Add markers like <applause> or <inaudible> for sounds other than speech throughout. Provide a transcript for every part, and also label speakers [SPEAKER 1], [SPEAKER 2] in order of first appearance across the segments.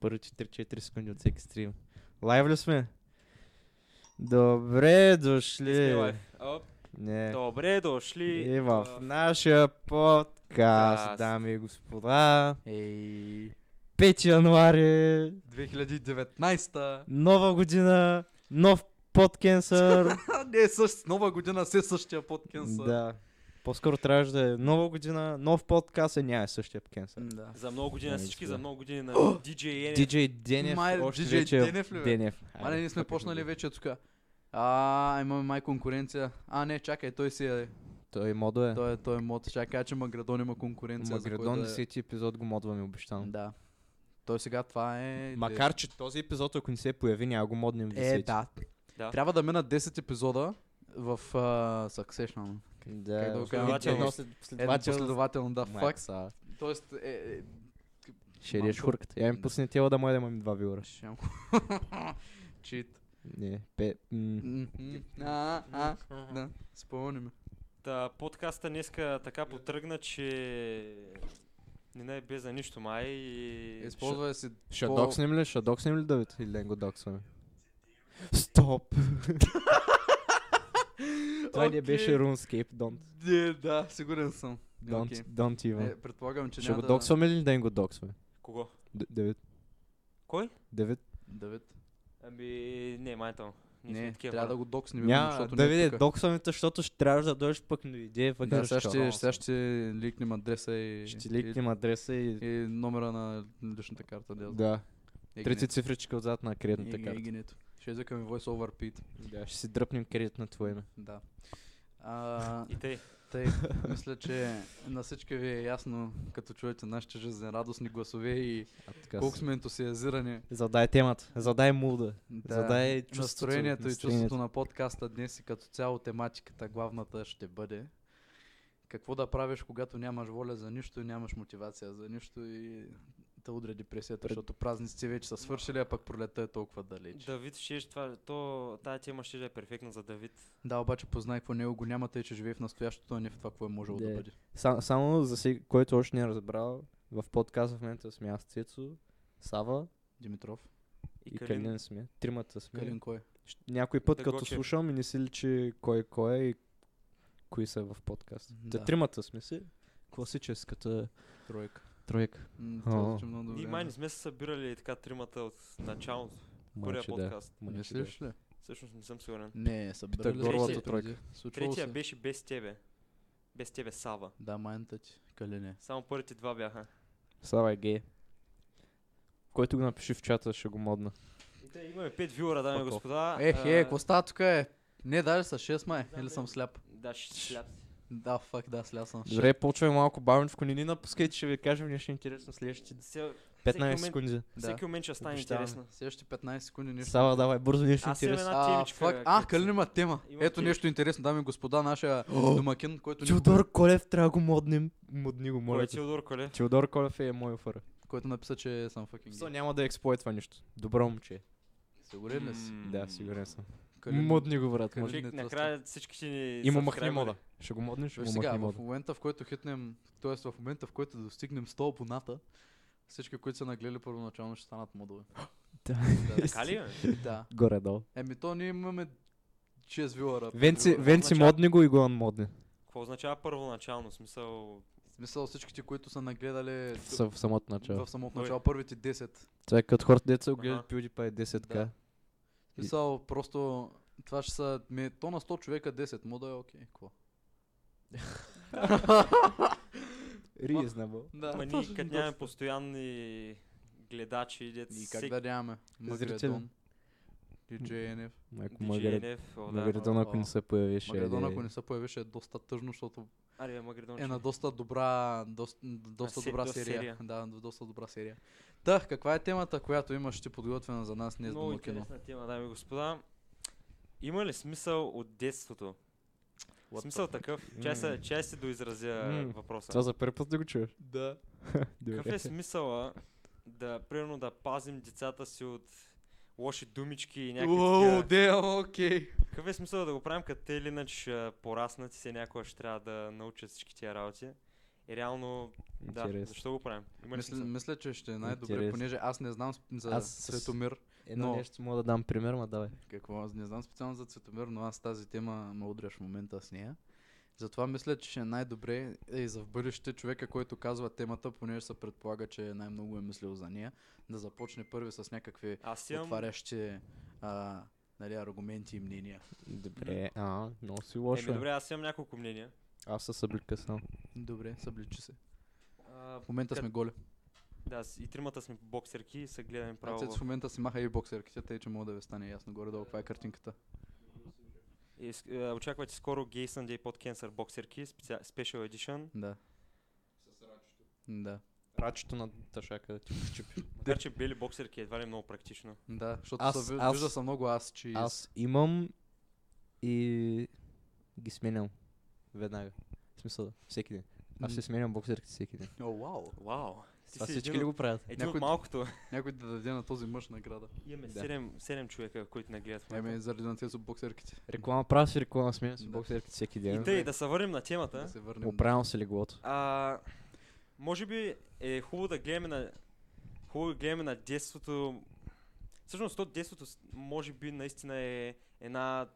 [SPEAKER 1] Първите 3-4 секунди от всеки стрим. Лайв ли сме? Добре
[SPEAKER 2] Сме
[SPEAKER 1] дошли.
[SPEAKER 2] лайв. Оп.
[SPEAKER 1] Не.
[SPEAKER 2] Добре дошли.
[SPEAKER 1] И е. в
[SPEAKER 2] а,
[SPEAKER 1] нашия подкаст,
[SPEAKER 2] Подкаст.
[SPEAKER 1] дами и господа.
[SPEAKER 2] Ей.
[SPEAKER 1] 5 януари,
[SPEAKER 3] 2019-та.
[SPEAKER 1] нова година, нов подкенсър.
[SPEAKER 3] А, не е същ, с нова година се същия подкенсър.
[SPEAKER 1] да. По-скоро трябваше да е нова година, нов подкаст, а няма е същия подкенсър.
[SPEAKER 3] Да.
[SPEAKER 2] За много години
[SPEAKER 1] Не,
[SPEAKER 2] всички,
[SPEAKER 1] сега.
[SPEAKER 2] за много години на DJ Ене.
[SPEAKER 1] Диджей Денев,
[SPEAKER 3] Май,
[SPEAKER 1] още
[SPEAKER 3] DJ
[SPEAKER 1] вече е в-
[SPEAKER 3] Денев ли бе?
[SPEAKER 1] Денев.
[SPEAKER 3] А не, ние сме
[SPEAKER 1] Айде,
[SPEAKER 3] почнали
[SPEAKER 1] пък-
[SPEAKER 3] вече тук. А, имаме май конкуренция. А, не, чакай, той си е.
[SPEAKER 1] Той модо е.
[SPEAKER 3] Той е, той е мод. Чакай, че Маградон има конкуренция. за кой
[SPEAKER 1] Магредон
[SPEAKER 3] да е.
[SPEAKER 1] 10 епизод го модваме, обещано.
[SPEAKER 3] Да. Той сега това е.
[SPEAKER 1] Макар, че този епизод, ако не се появи, няма го моднем в 10.
[SPEAKER 3] Е, да.
[SPEAKER 2] Да.
[SPEAKER 3] Трябва да минат 10 епизода в uh, Succession.
[SPEAKER 1] Да,
[SPEAKER 3] Как да го
[SPEAKER 1] освен
[SPEAKER 3] кажем?
[SPEAKER 1] едно
[SPEAKER 2] Едно
[SPEAKER 1] след-
[SPEAKER 3] Едно
[SPEAKER 1] последователно.
[SPEAKER 3] последователно, да,
[SPEAKER 1] Майка
[SPEAKER 3] факт.
[SPEAKER 1] са.
[SPEAKER 3] Тоест, е, е,
[SPEAKER 1] Ще
[SPEAKER 3] Малко.
[SPEAKER 1] реш хурката. Я ми
[SPEAKER 3] Да.
[SPEAKER 1] пусне тела да му да имам два вилора.
[SPEAKER 3] ще имам. <laughs> Чит.
[SPEAKER 1] Не, пе... м,
[SPEAKER 3] Мгм. А, а, да, спомняме.
[SPEAKER 2] Та, подкаста днеска така потръгна, че не най без за нищо май и...
[SPEAKER 1] Е,
[SPEAKER 3] Използва си
[SPEAKER 1] Ще
[SPEAKER 3] По-
[SPEAKER 1] докснем ли? Ще докснем ли Давид? Или да не го доксваме? <laughs> Стоп! Това не
[SPEAKER 3] Окей.
[SPEAKER 1] беше RuneScape, don't.
[SPEAKER 3] Не, Е, да, сигурен съм.
[SPEAKER 1] Don't,
[SPEAKER 3] Окей.
[SPEAKER 1] don't even.
[SPEAKER 3] Е, предполагам, че
[SPEAKER 1] ще
[SPEAKER 3] няма
[SPEAKER 1] го
[SPEAKER 3] да...
[SPEAKER 1] доксваме ли или да не го доксваме?
[SPEAKER 2] Кого?
[SPEAKER 1] Д- Давид.
[SPEAKER 2] Кой?
[SPEAKER 1] Давид.
[SPEAKER 3] Давид.
[SPEAKER 2] Ами, не, май там. Ние сме
[SPEAKER 3] Не,
[SPEAKER 2] такива
[SPEAKER 3] трябва
[SPEAKER 2] хора.
[SPEAKER 3] да го докснем, именно,
[SPEAKER 1] Няма,
[SPEAKER 3] защото
[SPEAKER 1] да
[SPEAKER 3] не е
[SPEAKER 1] види,
[SPEAKER 3] тука.
[SPEAKER 1] доксваме, те, защото ще трябва да дойдеш пък на идея, пък
[SPEAKER 3] Да, сега
[SPEAKER 1] разочарован
[SPEAKER 3] ще,
[SPEAKER 1] съм.
[SPEAKER 3] сега ще ликнем адреса и...
[SPEAKER 1] Ще ликнем адреса и...
[SPEAKER 3] и, и номера на личната карта. Е, Да. я знам.
[SPEAKER 1] Да.
[SPEAKER 3] Егенето.
[SPEAKER 1] Трите цифричка отзад на кредитната
[SPEAKER 3] Еге-
[SPEAKER 1] карта.
[SPEAKER 3] Егенето. Ще изъкаме voice over pit.
[SPEAKER 1] Да, ще си дръпнем кредит на твое име.
[SPEAKER 3] Да.
[SPEAKER 1] <laughs>
[SPEAKER 3] А,
[SPEAKER 2] И тъй.
[SPEAKER 3] тъй, мисля, че на всички ви е ясно, като чуете нашите жизнерадостни гласове и
[SPEAKER 1] А, така
[SPEAKER 3] колко
[SPEAKER 1] си.
[SPEAKER 3] сме ентусиазирани.
[SPEAKER 1] Задай темата, задай муда,
[SPEAKER 3] Да. е
[SPEAKER 1] задай чувството.
[SPEAKER 3] настроението и чувството на подкаста днес и като цяло тематиката главната ще бъде какво да правиш, когато нямаш воля за нищо и нямаш мотивация за нищо и те удря депресията,
[SPEAKER 1] Пред-
[SPEAKER 3] защото празниците вече са свършили, а пък пролетта е толкова далеч. Да,
[SPEAKER 2] Давид ще това, то, тая тема ще е перфектна за Давид.
[SPEAKER 3] обаче познай какво него го няма, тъй че живее в настоящето, а не в това, какво е можело да,
[SPEAKER 1] Да.
[SPEAKER 3] бъде.
[SPEAKER 1] Сам, само за всеки, който още не е разбрал, в подкаста в момента сме аз Цецо, Сава
[SPEAKER 3] Димитров,
[SPEAKER 1] и, Калин. сме. Тримата сме.
[SPEAKER 3] Калин кой? е?
[SPEAKER 1] Щ- Някой път
[SPEAKER 2] Да
[SPEAKER 1] като
[SPEAKER 2] гоче.
[SPEAKER 1] слушам и не си личи кой кой е и кои са в подкаста. Да.
[SPEAKER 3] Да.
[SPEAKER 1] тримата сме си. Класическата
[SPEAKER 3] Тройка.
[SPEAKER 1] тройка.
[SPEAKER 3] М,
[SPEAKER 1] О.
[SPEAKER 3] Това звучи много добре.
[SPEAKER 2] Ние май не сме се събирали така тримата от началото. Първия
[SPEAKER 1] Мънче, да.
[SPEAKER 2] подкаст.
[SPEAKER 1] Мънче,
[SPEAKER 3] Мислиш ли?
[SPEAKER 2] Всъщност не съм сигурен.
[SPEAKER 3] Не, събирали.
[SPEAKER 1] Питагоровата
[SPEAKER 3] сме се
[SPEAKER 1] тройка.
[SPEAKER 3] преди. Случвало
[SPEAKER 2] Третия
[SPEAKER 3] се.
[SPEAKER 2] беше без тебе. Без тебе Сава.
[SPEAKER 3] Да, майната ти, Калине.
[SPEAKER 2] Само първите два бяха.
[SPEAKER 1] да. Сава е гей. Който го напиши в чата, ще го модна.
[SPEAKER 2] И тъй, имаме 5 вюра, дами и
[SPEAKER 1] Паков.
[SPEAKER 2] господа. <laughs>
[SPEAKER 3] Ех,
[SPEAKER 2] А,
[SPEAKER 3] е, какво става тук е? Не, даже са 6 май, или съм сляп.
[SPEAKER 2] Да, ще сляп.
[SPEAKER 3] Да, фак, да, сляп съм.
[SPEAKER 1] Добре, почваме малко бавничко. Не ни напускайте, ще ви кажем нещо интересно следващите
[SPEAKER 2] Се-
[SPEAKER 1] 15
[SPEAKER 2] момент-
[SPEAKER 1] секунди.
[SPEAKER 3] Да.
[SPEAKER 2] Всеки момент ще стане
[SPEAKER 1] Обещаваме.
[SPEAKER 2] интересно.
[SPEAKER 3] Следващите 15 секунди нещо.
[SPEAKER 1] Сава, давай, бързо нещо
[SPEAKER 2] Аз имам
[SPEAKER 1] интересно.
[SPEAKER 2] една
[SPEAKER 3] А,
[SPEAKER 2] темичка.
[SPEAKER 3] фак, а,
[SPEAKER 2] като-
[SPEAKER 3] Калин има тема.
[SPEAKER 2] Има
[SPEAKER 3] Ето
[SPEAKER 2] тема.
[SPEAKER 3] нещо интересно, дами и господа, нашия домакин, който ни говори-
[SPEAKER 1] Теодор Колев трябва да го модним. Модни го,
[SPEAKER 2] Кой
[SPEAKER 1] моля
[SPEAKER 2] е
[SPEAKER 1] те.
[SPEAKER 2] Теодор Коле?
[SPEAKER 1] Теодор Колев е мой фър.
[SPEAKER 3] който написа, че съм факинг.
[SPEAKER 1] Со няма да експлойтва нищо. Добро момче.
[SPEAKER 3] Сигурен ли си?
[SPEAKER 2] М,
[SPEAKER 1] Да, сигурен съм.
[SPEAKER 3] Калин-
[SPEAKER 1] Модни го, брат.
[SPEAKER 3] Калин-
[SPEAKER 1] модни.
[SPEAKER 2] Чек,
[SPEAKER 3] не
[SPEAKER 2] накрая всички ще ни...
[SPEAKER 1] И му
[SPEAKER 2] са
[SPEAKER 1] махни
[SPEAKER 2] вкрайвали.
[SPEAKER 1] мода. Ще го модниш, ще
[SPEAKER 3] Виж
[SPEAKER 1] му
[SPEAKER 3] сега,
[SPEAKER 1] махни
[SPEAKER 3] в
[SPEAKER 1] мода.
[SPEAKER 3] момента в който хитнем, т.е. в момента в който достигнем 100 абоната, всички, които са нагледали първоначално, ще станат модове.
[SPEAKER 1] <gasps> Да.
[SPEAKER 2] Така ли е? бе?
[SPEAKER 3] Да.
[SPEAKER 1] Горе-долу.
[SPEAKER 3] Еми то ние имаме 6 вилара.
[SPEAKER 1] Венци,
[SPEAKER 3] Е,
[SPEAKER 2] Какво
[SPEAKER 1] Венци
[SPEAKER 2] означава?
[SPEAKER 1] модни го и го анмодни.
[SPEAKER 2] Какво означава първоначално? В Смисъл...
[SPEAKER 3] В смисъл всичките, които са нагледали
[SPEAKER 1] Са в самото начало.
[SPEAKER 3] в самото
[SPEAKER 2] Ой.
[SPEAKER 3] начало, първите 10
[SPEAKER 1] Това е като хората, деца го
[SPEAKER 2] Аха.
[SPEAKER 1] гледат PewDiePie е 10к.
[SPEAKER 3] Да. Мисъл, просто това ще са... Ми, е то на 100 човека 10 мода е окей.
[SPEAKER 2] <laughs>
[SPEAKER 3] Какво?
[SPEAKER 1] Reasonable.
[SPEAKER 3] Да,
[SPEAKER 2] Ма ние като нямаме постоянни гледачи и дет
[SPEAKER 3] И как да нямаме?
[SPEAKER 1] Зрители.
[SPEAKER 3] Магредон. DJNF.
[SPEAKER 1] Майко Магред.
[SPEAKER 2] DJNF, о, да.
[SPEAKER 1] Магредон, ако
[SPEAKER 3] О,
[SPEAKER 1] не се появише.
[SPEAKER 3] Магредон,
[SPEAKER 1] е-
[SPEAKER 3] ако не се появеше, е доста тъжно, защото
[SPEAKER 2] Аре, бе, Магредон.
[SPEAKER 3] е на доста добра, доста, доста
[SPEAKER 2] се-
[SPEAKER 3] добра
[SPEAKER 2] до
[SPEAKER 3] серия.
[SPEAKER 2] серия.
[SPEAKER 3] Да, до- доста добра серия. Та, каква е темата, която имаш ти подготвена за нас днес,
[SPEAKER 2] Много
[SPEAKER 3] домакино?
[SPEAKER 2] интересна тема, дами и господа. Има ли смисъл от детството?
[SPEAKER 3] What the
[SPEAKER 2] смисъл такъв, че аз се-
[SPEAKER 1] Мм.
[SPEAKER 2] че аз си доизразя
[SPEAKER 1] Мм.
[SPEAKER 2] въпроса.
[SPEAKER 1] Това за първи път да го чуеш.
[SPEAKER 3] Да.
[SPEAKER 2] Какъв
[SPEAKER 1] <laughs> Добре.
[SPEAKER 2] е смисъла да, примерно, да пазим децата си от лоши думички и някакви
[SPEAKER 3] Уоу,
[SPEAKER 2] такива?
[SPEAKER 3] дем, окей.
[SPEAKER 2] Какъв е смисъл да го правим, като те или иначе ще пораснат и се някога ще трябва да научат всички тия работи? И реално, да,
[SPEAKER 1] Интересно.
[SPEAKER 2] защо го правим? Има
[SPEAKER 3] Мисля,
[SPEAKER 2] смисъл.
[SPEAKER 3] мисля, че ще е най-добре,
[SPEAKER 1] Интересно.
[SPEAKER 3] понеже аз не знам сп- за
[SPEAKER 1] Аз с-
[SPEAKER 3] Светомир.
[SPEAKER 1] Едно
[SPEAKER 3] Но-
[SPEAKER 1] нещо мога да дам пример, ма давай.
[SPEAKER 3] Какво? Аз не знам специално за Цветомир, но аз тази тема ме удряш в момента с нея. Затова мисля, че ще е най-добре е и за в бъдеще човека, който казва темата, понеже се предполага, че най-много е мислил за нея, да започне първи с някакви
[SPEAKER 2] Аз имам...
[SPEAKER 3] отварящи а, нали, аргументи и мнения.
[SPEAKER 1] Добре, а, много си
[SPEAKER 2] Еми,
[SPEAKER 1] лошо. е.
[SPEAKER 2] добре, аз имам няколко мнения.
[SPEAKER 1] Аз се съблика сам.
[SPEAKER 3] Добре, събличи се.
[SPEAKER 2] А,
[SPEAKER 3] В момента
[SPEAKER 2] Кът-
[SPEAKER 3] сме голи.
[SPEAKER 2] да, с- и тримата сме боксерки и се гледаме
[SPEAKER 3] Право.
[SPEAKER 2] право.
[SPEAKER 3] в
[SPEAKER 2] в-
[SPEAKER 3] момента си маха и боксерките, тъй че мога да ви стане ясно горе-долу каква е картинката.
[SPEAKER 2] И, с- е, очаквайте скоро Gay Sunday под Cancer боксерки, специа- Special Edition.
[SPEAKER 3] Да. С рачето. Да.
[SPEAKER 1] Рачето на тъшака да ти го щупи.
[SPEAKER 2] Макар, че бели боксерки едва ли е много практично.
[SPEAKER 3] Да, защото
[SPEAKER 1] Аз-
[SPEAKER 3] аз, вижда
[SPEAKER 1] аз-
[SPEAKER 3] се много аз, че
[SPEAKER 1] Аз имам и ги сменям веднага. В смисъл, всеки ден. Аз
[SPEAKER 3] М.
[SPEAKER 1] се сменям боксерките всеки ден.
[SPEAKER 3] О, вау!
[SPEAKER 2] Вау! Ти
[SPEAKER 1] Това
[SPEAKER 2] си
[SPEAKER 1] всички
[SPEAKER 2] един
[SPEAKER 1] ли
[SPEAKER 2] от-
[SPEAKER 1] го правят?
[SPEAKER 2] Един
[SPEAKER 3] Някой-
[SPEAKER 2] от малкото.
[SPEAKER 3] Някой да даде на този мъж награда.
[SPEAKER 2] Имаме
[SPEAKER 1] Да.
[SPEAKER 2] 7, 7 човека, които не гледат в
[SPEAKER 3] Еме,
[SPEAKER 2] момента.
[SPEAKER 3] заради на тези боксерките.
[SPEAKER 1] Реклама правя си, реклама сменям си
[SPEAKER 3] Да.
[SPEAKER 1] боксерките всеки
[SPEAKER 2] И
[SPEAKER 1] ден.
[SPEAKER 2] тъй, да се върнем на темата.
[SPEAKER 3] Да се върнем.
[SPEAKER 1] Оправям се леглото.
[SPEAKER 2] А, може би е хубаво да гледаме на... Хубаво да гледаме на детството... Всъщност, то детството с- може би наистина е една...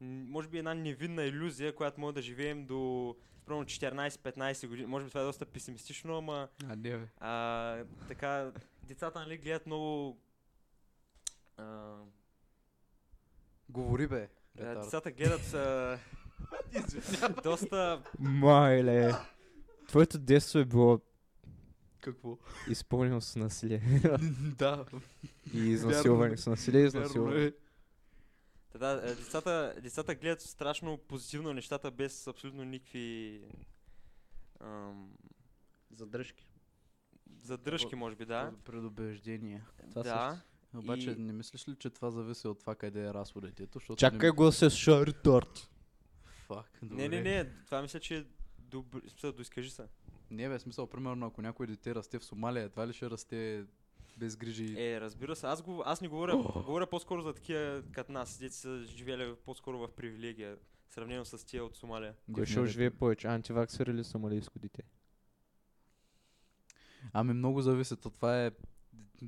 [SPEAKER 2] м, Може би една невинна иллюзия, която може да живеем до примерно 14-15 години. Може би това е доста песимистично, ама
[SPEAKER 3] А, не, бе.
[SPEAKER 2] а, така, децата нали, гледат много... А,
[SPEAKER 3] Говори, бе.
[SPEAKER 2] а,
[SPEAKER 3] ретард.
[SPEAKER 2] Е, децата гледат а, <laughs> доста
[SPEAKER 1] Майле, твоето детство е било
[SPEAKER 3] Какво?
[SPEAKER 1] изпълнено с насилие. <laughs>
[SPEAKER 3] <laughs> да,
[SPEAKER 1] и изнасилване.
[SPEAKER 3] Вярно.
[SPEAKER 1] С насилие и
[SPEAKER 3] вярно
[SPEAKER 1] изнасилване.
[SPEAKER 3] е.
[SPEAKER 2] Та Да, е, децата, децата гледат страшно позитивно нещата без абсолютно никакви ам,
[SPEAKER 1] Задръжки.
[SPEAKER 2] задръжки, може би, да.
[SPEAKER 3] Предубеждение.
[SPEAKER 1] Това
[SPEAKER 2] да.
[SPEAKER 3] Обаче,
[SPEAKER 2] И-
[SPEAKER 3] не мислиш ли, че това зависи от това къде е расло детето? Защото
[SPEAKER 1] Чакай
[SPEAKER 3] Не...
[SPEAKER 1] го с шартарт.
[SPEAKER 3] Фак,
[SPEAKER 2] Не, не, не, това мисля, че е добър, в смисъл, доизкажи се.
[SPEAKER 3] Не, бе, смисъл, примерно, ако някой дете расте в Сомалия, едва ли ще расте без грижи?
[SPEAKER 2] Е, разбира се, аз, го, аз не говоря, говоря по-скоро за такива като нас, дете са живели по-скоро в привилегия, сравнено с тия от Сомалия.
[SPEAKER 1] Кой ще
[SPEAKER 3] Дефинирай.
[SPEAKER 1] оживее повече? Антиваксер или сомалийско дете?
[SPEAKER 3] Ами много зависи, то това е...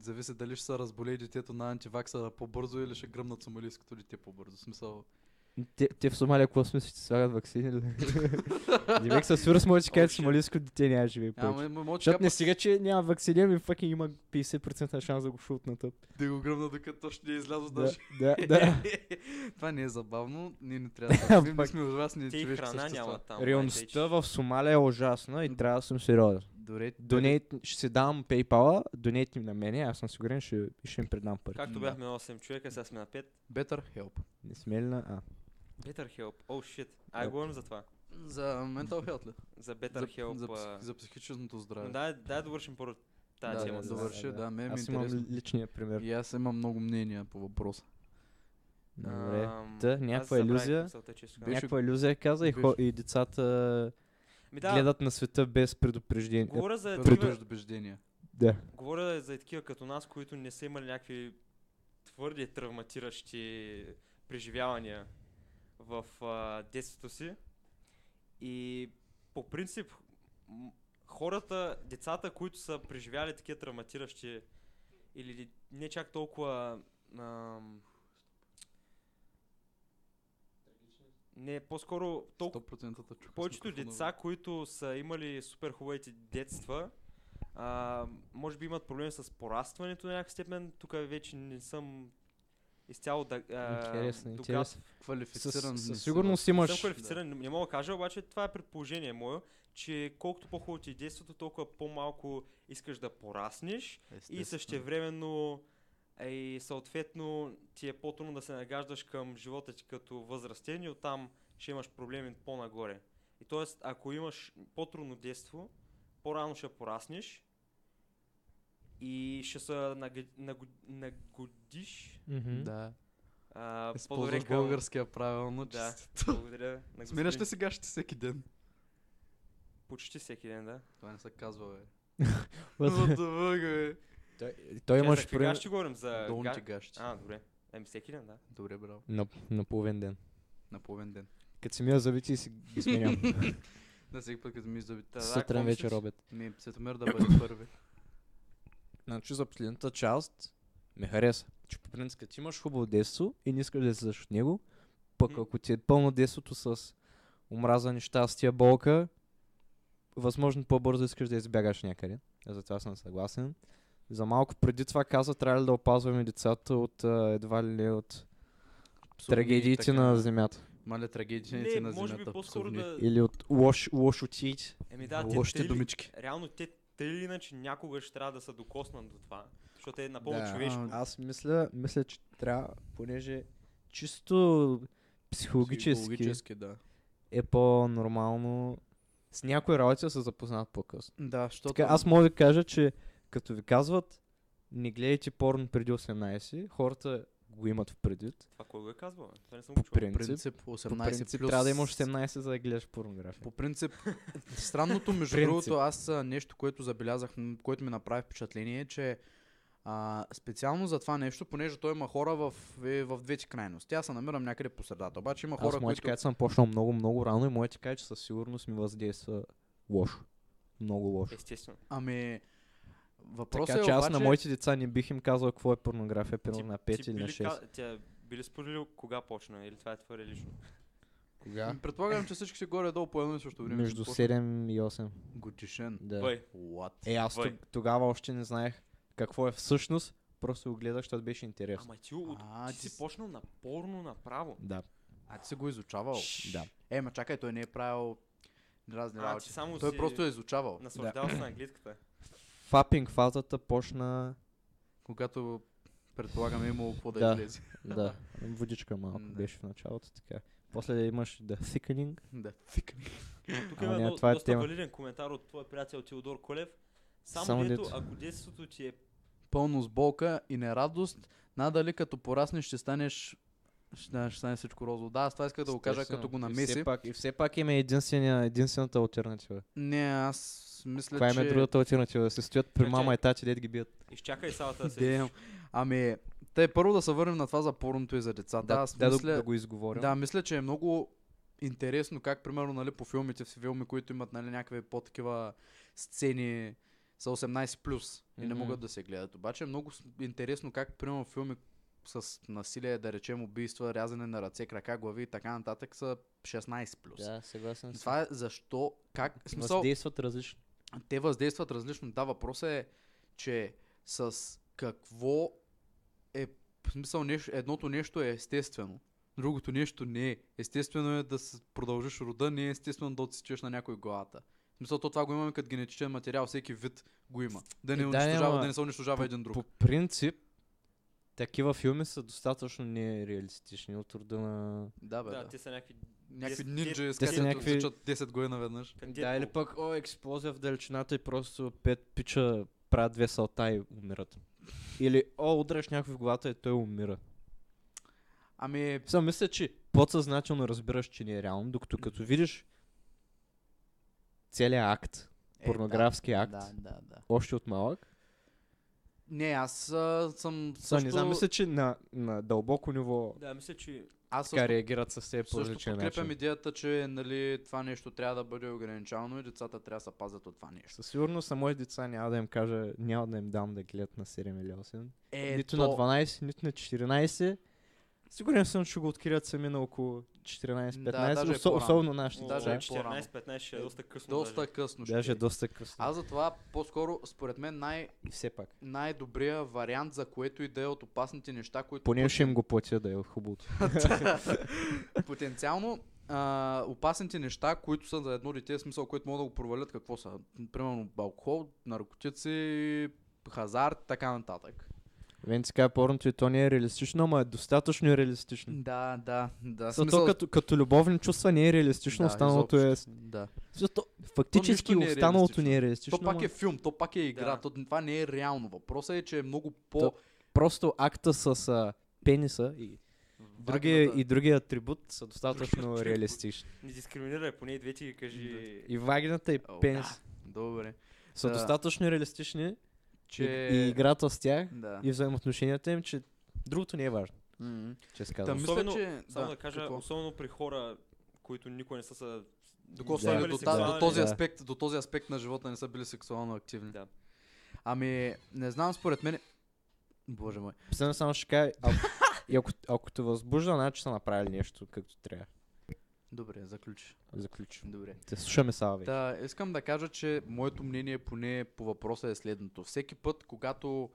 [SPEAKER 3] Зависи дали ще се разболее детето на антиваксъра по-бързо или ще гръмнат сомалийското дете по-бързо. В Смисъл,
[SPEAKER 1] Те, те в Сомалия какво смисъл, че слагат
[SPEAKER 3] <laughs>
[SPEAKER 1] вакцини? ли? Димек със сигурност може да ти
[SPEAKER 2] Oh,
[SPEAKER 1] каже, че
[SPEAKER 2] shit.
[SPEAKER 1] сомалийско дете няма да живее повече.
[SPEAKER 3] Ама ма, мога
[SPEAKER 1] Защото
[SPEAKER 3] чакай,
[SPEAKER 1] не стига, че няма вакцини, ами факи има 50% на шанс да го шутнат.
[SPEAKER 3] да го гръмна докато точно не е излязло
[SPEAKER 1] Да,
[SPEAKER 3] даже.
[SPEAKER 1] да, <laughs>
[SPEAKER 3] <laughs>
[SPEAKER 1] да.
[SPEAKER 3] Това не е забавно, ние не трябва
[SPEAKER 1] <laughs>
[SPEAKER 3] да се Ние
[SPEAKER 1] Пак.
[SPEAKER 3] сме ужасни
[SPEAKER 2] Те и
[SPEAKER 3] човешки
[SPEAKER 2] храна
[SPEAKER 3] същества.
[SPEAKER 2] нямат там. май, тъй, че-
[SPEAKER 1] Реалността в Сомалия е ужасна и трябва да съм сериозен.
[SPEAKER 3] Добре,
[SPEAKER 1] Донейт, ще си дам PayPal, донейт им на мене, аз съм сигурен, ще, ще им предам пари.
[SPEAKER 2] Както бяхме 8 човека, сега сме на 5.
[SPEAKER 3] Better help.
[SPEAKER 1] Не сме ли на... А,
[SPEAKER 2] Better Help, о, oh, shit. Ай,
[SPEAKER 1] Да.
[SPEAKER 2] говорим за това.
[SPEAKER 3] За mental health ли?
[SPEAKER 2] За Better
[SPEAKER 3] за,
[SPEAKER 2] Help.
[SPEAKER 3] за,
[SPEAKER 2] а...
[SPEAKER 3] псих, за психичното здраве.
[SPEAKER 2] Но дай, дай да довършим първо тази
[SPEAKER 3] Да,
[SPEAKER 2] тема.
[SPEAKER 3] да,
[SPEAKER 2] с-
[SPEAKER 3] да. довърши, ме е
[SPEAKER 1] Аз имам
[SPEAKER 3] интересно.
[SPEAKER 1] личния пример.
[SPEAKER 3] И аз имам много мнения по въпроса.
[SPEAKER 1] Добре.
[SPEAKER 2] Ам,
[SPEAKER 1] Та,
[SPEAKER 2] аз
[SPEAKER 1] някаква
[SPEAKER 2] забравих
[SPEAKER 1] илюзия.
[SPEAKER 2] мисълта, че ще кажа.
[SPEAKER 3] беше-
[SPEAKER 1] Някаква иллюзия каза и, хо,
[SPEAKER 3] беше-
[SPEAKER 1] и децата
[SPEAKER 2] Ми да,
[SPEAKER 1] да. гледат на света без предупреждение. Е,
[SPEAKER 2] Говоря за, такива,
[SPEAKER 3] Предубеждения.
[SPEAKER 1] да.
[SPEAKER 2] говоря за такива като нас, които не са имали някакви твърде травматиращи преживявания в а, детството си. И по принцип м- хората, децата, които са преживяли такива травматиращи или не чак толкова ам, не, по-скоро толкова
[SPEAKER 3] 100% чука. с
[SPEAKER 2] повечето
[SPEAKER 3] микрофона, бе.
[SPEAKER 2] деца, които са имали супер хубавите детства, а, може би имат проблем с порастването на някакъв степен. Тук вече не съм изцяло да, а,
[SPEAKER 1] Интересно,
[SPEAKER 2] догад-
[SPEAKER 1] интересно.
[SPEAKER 3] Квалифициран.
[SPEAKER 1] Със,
[SPEAKER 3] не
[SPEAKER 1] със
[SPEAKER 3] си,
[SPEAKER 1] сигурност
[SPEAKER 2] Не
[SPEAKER 1] имаш...
[SPEAKER 2] съм квалифициран, не мога да кажа, обаче това е предположение мое, че колкото по-хубаво ти е детството, толкова по-малко искаш да пораснеш
[SPEAKER 3] бе.
[SPEAKER 2] и
[SPEAKER 3] Естествено.
[SPEAKER 2] същевременно а и съответно ти е по-трудно да се нагаждаш към живота ти като възрастен и оттам ще имаш проблеми по-нагоре. И т.е. ако имаш по-трудно детство, по-рано ще пораснеш и ще се нага- наго- нагодиш
[SPEAKER 1] Мгм.
[SPEAKER 3] Да. Е,
[SPEAKER 2] а, по-добре
[SPEAKER 3] Използваш
[SPEAKER 2] към...
[SPEAKER 3] българския правилно.
[SPEAKER 2] Да,
[SPEAKER 3] честито.
[SPEAKER 2] благодаря на
[SPEAKER 3] Сменяш ли
[SPEAKER 2] господин.
[SPEAKER 3] сега ще всеки ден?
[SPEAKER 2] Почти всеки ден, да.
[SPEAKER 3] Това не се казва, <laughs> бе.
[SPEAKER 2] <laughs>
[SPEAKER 1] What?
[SPEAKER 3] това, бе.
[SPEAKER 1] Той, той
[SPEAKER 2] Чай,
[SPEAKER 1] имаш
[SPEAKER 2] за какви
[SPEAKER 1] пример
[SPEAKER 2] гащи говорим? За
[SPEAKER 3] Долните
[SPEAKER 2] га-
[SPEAKER 3] гащи.
[SPEAKER 2] А, добре. Еми всеки ден, да.
[SPEAKER 3] Добре, браво.
[SPEAKER 1] на, на половин ден.
[SPEAKER 3] На половин ден.
[SPEAKER 2] <laughs>
[SPEAKER 1] Като си мия завици и си ги сменям.
[SPEAKER 3] На всеки път, като ми издобите.
[SPEAKER 2] Та, да, какво
[SPEAKER 1] Сутрин
[SPEAKER 2] мислиш?
[SPEAKER 1] вечер обед.
[SPEAKER 3] Ми, Светомир
[SPEAKER 2] <coughs>
[SPEAKER 3] да бъде първи.
[SPEAKER 1] Значи за последната част ми хареса. Че по принцип като имаш хубаво детство и не искаш да излезеш от него, пък
[SPEAKER 2] Мгм.
[SPEAKER 1] ако ти е пълно детството с омраза, нещастия, болка, възможно по-бързо искаш да избягаш някъде. Затова съм съгласен. За малко преди това каза, трябва ли да опазваме децата от а, едва ли не от
[SPEAKER 3] Псовни и
[SPEAKER 1] трагедиите
[SPEAKER 3] така. е.
[SPEAKER 1] на земята.
[SPEAKER 3] Мале трагедиите
[SPEAKER 2] Не,
[SPEAKER 3] на
[SPEAKER 2] може би
[SPEAKER 3] земята.
[SPEAKER 2] по-скоро
[SPEAKER 3] псовни. Е,
[SPEAKER 2] да...
[SPEAKER 1] Или от лош, лошотиите.
[SPEAKER 2] Еми да, те,
[SPEAKER 3] Лошите
[SPEAKER 2] те, ли-
[SPEAKER 3] думички.
[SPEAKER 2] реално те, те или иначе някога ще трябва да се докоснат до това. Защото е напълно
[SPEAKER 1] Да.
[SPEAKER 2] човешко.
[SPEAKER 3] А,
[SPEAKER 1] Аз мисля, мисля, че трябва, понеже чисто психологически
[SPEAKER 3] Психологически, да.
[SPEAKER 1] е по-нормално. С някои работи да се запознат по-късно.
[SPEAKER 3] Да, защото...
[SPEAKER 1] Така, аз мога да кажа, че като ви казват, не гледайте порно преди 18, хората го имат в предвид.
[SPEAKER 2] Това кой го е казвал? бе? Това не съм го
[SPEAKER 1] По
[SPEAKER 2] чувал.
[SPEAKER 3] По
[SPEAKER 1] принцип,
[SPEAKER 3] принцип, 18
[SPEAKER 1] по принцип
[SPEAKER 3] плюс...
[SPEAKER 1] трябва да имаш 18, за да гледаш порнография.
[SPEAKER 3] По принцип, странното между
[SPEAKER 1] Принцип.
[SPEAKER 3] другото, аз а, нещо, което забелязах, м, което ми направи впечатление е, че а, специално за това нещо, понеже той има хора в, е, в двете крайности. Аз се намирам някъде по средата. Обаче има хора,
[SPEAKER 1] Аз мога да ти
[SPEAKER 3] които...
[SPEAKER 1] кажа, че съм почнал много, много рано и мога да ти кажа, че със сигурност ми въздейства лошо. Много лошо.
[SPEAKER 2] Естествено.
[SPEAKER 3] Ами, Е, въпросът
[SPEAKER 1] Така
[SPEAKER 3] е
[SPEAKER 1] че аз
[SPEAKER 3] обаче...
[SPEAKER 1] на моите деца не бих им казал какво е порнография,
[SPEAKER 2] Ти-
[SPEAKER 1] примерно на
[SPEAKER 2] ти
[SPEAKER 1] 5 или
[SPEAKER 2] би
[SPEAKER 1] на
[SPEAKER 2] ли
[SPEAKER 1] 6.
[SPEAKER 2] ка- Тя би ли споделил кога почна? Или това е твое лично?
[SPEAKER 4] Кога?
[SPEAKER 3] Предполагам, че всички си горе-долу по едно и също време.
[SPEAKER 1] Между
[SPEAKER 3] Започна-
[SPEAKER 1] 7 и 8.
[SPEAKER 3] Годишен.
[SPEAKER 1] Да.
[SPEAKER 2] Бой.
[SPEAKER 3] What?
[SPEAKER 1] Е, аз
[SPEAKER 2] Вой.
[SPEAKER 1] тог- тогава още не знаех какво е всъщност, просто го гледах, защото беше интересно.
[SPEAKER 2] Ама ти, от...
[SPEAKER 3] А,
[SPEAKER 2] ти
[SPEAKER 3] ти
[SPEAKER 2] си
[SPEAKER 3] с-
[SPEAKER 2] почнал на порно направо.
[SPEAKER 1] Да,
[SPEAKER 3] А ти си го изучавал?
[SPEAKER 1] да.
[SPEAKER 3] Е, ма чакай, той не е правил разни
[SPEAKER 2] А, ти
[SPEAKER 3] работи.
[SPEAKER 2] само
[SPEAKER 3] Той
[SPEAKER 2] си
[SPEAKER 3] просто е изучавал.
[SPEAKER 2] наслаждал се на английската.
[SPEAKER 1] Фапинг фазата почна,
[SPEAKER 3] Когато предполагам е имало какво да,
[SPEAKER 1] Да.
[SPEAKER 3] излезе.
[SPEAKER 1] да, водичка малко
[SPEAKER 3] М, да.
[SPEAKER 1] беше в началото, така. После да имаш да thickening.
[SPEAKER 3] <laughs> да, фика.
[SPEAKER 2] Тук
[SPEAKER 1] Ама
[SPEAKER 2] има
[SPEAKER 1] няма,
[SPEAKER 2] до,
[SPEAKER 1] това е
[SPEAKER 2] доста
[SPEAKER 1] тема.
[SPEAKER 2] валиден коментар от твоя приятел Теодор Колев. Само,
[SPEAKER 1] Само
[SPEAKER 2] дето,
[SPEAKER 1] дето.
[SPEAKER 2] ако детството ти е...
[SPEAKER 3] Пълно с болка и нерадост, надали като пораснеш ще станеш ще, да, ще стане всичко розово. Да, аз това исках да го кажа, като го
[SPEAKER 1] Естествено. И все
[SPEAKER 3] намеси. Значи-
[SPEAKER 1] пак, и все пак има единствена, единствената альтернатива.
[SPEAKER 3] Не, аз мисля,
[SPEAKER 1] Коя
[SPEAKER 3] че...
[SPEAKER 1] е другата альтернатива? Да се стоят при
[SPEAKER 2] Значи-
[SPEAKER 1] мама и тати, дед ги бият.
[SPEAKER 3] <laughs>
[SPEAKER 2] Изчакай салата да се...
[SPEAKER 3] Damn. Ами, те първо да се върнем на това за порното и за децата. Да, аз
[SPEAKER 1] да, да,
[SPEAKER 3] мисля...
[SPEAKER 1] да го изговорим.
[SPEAKER 3] Да, мисля, че е много интересно как, примерно, нали, по филмите, в филми, които имат нали, някакви по-такива сцени са 18+, плюс и не
[SPEAKER 1] Мгм.
[SPEAKER 3] могат да се гледат. Обаче е много с- интересно как, примерно, филми с насилие, да речем убийства, рязане на ръце, крака, глави и така нататък са 16+. плюс.
[SPEAKER 1] да съгласен съм.
[SPEAKER 3] Това е защо, как, в смисъл,
[SPEAKER 1] Въздействат различно.
[SPEAKER 3] те въздействат различно. Да, въпросът е, че с какво е, в смисъл, нещо, едното нещо е естествено, другото нещо не е. Естествено е да с- продължиш рода, не е естествено да отсечеш на някой главата. В смисъл, то това го имаме като генетичен материал, всеки вид го има. Да не,
[SPEAKER 1] Е, да,
[SPEAKER 3] унищожава,
[SPEAKER 1] ама
[SPEAKER 3] да не се унищожава един друг.
[SPEAKER 1] По принцип, такива филми са достатъчно нереалистични от рода на
[SPEAKER 3] да, бе, да.
[SPEAKER 2] Да, те са някакви...
[SPEAKER 3] Някакви
[SPEAKER 2] те-
[SPEAKER 3] нинджа
[SPEAKER 2] те-
[SPEAKER 3] изкачат,
[SPEAKER 1] те са някакви-
[SPEAKER 3] отсичат 10 голи наведнъж.
[SPEAKER 2] Как
[SPEAKER 1] Да, или
[SPEAKER 2] Deadpool.
[SPEAKER 1] пък, о, експлозия в далечината и просто пет пича правят две салта и умират. Или, о, удряш някой в главата и той умира.
[SPEAKER 3] Ами,
[SPEAKER 1] Само мисля, че подсъзнателно разбираш, че не е реално, докато като видиш целият акт,
[SPEAKER 3] е,
[SPEAKER 1] порнографски
[SPEAKER 3] да,
[SPEAKER 1] акт,
[SPEAKER 3] Да, да, да.
[SPEAKER 1] още от малък,
[SPEAKER 3] Не, аз а, съм
[SPEAKER 1] също...
[SPEAKER 3] също...
[SPEAKER 1] не знам, мисля, че на, на дълбоко ниво
[SPEAKER 2] Да, мисля, че...
[SPEAKER 3] аз също
[SPEAKER 1] така е реагират със все по
[SPEAKER 3] Също
[SPEAKER 1] различен
[SPEAKER 3] подкрепям
[SPEAKER 1] начин.
[SPEAKER 3] идеята, че нали, това нещо трябва да бъде ограничено и децата трябва да се пазят от това нещо.
[SPEAKER 1] Със сигурност на моите деца няма да им кажа, няма да им дам да гледат на 7 или 8.
[SPEAKER 3] Е,
[SPEAKER 1] нито
[SPEAKER 3] то-
[SPEAKER 1] на 12, нито на 14. Сигурен съм, че го открият сами на около
[SPEAKER 3] Да, даже
[SPEAKER 1] 14-15,
[SPEAKER 3] е
[SPEAKER 1] осо-
[SPEAKER 3] по-рано.
[SPEAKER 1] особено нашите
[SPEAKER 3] Даже
[SPEAKER 1] деца.
[SPEAKER 3] е
[SPEAKER 2] О,
[SPEAKER 3] по-рано.
[SPEAKER 2] 14-15 ще е доста късно.
[SPEAKER 3] Доста
[SPEAKER 2] даже.
[SPEAKER 3] късно ще
[SPEAKER 1] Даже
[SPEAKER 3] е.
[SPEAKER 1] е доста късно.
[SPEAKER 3] Аз затова по-скоро, според мен, най-
[SPEAKER 1] И все пак.
[SPEAKER 3] най-добрия вариант за което и да е от опасните неща, които
[SPEAKER 1] Поне ще им го платя да е хубавото.
[SPEAKER 3] <laughs> потенциално а, опасните неща, които са за едно дете, в смисъл, което могат да го провалят, какво са? Примерно алкохол, наркотици, хазарт, така нататък.
[SPEAKER 1] Вен така порното и то не е реалистично, ама е достатъчно реалистично.
[SPEAKER 3] Да, да, да.
[SPEAKER 1] Смисъл... То като, като любовни чувства не е реалистично,
[SPEAKER 3] Да,
[SPEAKER 1] да, останалото е...
[SPEAKER 3] изобщо. Да.
[SPEAKER 1] Смисъл, То, фактически
[SPEAKER 3] нищо не е
[SPEAKER 1] останалото не е реалистично.
[SPEAKER 3] То пак
[SPEAKER 1] ама
[SPEAKER 3] е филм, то пак е игра,
[SPEAKER 2] Да.
[SPEAKER 3] то, това не е реално. Въпросът е, че е много по...
[SPEAKER 1] То- Просто акта с а, пениса и другия, и другия атрибут са достатъчно
[SPEAKER 2] атрибут.
[SPEAKER 1] реалистични.
[SPEAKER 2] Не дискриминирай, е поне и двете ги кажи...
[SPEAKER 1] И вагината и
[SPEAKER 3] О,
[SPEAKER 1] пенис.
[SPEAKER 3] Добре.
[SPEAKER 1] са
[SPEAKER 3] Да.
[SPEAKER 1] достатъчно реалистични
[SPEAKER 3] Че...
[SPEAKER 1] че... и, и играта с тях
[SPEAKER 3] Да.
[SPEAKER 1] и взаимоотношенията им, че другото не е важно,
[SPEAKER 3] М.
[SPEAKER 1] че се
[SPEAKER 3] Та
[SPEAKER 1] казвам.
[SPEAKER 3] мисля,
[SPEAKER 2] Особено-
[SPEAKER 3] че...
[SPEAKER 2] Само да, кажа,
[SPEAKER 3] какво?
[SPEAKER 2] особено при хора, които никога не са се
[SPEAKER 3] Доколко
[SPEAKER 1] Да.
[SPEAKER 3] са
[SPEAKER 1] Има
[SPEAKER 3] били
[SPEAKER 1] ли
[SPEAKER 3] до, та-
[SPEAKER 1] сексуални-
[SPEAKER 3] до, този
[SPEAKER 1] Да.
[SPEAKER 3] аспект, до този аспект на живота не са били сексуално активни.
[SPEAKER 2] Да.
[SPEAKER 3] Ами, не знам, според мен... Боже мой.
[SPEAKER 1] Последно само ще кажа, ако, и ако, ако те възбужда, значи са направили нещо както трябва.
[SPEAKER 3] Добре, заключи.
[SPEAKER 1] Заключим.
[SPEAKER 3] Добре.
[SPEAKER 1] Те слушаме сега вече.
[SPEAKER 3] Да, искам да кажа, че моето мнение поне по въпроса е следното. Всеки път, когато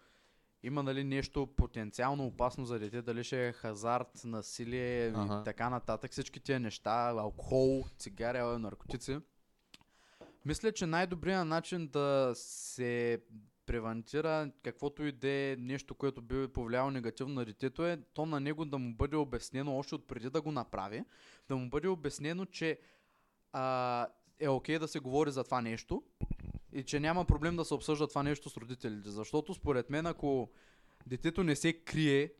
[SPEAKER 3] има нали, нещо потенциално опасно за дете, дали ще е хазарт, насилие
[SPEAKER 1] Аха.
[SPEAKER 3] и така нататък, всички тия неща, алкохол, цигари, а, наркотици, мисля, че най-добрият начин да се превентира каквото и да е нещо, което би повлияло негативно на детето е то на него да му бъде обяснено още от преди да го направи, да му бъде обяснено, че а, е окей да се говори за това нещо и че няма проблем да се обсъжда това нещо с родителите. Защото според мен, ако детето не се крие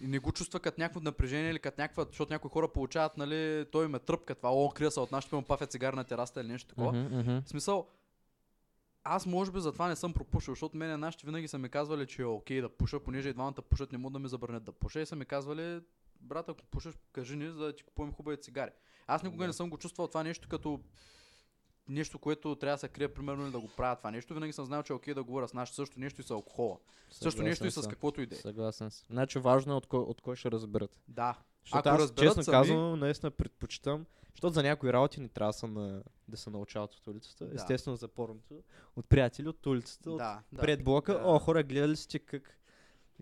[SPEAKER 3] и не го чувства като някакво напрежение или като някаква, защото някои хора получават, нали, той им е тръпка това, о, крия се от нашите, му пафя цигара на тераста или нещо такова.
[SPEAKER 1] Мгм, мгм.
[SPEAKER 3] В смисъл, аз може би затова не съм пропушил, защото мене нашите винаги са ми казвали, че е окей да пуша, понеже и двамата пушат, не могат да ми забранят да пуша и са ми казвали, брат, ако пушаш, кажи ни, за да ти купувам хубави цигари. Аз никога
[SPEAKER 1] Да.
[SPEAKER 3] не съм го чувствал това нещо като нещо, което трябва да се крие, примерно, или да го правя това нещо. Винаги съм знал, че е окей да говоря с нашите също нещо и с алкохола. също нещо и с
[SPEAKER 1] Съгласен съм.
[SPEAKER 3] каквото и да е.
[SPEAKER 1] Съгласен съм. Значи важно е от кой, от кой ще разберат.
[SPEAKER 3] Да.
[SPEAKER 1] Защото
[SPEAKER 3] Ако
[SPEAKER 1] аз,
[SPEAKER 3] разберат
[SPEAKER 1] честно
[SPEAKER 3] сами-
[SPEAKER 1] казвам, наистина предпочитам, защото за някои работи не трябва да са на, да се научават от улицата.
[SPEAKER 3] Да.
[SPEAKER 1] Естествено за порното. От приятели, от улицата, от
[SPEAKER 3] Да, да.
[SPEAKER 1] пред блока.
[SPEAKER 3] Да.
[SPEAKER 1] О, хора, гледали сте как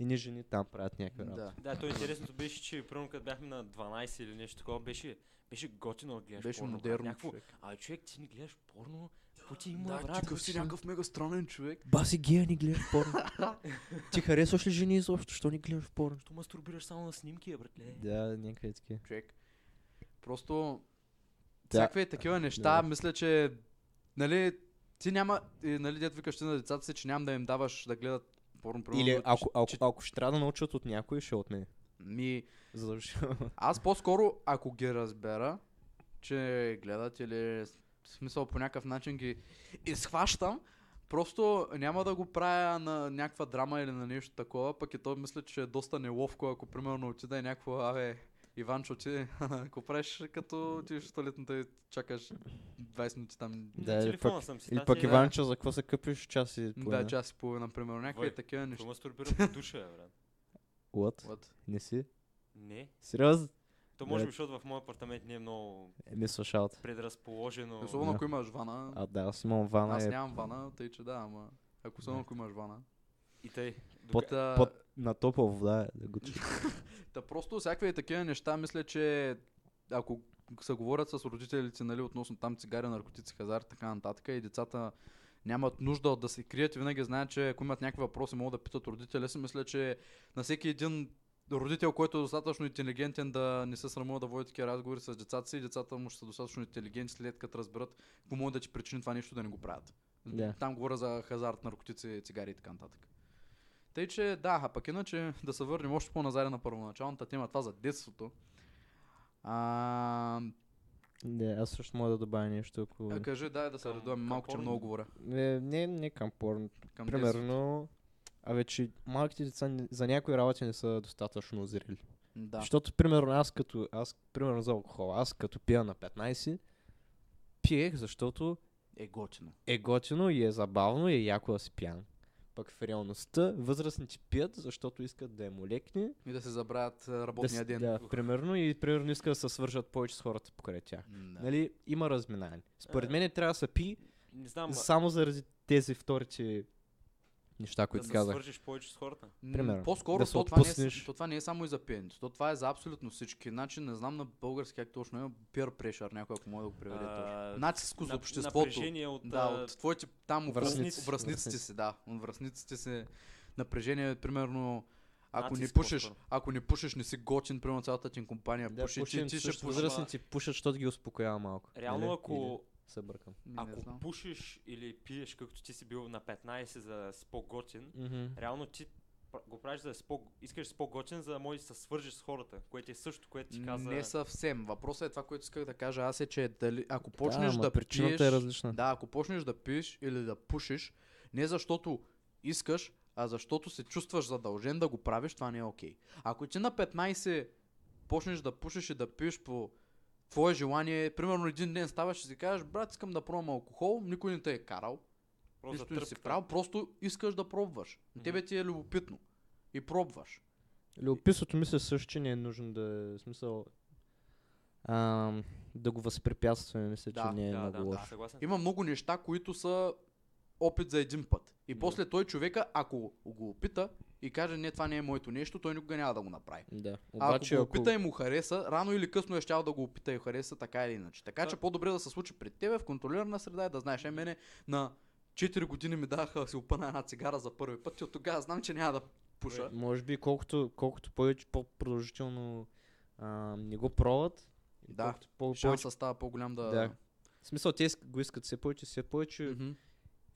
[SPEAKER 1] едни жени там правят някакви работи.
[SPEAKER 3] да.
[SPEAKER 2] Да, то интересното беше, че примерно като бяхме на 12 или нещо такова, беше, беше готино да гледаш
[SPEAKER 3] Беше
[SPEAKER 2] порно, брат.
[SPEAKER 3] модерно.
[SPEAKER 2] Някакво,
[SPEAKER 3] човек.
[SPEAKER 2] а човек, ти не гледаш порно, какво ти има,
[SPEAKER 3] Да,
[SPEAKER 2] брат?
[SPEAKER 3] такъв си някакъв мега странен човек.
[SPEAKER 1] Баси гея ни гледаш порно.
[SPEAKER 3] <laughs>
[SPEAKER 1] Ти харесваш ли жени изобщо? Що ни гледаш порно?
[SPEAKER 2] Що мастурбираш само на снимки, бе, братле?
[SPEAKER 1] Да, някъде такива.
[SPEAKER 3] човек. Просто
[SPEAKER 1] Да.
[SPEAKER 3] да. всякакви такива неща,
[SPEAKER 1] Да.
[SPEAKER 3] да. мисля, че нали, ти няма, и, нали, дед викаш ти на децата си, че няма да им даваш да гледат порно. примерно,
[SPEAKER 1] Или
[SPEAKER 3] да-
[SPEAKER 1] ако, ако,
[SPEAKER 3] че-
[SPEAKER 1] ако ще трябва да научат от някой, ще е от мен.
[SPEAKER 3] Ми,
[SPEAKER 1] Задължително.
[SPEAKER 3] аз по-скоро, ако ги разбера, че гледат или в смисъл по някакъв начин ги изхващам, просто няма да го правя на някаква драма или на нещо такова, пък и то мисля, че е доста неловко, ако примерно отида и някакво, абе, Иванчо, ти <laughs> ако правиш като отиваш в туалетната и чакаш 20 минути там.
[SPEAKER 1] Да,
[SPEAKER 2] на
[SPEAKER 1] или
[SPEAKER 2] телефона
[SPEAKER 1] пък-
[SPEAKER 2] съм си.
[SPEAKER 1] Или
[SPEAKER 2] тази
[SPEAKER 1] пък
[SPEAKER 2] е-
[SPEAKER 1] Иванчо, за какво се къпиш час и половина?
[SPEAKER 3] Да, час и половина, примерно, някакви
[SPEAKER 2] Вой,
[SPEAKER 3] такива
[SPEAKER 2] Що
[SPEAKER 3] неща.
[SPEAKER 2] мастурбира по душа, бе, брат?
[SPEAKER 1] What?
[SPEAKER 3] What?
[SPEAKER 1] Не си?
[SPEAKER 2] Не.
[SPEAKER 1] Сериозно?
[SPEAKER 2] То може
[SPEAKER 1] Да.
[SPEAKER 2] би, защото в моят апартамент не е много
[SPEAKER 1] Еми слушалт.
[SPEAKER 2] предразположено.
[SPEAKER 3] Особено
[SPEAKER 1] Да.
[SPEAKER 3] ако имаш вана.
[SPEAKER 1] А да, аз имам вана.
[SPEAKER 3] Аз
[SPEAKER 1] е
[SPEAKER 3] нямам вана, тъй че да, ама. Ако само ако имаш вана.
[SPEAKER 2] И тъй. Дока-
[SPEAKER 1] Под-
[SPEAKER 3] Та-
[SPEAKER 1] под- На топла вода е да го чуя.
[SPEAKER 3] Та просто всякакви такива неща, мисля, че ако се говорят с родителите, нали, относно там цигари, наркотици, хазар, така нататък, и децата нямат нужда от да се крият и винаги знаят, че ако имат някакви въпроси, могат да питат родителя си. Мисля, че на всеки един родител, който е достатъчно интелигентен да не се срамува да води такива разговори с децата си, и децата му ще са достатъчно интелигентни след като разберат какво може да ти причини това нещо да не го правят.
[SPEAKER 1] Да.
[SPEAKER 3] Там говоря за хазарт, наркотици, цигари и така нататък. Тъй, че да, а пък иначе да се върнем още по-назаре на първоначалната тема, това за детството. А,
[SPEAKER 1] Не, аз също мога <laughs> да добавя нещо, ако...
[SPEAKER 3] а кажи, дай да се
[SPEAKER 2] Към-
[SPEAKER 3] редуем
[SPEAKER 2] към
[SPEAKER 3] малко, че
[SPEAKER 2] порно?
[SPEAKER 3] много говоря.
[SPEAKER 1] Е, Не, не към порно.
[SPEAKER 3] Към детството.
[SPEAKER 1] Примерно... А вече малките деца не- за някои работи не са достатъчно зрели.
[SPEAKER 3] Да.
[SPEAKER 1] Защото, примерно, аз като, аз, примерно за алкохол, аз като пия на 15, пиех, защото
[SPEAKER 3] Е готино.
[SPEAKER 1] е готино и е забавно и е яко да си пиян. Пък в реалността възрастните пият, защото искат да е молекни.
[SPEAKER 3] И да се забравят а,
[SPEAKER 1] Да,
[SPEAKER 3] работния
[SPEAKER 1] си-
[SPEAKER 3] ден.
[SPEAKER 1] да, примерно, и примерно искат да се свържат повече с хората покрай тях.
[SPEAKER 3] М, да.
[SPEAKER 1] Нали, има разминаване. Според
[SPEAKER 2] Е.
[SPEAKER 1] мен трябва да се пи
[SPEAKER 2] Не знам, ма-
[SPEAKER 1] само заради тези вторите неща, които
[SPEAKER 2] да се
[SPEAKER 1] казах.
[SPEAKER 2] свържеш повече с хората.
[SPEAKER 3] М,
[SPEAKER 1] примерно,
[SPEAKER 3] По-скоро
[SPEAKER 1] да се
[SPEAKER 3] то, това не е,
[SPEAKER 1] отпуснеш.
[SPEAKER 3] с- то това не е само и за пиенето. То това е за абсолютно всички. Значи не знам на български как точно е. Peer pressure някой, ако може да го преведе точно.
[SPEAKER 2] А,
[SPEAKER 3] Натиск от
[SPEAKER 2] нап-
[SPEAKER 3] обществото.
[SPEAKER 2] Напрежение от...
[SPEAKER 3] Да,
[SPEAKER 2] а,
[SPEAKER 3] от твоите там
[SPEAKER 1] Връзници.
[SPEAKER 3] връзници, връзниците
[SPEAKER 1] Връзници.
[SPEAKER 3] си, да. От Връзниците си напрежение, примерно, ако не
[SPEAKER 2] Натиск
[SPEAKER 3] пушиш,
[SPEAKER 2] по-скоро. ако
[SPEAKER 3] ако не пушиш, не си готин, примерно цялата ти компания
[SPEAKER 1] Да,
[SPEAKER 3] пуши, ти,
[SPEAKER 1] пушим,
[SPEAKER 3] ти ще
[SPEAKER 1] също
[SPEAKER 3] пушиш.
[SPEAKER 1] възрастните пушат, защото ги успокоява малко.
[SPEAKER 2] Реално,
[SPEAKER 1] нали?
[SPEAKER 2] ако,
[SPEAKER 1] Или се бъркам.
[SPEAKER 3] Ми, не
[SPEAKER 2] ако
[SPEAKER 3] знам.
[SPEAKER 2] пушиш или пиеш, както ти си бил на 15, за да си по-готин,
[SPEAKER 1] Мгм.
[SPEAKER 2] реално ти пр- го правиш за да си по- искаш да си по-готин, за да можеш да се свържеш с хората, което е също, което ти каза.
[SPEAKER 3] Не съвсем. Въпросът е това, което исках да кажа аз е, че дали, ако почнеш
[SPEAKER 1] ама
[SPEAKER 3] да
[SPEAKER 1] причината
[SPEAKER 3] пиеш,
[SPEAKER 1] е различна.
[SPEAKER 3] Да, ако почнеш да пиеш или да пушиш, не защото искаш, а защото се чувстваш задължен да го правиш, това не е окей. Ако ти на 15 почнеш да пушиш и да пиеш по твое желание, примерно един ден ставаш и си кажеш, брат, искам да пробвам алкохол, никой не те е карал,
[SPEAKER 2] Просто
[SPEAKER 3] нищо не си
[SPEAKER 2] тръпката.
[SPEAKER 3] правил, просто искаш да пробваш. На
[SPEAKER 2] Мгм.
[SPEAKER 3] тебе ти е любопитно и пробваш.
[SPEAKER 1] Любопитството мисля също, че не е нужно да е в смисъл ам, да го възпрепятстваме, мисля,
[SPEAKER 3] Да,
[SPEAKER 1] че не е
[SPEAKER 2] Да,
[SPEAKER 1] много
[SPEAKER 2] да, да,
[SPEAKER 1] лошо.
[SPEAKER 2] съгласен.
[SPEAKER 3] Има много неща, които са опит за един път. И
[SPEAKER 2] Да.
[SPEAKER 3] после той човека, ако го опита и каже, не, това не е моето нещо, той никога няма да го направи.
[SPEAKER 1] Да.
[SPEAKER 3] А
[SPEAKER 1] Обаче,
[SPEAKER 3] ако
[SPEAKER 1] ако,
[SPEAKER 3] го опита и му хареса, рано или късно е щял да го опита и хареса, така или иначе. Така
[SPEAKER 2] Да.
[SPEAKER 3] че по-добре да се случи пред тебе в контролирана среда и да знаеш. Е, мене на 4 години ми даха да си опъна една цигара за първи път и от тогава знам, че няма да пуша.
[SPEAKER 1] може би колкото, колкото повече по-продължително ам, не го пробват, и
[SPEAKER 3] Да.
[SPEAKER 1] колкото по- повече...
[SPEAKER 3] Шансът става по-голям да...
[SPEAKER 1] Да. В смисъл, те иск- го искат все повече, все повече.
[SPEAKER 3] Мгм.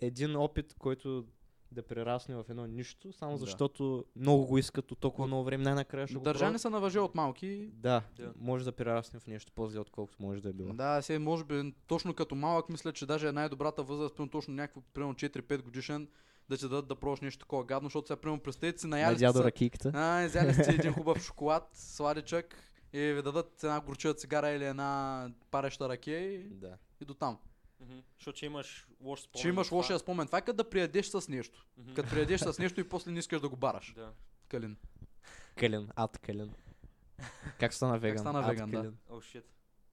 [SPEAKER 1] Един опит, който да прерасне в едно нищо, само
[SPEAKER 3] Да.
[SPEAKER 1] защото много го искат от толкова
[SPEAKER 3] От-
[SPEAKER 1] много време, най-накрая ще го
[SPEAKER 3] Държани
[SPEAKER 1] пробват.
[SPEAKER 3] са на въже от малки.
[SPEAKER 1] Да,
[SPEAKER 2] Да.
[SPEAKER 1] може да прерасне в нещо по-зле, отколкото може да е било.
[SPEAKER 3] Да, се може би точно като малък мисля, че даже е най-добрата възраст, примерно точно някакво, примерно 4-5 годишен, да ти дадат да пробваш нещо такова гадно, защото сега, примерно, представете си,
[SPEAKER 1] На
[SPEAKER 3] наяли сте
[SPEAKER 1] дядо
[SPEAKER 3] се-
[SPEAKER 1] ракийката.
[SPEAKER 3] А, взяли сте един хубав шоколад, сладичък и ви дадат една горчива цигара или една пареща ракия и,
[SPEAKER 1] Да.
[SPEAKER 3] и до там.
[SPEAKER 2] Мгм. Защото че имаш лош спомен.
[SPEAKER 3] Ще имаш
[SPEAKER 2] от това.
[SPEAKER 3] лошия спомен. Това е като да приядеш с нещо.
[SPEAKER 2] Мгм.
[SPEAKER 3] Като приядеш с нещо и после не искаш да го бараш.
[SPEAKER 2] Да.
[SPEAKER 3] Калин.
[SPEAKER 1] Кълен, ад кълен. Как стана веган?
[SPEAKER 3] стана
[SPEAKER 1] Ад
[SPEAKER 3] веган, да.
[SPEAKER 1] кълен.
[SPEAKER 2] О, shit.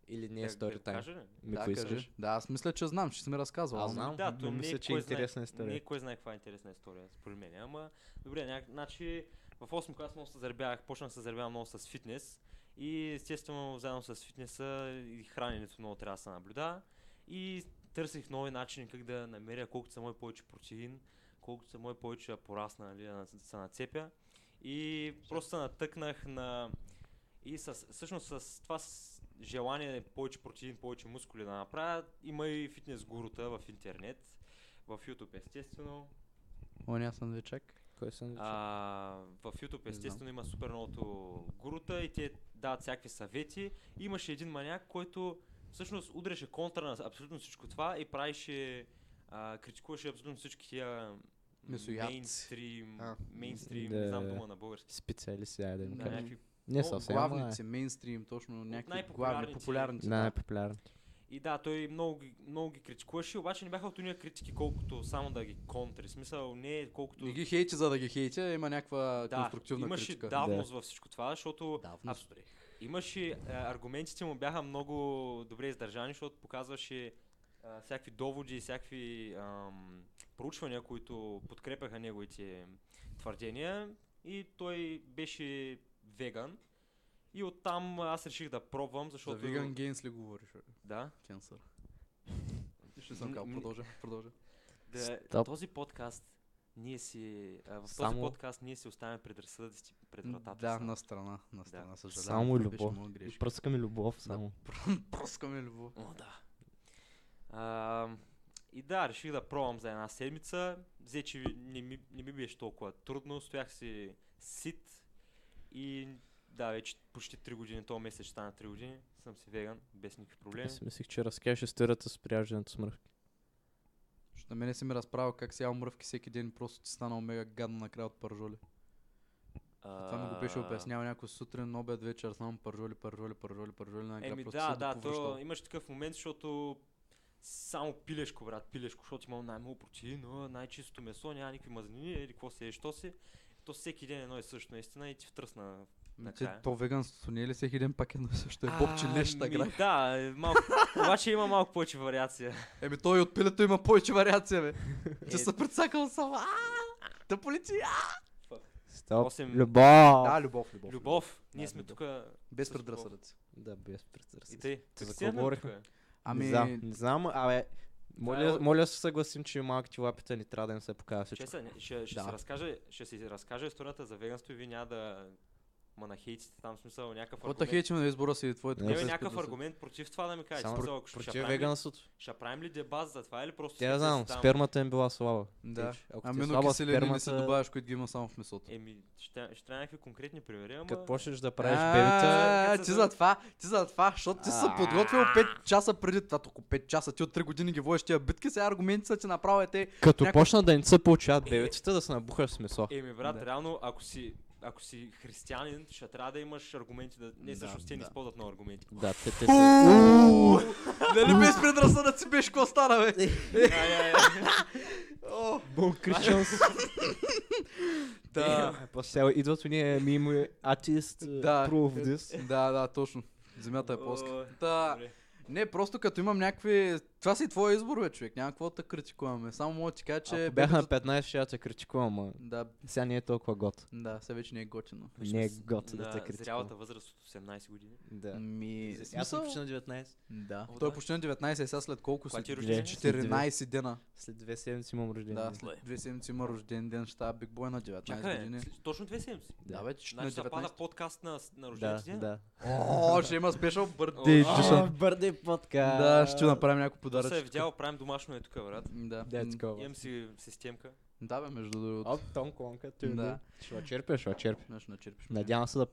[SPEAKER 1] Или не
[SPEAKER 2] Как
[SPEAKER 1] е
[SPEAKER 2] да
[SPEAKER 1] стори тайм.
[SPEAKER 2] кажа ли?
[SPEAKER 1] Ми
[SPEAKER 3] да,
[SPEAKER 1] да,
[SPEAKER 3] кажи.
[SPEAKER 1] Ами, искаш.
[SPEAKER 3] Да, аз мисля, че знам, че си ми разказвал.
[SPEAKER 1] Аз
[SPEAKER 3] ама-
[SPEAKER 1] знам,
[SPEAKER 2] Да,
[SPEAKER 1] да,
[SPEAKER 2] то
[SPEAKER 1] но
[SPEAKER 2] не е
[SPEAKER 1] мисля, че е
[SPEAKER 2] кой знае-
[SPEAKER 1] интересна
[SPEAKER 2] Не е
[SPEAKER 1] история.
[SPEAKER 2] кой знае каква е интересна история, според мен. Ама, добре, ня... значи в 8 клас много се заребявах, почнах да се заребявам много с фитнес. И естествено, заедно с фитнеса и храненето много трябва да се наблюдава. И търсих нови начини как да намеря колкото са мой повече протеин, колкото са мой повече да порасна, нали, да на- се нацепя. И просто се натъкнах на... И с, всъщност с това с желание повече протеин, повече мускули да направя, има и фитнес гурута в интернет, в YouTube естествено.
[SPEAKER 3] О, не, аз съм ви чак.
[SPEAKER 1] Кой съм а...
[SPEAKER 2] А, в YouTube
[SPEAKER 3] Е, Не знам.
[SPEAKER 2] естествено има супер многото гурута и те дават всякакви съвети. Имаше един маняк, който всъщност удреше контра на абсолютно всичко това и правише, а, критикуваше абсолютно всички тия м,
[SPEAKER 3] Месоядци.
[SPEAKER 2] мейнстрим,
[SPEAKER 3] А.
[SPEAKER 2] мейнстрим,
[SPEAKER 1] Да.
[SPEAKER 2] не знам дума на български.
[SPEAKER 1] Специалист, я да им
[SPEAKER 3] Да.
[SPEAKER 1] кажа.
[SPEAKER 2] някакви
[SPEAKER 1] Не
[SPEAKER 3] О,
[SPEAKER 1] съвсем, ама
[SPEAKER 3] главници, мейнстрим, точно някакви главни,
[SPEAKER 2] най-популярните.
[SPEAKER 1] е
[SPEAKER 3] популярните. да.
[SPEAKER 1] най-популярен.
[SPEAKER 2] И да, той много, ги- много ги критикуваше, обаче не бяха от уния критики, колкото само да ги контри. В Смисъл, не е колкото...
[SPEAKER 3] Не ги хейти, за да ги хейти, а има някаква
[SPEAKER 2] да,
[SPEAKER 3] конструктивна
[SPEAKER 2] имаше
[SPEAKER 3] критика.
[SPEAKER 2] давност във всичко това, защото
[SPEAKER 3] Давно.
[SPEAKER 2] Абс- имаше, а, аргументите му бяха много добре издържани, защото показваше а, всякакви доводи и всякакви ам, проучвания, които подкрепяха неговите твърдения. И той беше веган. И оттам аз реших да пробвам,
[SPEAKER 3] За
[SPEAKER 2] защото...
[SPEAKER 3] виган гейнс ли говориш? бе?
[SPEAKER 2] Да. <laughs>
[SPEAKER 3] Кенсър. Ще съм казал,
[SPEAKER 2] М- м-
[SPEAKER 3] продължа, продължа.
[SPEAKER 2] Да,
[SPEAKER 1] Стоп.
[SPEAKER 2] този подкаст ние си, а, в този
[SPEAKER 1] Само-
[SPEAKER 2] подкаст ние си оставяме предразсъдъците пред вратата.
[SPEAKER 3] Да,
[SPEAKER 2] само.
[SPEAKER 3] на страна, на страна, съжалявам.
[SPEAKER 1] Само
[SPEAKER 3] това беше
[SPEAKER 1] любов.
[SPEAKER 3] моя
[SPEAKER 2] <laughs>
[SPEAKER 3] грешка.
[SPEAKER 1] Пръскаме любов само.
[SPEAKER 2] е
[SPEAKER 3] Пръскаме любов.
[SPEAKER 2] О, да. А, и да, реших да пробвам за една седмица. Взе, че не ми, не ми беше толкова трудно. Стоях си сит и да, вече почти 3 години, този месец ще стана 3 години. Съм си веган, без никакви проблеми.
[SPEAKER 1] Аз мислих, че разкажеш историята с прияждането с мръвки.
[SPEAKER 3] Защото на мене си ми разправил как си ял мръвки всеки ден и просто ти станал мега гадно накрая от пържоли.
[SPEAKER 2] А,
[SPEAKER 3] Това ми го беше обяснял някой сутрин, обед, вечер, само пържоли, пържоли, пържоли, пържоли, накрая
[SPEAKER 2] Еми
[SPEAKER 3] просто
[SPEAKER 2] Ами да,
[SPEAKER 3] се
[SPEAKER 2] да, то
[SPEAKER 3] доповръщал.
[SPEAKER 2] имаш такъв момент, защото само пилешко, брат, пилешко, защото имам най-много протеин, а, най-чистото месо, няма никакви мазнини, или какво се е, що си. То всеки ден едно и също, наистина, и ти втръсна.
[SPEAKER 3] Ами ти-
[SPEAKER 2] накрая.
[SPEAKER 3] То веганството не е ли всеки ден пак едно и също е бобче леща
[SPEAKER 2] Ами,
[SPEAKER 3] гра?
[SPEAKER 2] Да, е, малко, обаче има малко повече вариация.
[SPEAKER 3] Еми той от пилето има повече вариация,
[SPEAKER 2] <laughs>
[SPEAKER 3] бе.
[SPEAKER 2] Е.
[SPEAKER 3] Че се прецакал само. А! Да полици!
[SPEAKER 1] Стоп,
[SPEAKER 2] Осем-
[SPEAKER 1] любов!
[SPEAKER 3] Да, любов, любов.
[SPEAKER 2] Любов, ние
[SPEAKER 1] Да,
[SPEAKER 2] сме
[SPEAKER 1] любов.
[SPEAKER 2] тук.
[SPEAKER 3] Без
[SPEAKER 2] с любов.
[SPEAKER 3] предразсъдъци.
[SPEAKER 1] Да, без
[SPEAKER 2] И
[SPEAKER 1] претърсен.
[SPEAKER 2] тъй.
[SPEAKER 1] За
[SPEAKER 2] Тук
[SPEAKER 1] какво
[SPEAKER 2] стигнахме
[SPEAKER 1] говорихме?
[SPEAKER 2] тук, бе.
[SPEAKER 1] Не
[SPEAKER 3] Ами,
[SPEAKER 1] знам, не знам, абе.
[SPEAKER 2] Това
[SPEAKER 1] Моля,
[SPEAKER 2] е-
[SPEAKER 1] моля да се съгласим, че малките лапите ни трябва да им се показва
[SPEAKER 2] Ще,
[SPEAKER 1] всичко.
[SPEAKER 2] се- ще, ще,
[SPEAKER 3] Да.
[SPEAKER 2] си разкажа, ще си разкажа историята за веганство и вие няма да ма нахейтите там в смисъл някакъв
[SPEAKER 3] Какво да
[SPEAKER 2] аргумент.
[SPEAKER 3] хейчим на е избора си и твоите
[SPEAKER 1] Не,
[SPEAKER 2] Не,
[SPEAKER 1] бе,
[SPEAKER 2] бе,
[SPEAKER 3] гласа
[SPEAKER 2] някакъв
[SPEAKER 3] изпитва се.
[SPEAKER 2] аргумент против това да ми кажеш.
[SPEAKER 1] Само
[SPEAKER 2] Смисъл, ако ще, ще,
[SPEAKER 1] Против
[SPEAKER 2] правим ли,
[SPEAKER 1] веганството.
[SPEAKER 2] ще правим ли дебат за това или просто...
[SPEAKER 1] Те да
[SPEAKER 2] ще
[SPEAKER 1] знам,
[SPEAKER 2] си там?
[SPEAKER 1] спермата им била слаба.
[SPEAKER 3] Да.
[SPEAKER 1] Тич, Ако ти е слаба
[SPEAKER 3] Аминокиселени не се
[SPEAKER 1] спермата,
[SPEAKER 3] добавяш, които ги има само в
[SPEAKER 1] Е,
[SPEAKER 3] месото.
[SPEAKER 2] Еми, ще, ще трябва някакви конкретни примери, ама...
[SPEAKER 1] като почнеш да правиш
[SPEAKER 3] А, е,
[SPEAKER 1] бебета,
[SPEAKER 2] като
[SPEAKER 3] Ти
[SPEAKER 2] се-
[SPEAKER 3] за това, ти за това, защото ти се подготвил 5 часа преди това, тук 5 часа, ти от 3 години ги водиш тия битки, сега аргументи са, че направя те.
[SPEAKER 1] Като
[SPEAKER 3] Някой-
[SPEAKER 1] почна да не се получават бебетата, да се набухаш с месо.
[SPEAKER 2] Еми, брат,
[SPEAKER 3] Да.
[SPEAKER 2] реално, ако си ако си християнин, ще трябва да имаш аргументи. Да... Не,
[SPEAKER 3] Да,
[SPEAKER 2] всъщност те не
[SPEAKER 3] да.
[SPEAKER 2] използват много аргументи.
[SPEAKER 1] Да, те, те са...
[SPEAKER 3] Нали без предразсъдъци беше какво стана, бе?
[SPEAKER 2] Ай, ай, ай.
[SPEAKER 1] Бум, Christians.
[SPEAKER 3] Да.
[SPEAKER 1] Е, После сега идват ние мимо атеист,
[SPEAKER 3] Да.
[SPEAKER 1] proof of this.
[SPEAKER 3] Да, да, точно. Земята е плоска.
[SPEAKER 2] Ой,
[SPEAKER 3] Та,
[SPEAKER 2] добре.
[SPEAKER 3] не, просто като имам някакви... Това си твой избор, бе, човек. Няма какво да критикуваме. Само мога да ти кажа, че...
[SPEAKER 1] Ако бях на 15, ще я те критикувам, ама
[SPEAKER 3] Да,
[SPEAKER 1] сега не е толкова гот.
[SPEAKER 3] да, сега вече не е готино.
[SPEAKER 2] Виж,
[SPEAKER 1] Не е
[SPEAKER 2] с-
[SPEAKER 1] гот да
[SPEAKER 2] на
[SPEAKER 1] те критикувам.
[SPEAKER 2] Зрялата възраст от 18 години.
[SPEAKER 1] Да.
[SPEAKER 3] Ми,
[SPEAKER 1] Аз Ами, съм
[SPEAKER 3] Ами, смисъл...
[SPEAKER 1] почти на 19.
[SPEAKER 3] Да.
[SPEAKER 2] О,
[SPEAKER 3] Той
[SPEAKER 2] да.
[SPEAKER 3] е почти на 19 и сега след колко
[SPEAKER 2] Кога
[SPEAKER 3] си?
[SPEAKER 2] ти е
[SPEAKER 1] Две.
[SPEAKER 2] рождение?
[SPEAKER 3] 14 дена.
[SPEAKER 1] След две седмици имам
[SPEAKER 3] Да,
[SPEAKER 1] рождение. ден.
[SPEAKER 3] след две седмици има рожден ден, ще става биг бой е на 19
[SPEAKER 2] Чакай,
[SPEAKER 3] години.
[SPEAKER 2] бе, с- точно две седмици.
[SPEAKER 3] Да, бе, че на
[SPEAKER 2] Значи съвпада
[SPEAKER 3] 19.
[SPEAKER 2] подкаст на, с- на
[SPEAKER 1] Да,
[SPEAKER 2] рождението ти,
[SPEAKER 1] да.
[SPEAKER 3] О, ще има спешъл бърдей.
[SPEAKER 2] Дей,
[SPEAKER 1] А,
[SPEAKER 3] Джусан.
[SPEAKER 1] Бърде подкаст.
[SPEAKER 3] Да, ще направим някой
[SPEAKER 2] Да се е
[SPEAKER 3] подаръчка.
[SPEAKER 2] видял, правим домашно е тук, брат.
[SPEAKER 3] Да.
[SPEAKER 1] Да, е такова.
[SPEAKER 2] Имам си системка.
[SPEAKER 3] Да, бе, между другото.
[SPEAKER 1] Оп, Том Клонка, ти
[SPEAKER 3] Да.
[SPEAKER 1] да. Ще ла черпя, ще ла черпя.
[SPEAKER 3] Нещо нали? начерпиш.
[SPEAKER 1] Надявам се да,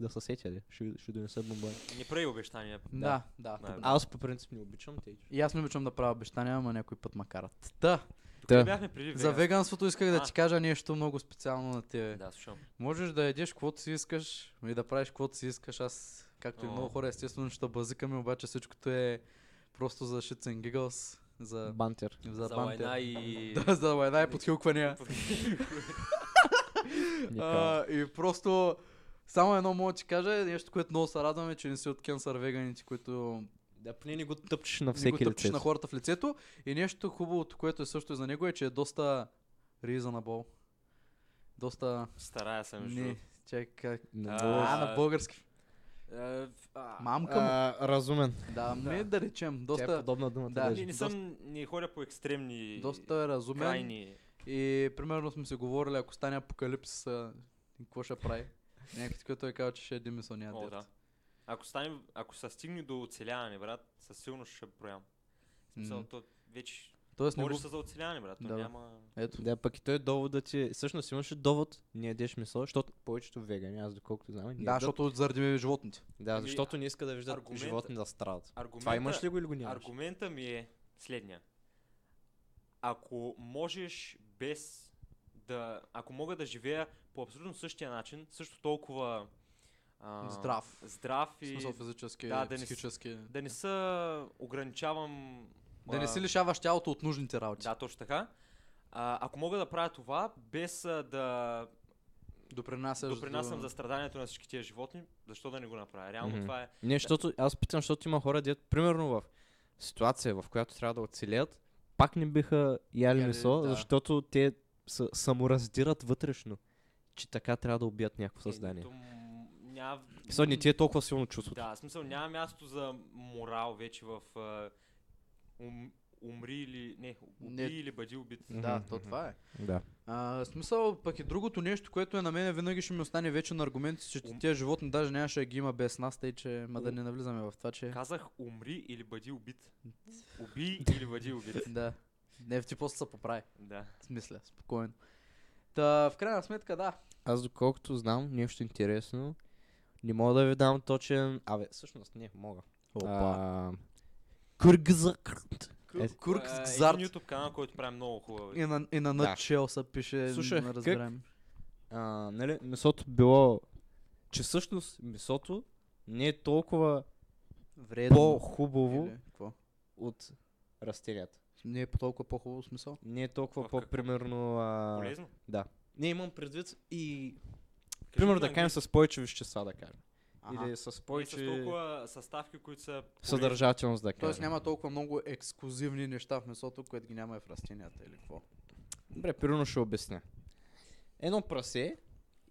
[SPEAKER 1] да се сетя, де. Ще, ще донеса бомба.
[SPEAKER 2] Не прави обещания.
[SPEAKER 3] Да, да.
[SPEAKER 2] Да,
[SPEAKER 3] тук-
[SPEAKER 1] Аз по принцип не обичам те.
[SPEAKER 3] И аз не обичам да правя обещания, ама някой път ма карат. Та,
[SPEAKER 2] Тук не
[SPEAKER 1] Да.
[SPEAKER 2] бяхме преди
[SPEAKER 3] за
[SPEAKER 2] веган.
[SPEAKER 3] веганството исках да
[SPEAKER 2] А.
[SPEAKER 3] ти кажа нещо много специално на тебе.
[SPEAKER 2] Да, слушам.
[SPEAKER 3] Можеш да ядеш каквото си искаш и да правиш каквото си искаш. Аз, както и
[SPEAKER 2] О.
[SPEAKER 3] много хора, естествено ще базикаме, обаче всичкото е просто за shits and giggles, за,
[SPEAKER 1] Бантер.
[SPEAKER 3] за,
[SPEAKER 2] За
[SPEAKER 3] банте.
[SPEAKER 2] война и...
[SPEAKER 3] <laughs> Да, за война и <laughs> подхилквания.
[SPEAKER 1] Никога.
[SPEAKER 3] А, и просто само едно мога да ти кажа, е нещо, което много се радваме, че не си от кенсър веганите, които
[SPEAKER 1] Да, поне не го тъпчеш на
[SPEAKER 3] не го
[SPEAKER 1] всеки
[SPEAKER 3] тъпчеш
[SPEAKER 1] лице.
[SPEAKER 3] на хората в лицето. И нещо хубавото, което е също и за него е, че е доста reasonable. Доста...
[SPEAKER 2] Старая се, между
[SPEAKER 3] Не,
[SPEAKER 2] другото.
[SPEAKER 3] чакай,
[SPEAKER 2] Ами, А,
[SPEAKER 3] а, на български.
[SPEAKER 2] Е, в- а,
[SPEAKER 3] Мамка му.
[SPEAKER 1] разумен.
[SPEAKER 3] Да, ми да речем,
[SPEAKER 1] Доста... Тя е
[SPEAKER 3] доста,
[SPEAKER 1] подобна думата.
[SPEAKER 3] Да.
[SPEAKER 1] даже.
[SPEAKER 2] Не, не съм, не ходя по екстремни
[SPEAKER 3] доста е разумен.
[SPEAKER 2] крайни.
[SPEAKER 3] И примерно сме си говорили, ако стане апокалипс, а, какво ще
[SPEAKER 2] <laughs>
[SPEAKER 3] прави? Някакви такива той казва, че ще е Димисон
[SPEAKER 2] О, да. Ако, стане, ако се стигне до оцеляване, брат, със сигурност ще броям. В Смисъл,
[SPEAKER 3] Мгм.
[SPEAKER 2] то вече
[SPEAKER 3] Тоест не
[SPEAKER 2] бориш
[SPEAKER 3] го...
[SPEAKER 2] се за оцеляване, брат. То
[SPEAKER 3] Да, бе.
[SPEAKER 2] няма...
[SPEAKER 3] Ядеш
[SPEAKER 1] Да, пък и той доводът ти... Всъщност имаше довод, не ядеш месо, защото повечето вегани, аз доколкото знам, не
[SPEAKER 3] Да,
[SPEAKER 1] ядат.
[SPEAKER 3] защото заради е животните.
[SPEAKER 1] Да,
[SPEAKER 2] Ами,
[SPEAKER 1] защото не иска да виждат
[SPEAKER 2] аргумента-
[SPEAKER 1] животни да страдат.
[SPEAKER 2] Аргумента,
[SPEAKER 1] Това имаш ли го или го нямаш?
[SPEAKER 2] Аргумента ми е следния. Ако можеш без да... Ако мога да живея по абсолютно същия начин, също толкова... А,
[SPEAKER 3] Здрав.
[SPEAKER 2] Здрав
[SPEAKER 3] В
[SPEAKER 2] и...
[SPEAKER 3] смисъл физически,
[SPEAKER 2] да, да не с-
[SPEAKER 3] психически. Да не,
[SPEAKER 2] Да не се ограничавам... а,
[SPEAKER 3] си лишаваш тялото от нужните работи.
[SPEAKER 2] Да, точно така. А, ако мога да правя това, без а, да
[SPEAKER 3] Допринасяш
[SPEAKER 2] допринасям
[SPEAKER 3] до-
[SPEAKER 2] за страданието на всички тия животни, защо да не го направя? Реално
[SPEAKER 1] Мгм.
[SPEAKER 2] това е...
[SPEAKER 1] Не, защото аз питам, защото има хора, дето примерно в ситуация, в която трябва да оцелят, пак не биха яли
[SPEAKER 3] Яли,
[SPEAKER 1] месо,
[SPEAKER 3] да.
[SPEAKER 1] защото те са, самораздират вътрешно, че така трябва да убият някакво създание.
[SPEAKER 2] Е, то м- няма...
[SPEAKER 1] Е, не ти е толкова силно чувството.
[SPEAKER 2] Да, в смисъл няма място за морал вече в а, ум, умри или... Не, убий
[SPEAKER 3] Не.
[SPEAKER 2] или бъди убит.
[SPEAKER 3] Да,
[SPEAKER 1] Мгм,
[SPEAKER 3] то
[SPEAKER 1] мгм.
[SPEAKER 3] това е.
[SPEAKER 1] Да.
[SPEAKER 3] А, смисъл, пък и другото нещо, което е на мен, винаги ще ми остане вече на аргументи, че
[SPEAKER 2] Ум.
[SPEAKER 3] тия животни даже нямаше да ги има без нас, тъй че, ма да
[SPEAKER 2] Ум.
[SPEAKER 3] не навлизаме в това, че...
[SPEAKER 2] Казах умри или бъди убит. Убий или бъди убит.
[SPEAKER 3] Да. Не, ти после се поправи.
[SPEAKER 2] Да.
[SPEAKER 3] В смисля, спокойно. Та, в крайна сметка, да.
[SPEAKER 1] Аз доколкото знам нещо интересно, не мога да ви дам точен... Абе, всъщност не, мога. А, Кыргызак. Е,
[SPEAKER 3] Курк
[SPEAKER 2] А,
[SPEAKER 3] с
[SPEAKER 2] Един YouTube канал, който прави много хубаво.
[SPEAKER 3] И на, и на
[SPEAKER 1] Да.
[SPEAKER 3] начел се пише,
[SPEAKER 1] Слушай,
[SPEAKER 3] не
[SPEAKER 1] как-
[SPEAKER 3] разбираем.
[SPEAKER 1] а, нали, месото било... Че всъщност месото не е толкова
[SPEAKER 3] Вредно.
[SPEAKER 1] по-хубаво
[SPEAKER 3] Е, Или какво?
[SPEAKER 1] от растенията.
[SPEAKER 3] Не е по толкова по-хубаво смисъл.
[SPEAKER 1] Не е толкова
[SPEAKER 2] В какво?
[SPEAKER 1] по-примерно... А...
[SPEAKER 2] Полезно.
[SPEAKER 1] Не имам предвид и...
[SPEAKER 2] Кажи
[SPEAKER 1] Примерно
[SPEAKER 2] го на
[SPEAKER 1] да кажем
[SPEAKER 2] английски.
[SPEAKER 1] с повече вещества, да кажем.
[SPEAKER 3] Аха.
[SPEAKER 1] Или с
[SPEAKER 2] И с
[SPEAKER 1] повече
[SPEAKER 2] толкова съставки, които са полезни.
[SPEAKER 1] съдържателност, да кажем.
[SPEAKER 3] Тоест няма толкова много ексклюзивни неща в месото, което ги няма и в растенията или какво.
[SPEAKER 1] Добре, примерно ще обясня. Едно прасе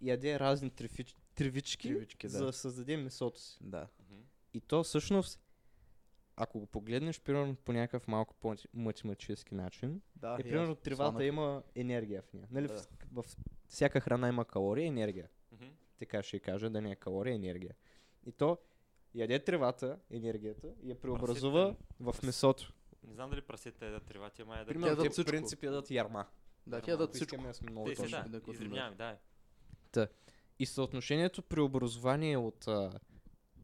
[SPEAKER 1] яде разни трифич... тривички,
[SPEAKER 3] Тривички, да.
[SPEAKER 1] за да създаде месото си.
[SPEAKER 3] Да.
[SPEAKER 2] Мгм.
[SPEAKER 1] И то всъщност, ако го погледнеш, примерно по някакъв малко по-математически начин,
[SPEAKER 3] Да,
[SPEAKER 1] е, примерно тривата
[SPEAKER 3] сладък.
[SPEAKER 1] има енергия в нея. Нали,
[SPEAKER 3] Да.
[SPEAKER 1] в, в всяка храна има калория и енергия.
[SPEAKER 2] Мгм.
[SPEAKER 1] Така ще я кажа, да не е калория, енергия. И то яде тревата, енергията, и я преобразува в месото.
[SPEAKER 2] Не знам дали прасета е да трева, тя май е да...
[SPEAKER 1] Примерно,
[SPEAKER 3] ядат
[SPEAKER 1] те по
[SPEAKER 3] всичко.
[SPEAKER 1] принцип ядат ярма.
[SPEAKER 3] Да, тя да
[SPEAKER 1] Ако
[SPEAKER 3] всичко.
[SPEAKER 1] искаме да сме много
[SPEAKER 2] Те се,
[SPEAKER 1] точни.
[SPEAKER 2] да,
[SPEAKER 3] да, какво
[SPEAKER 2] извинявай, да.
[SPEAKER 1] И съотношението при образование от а,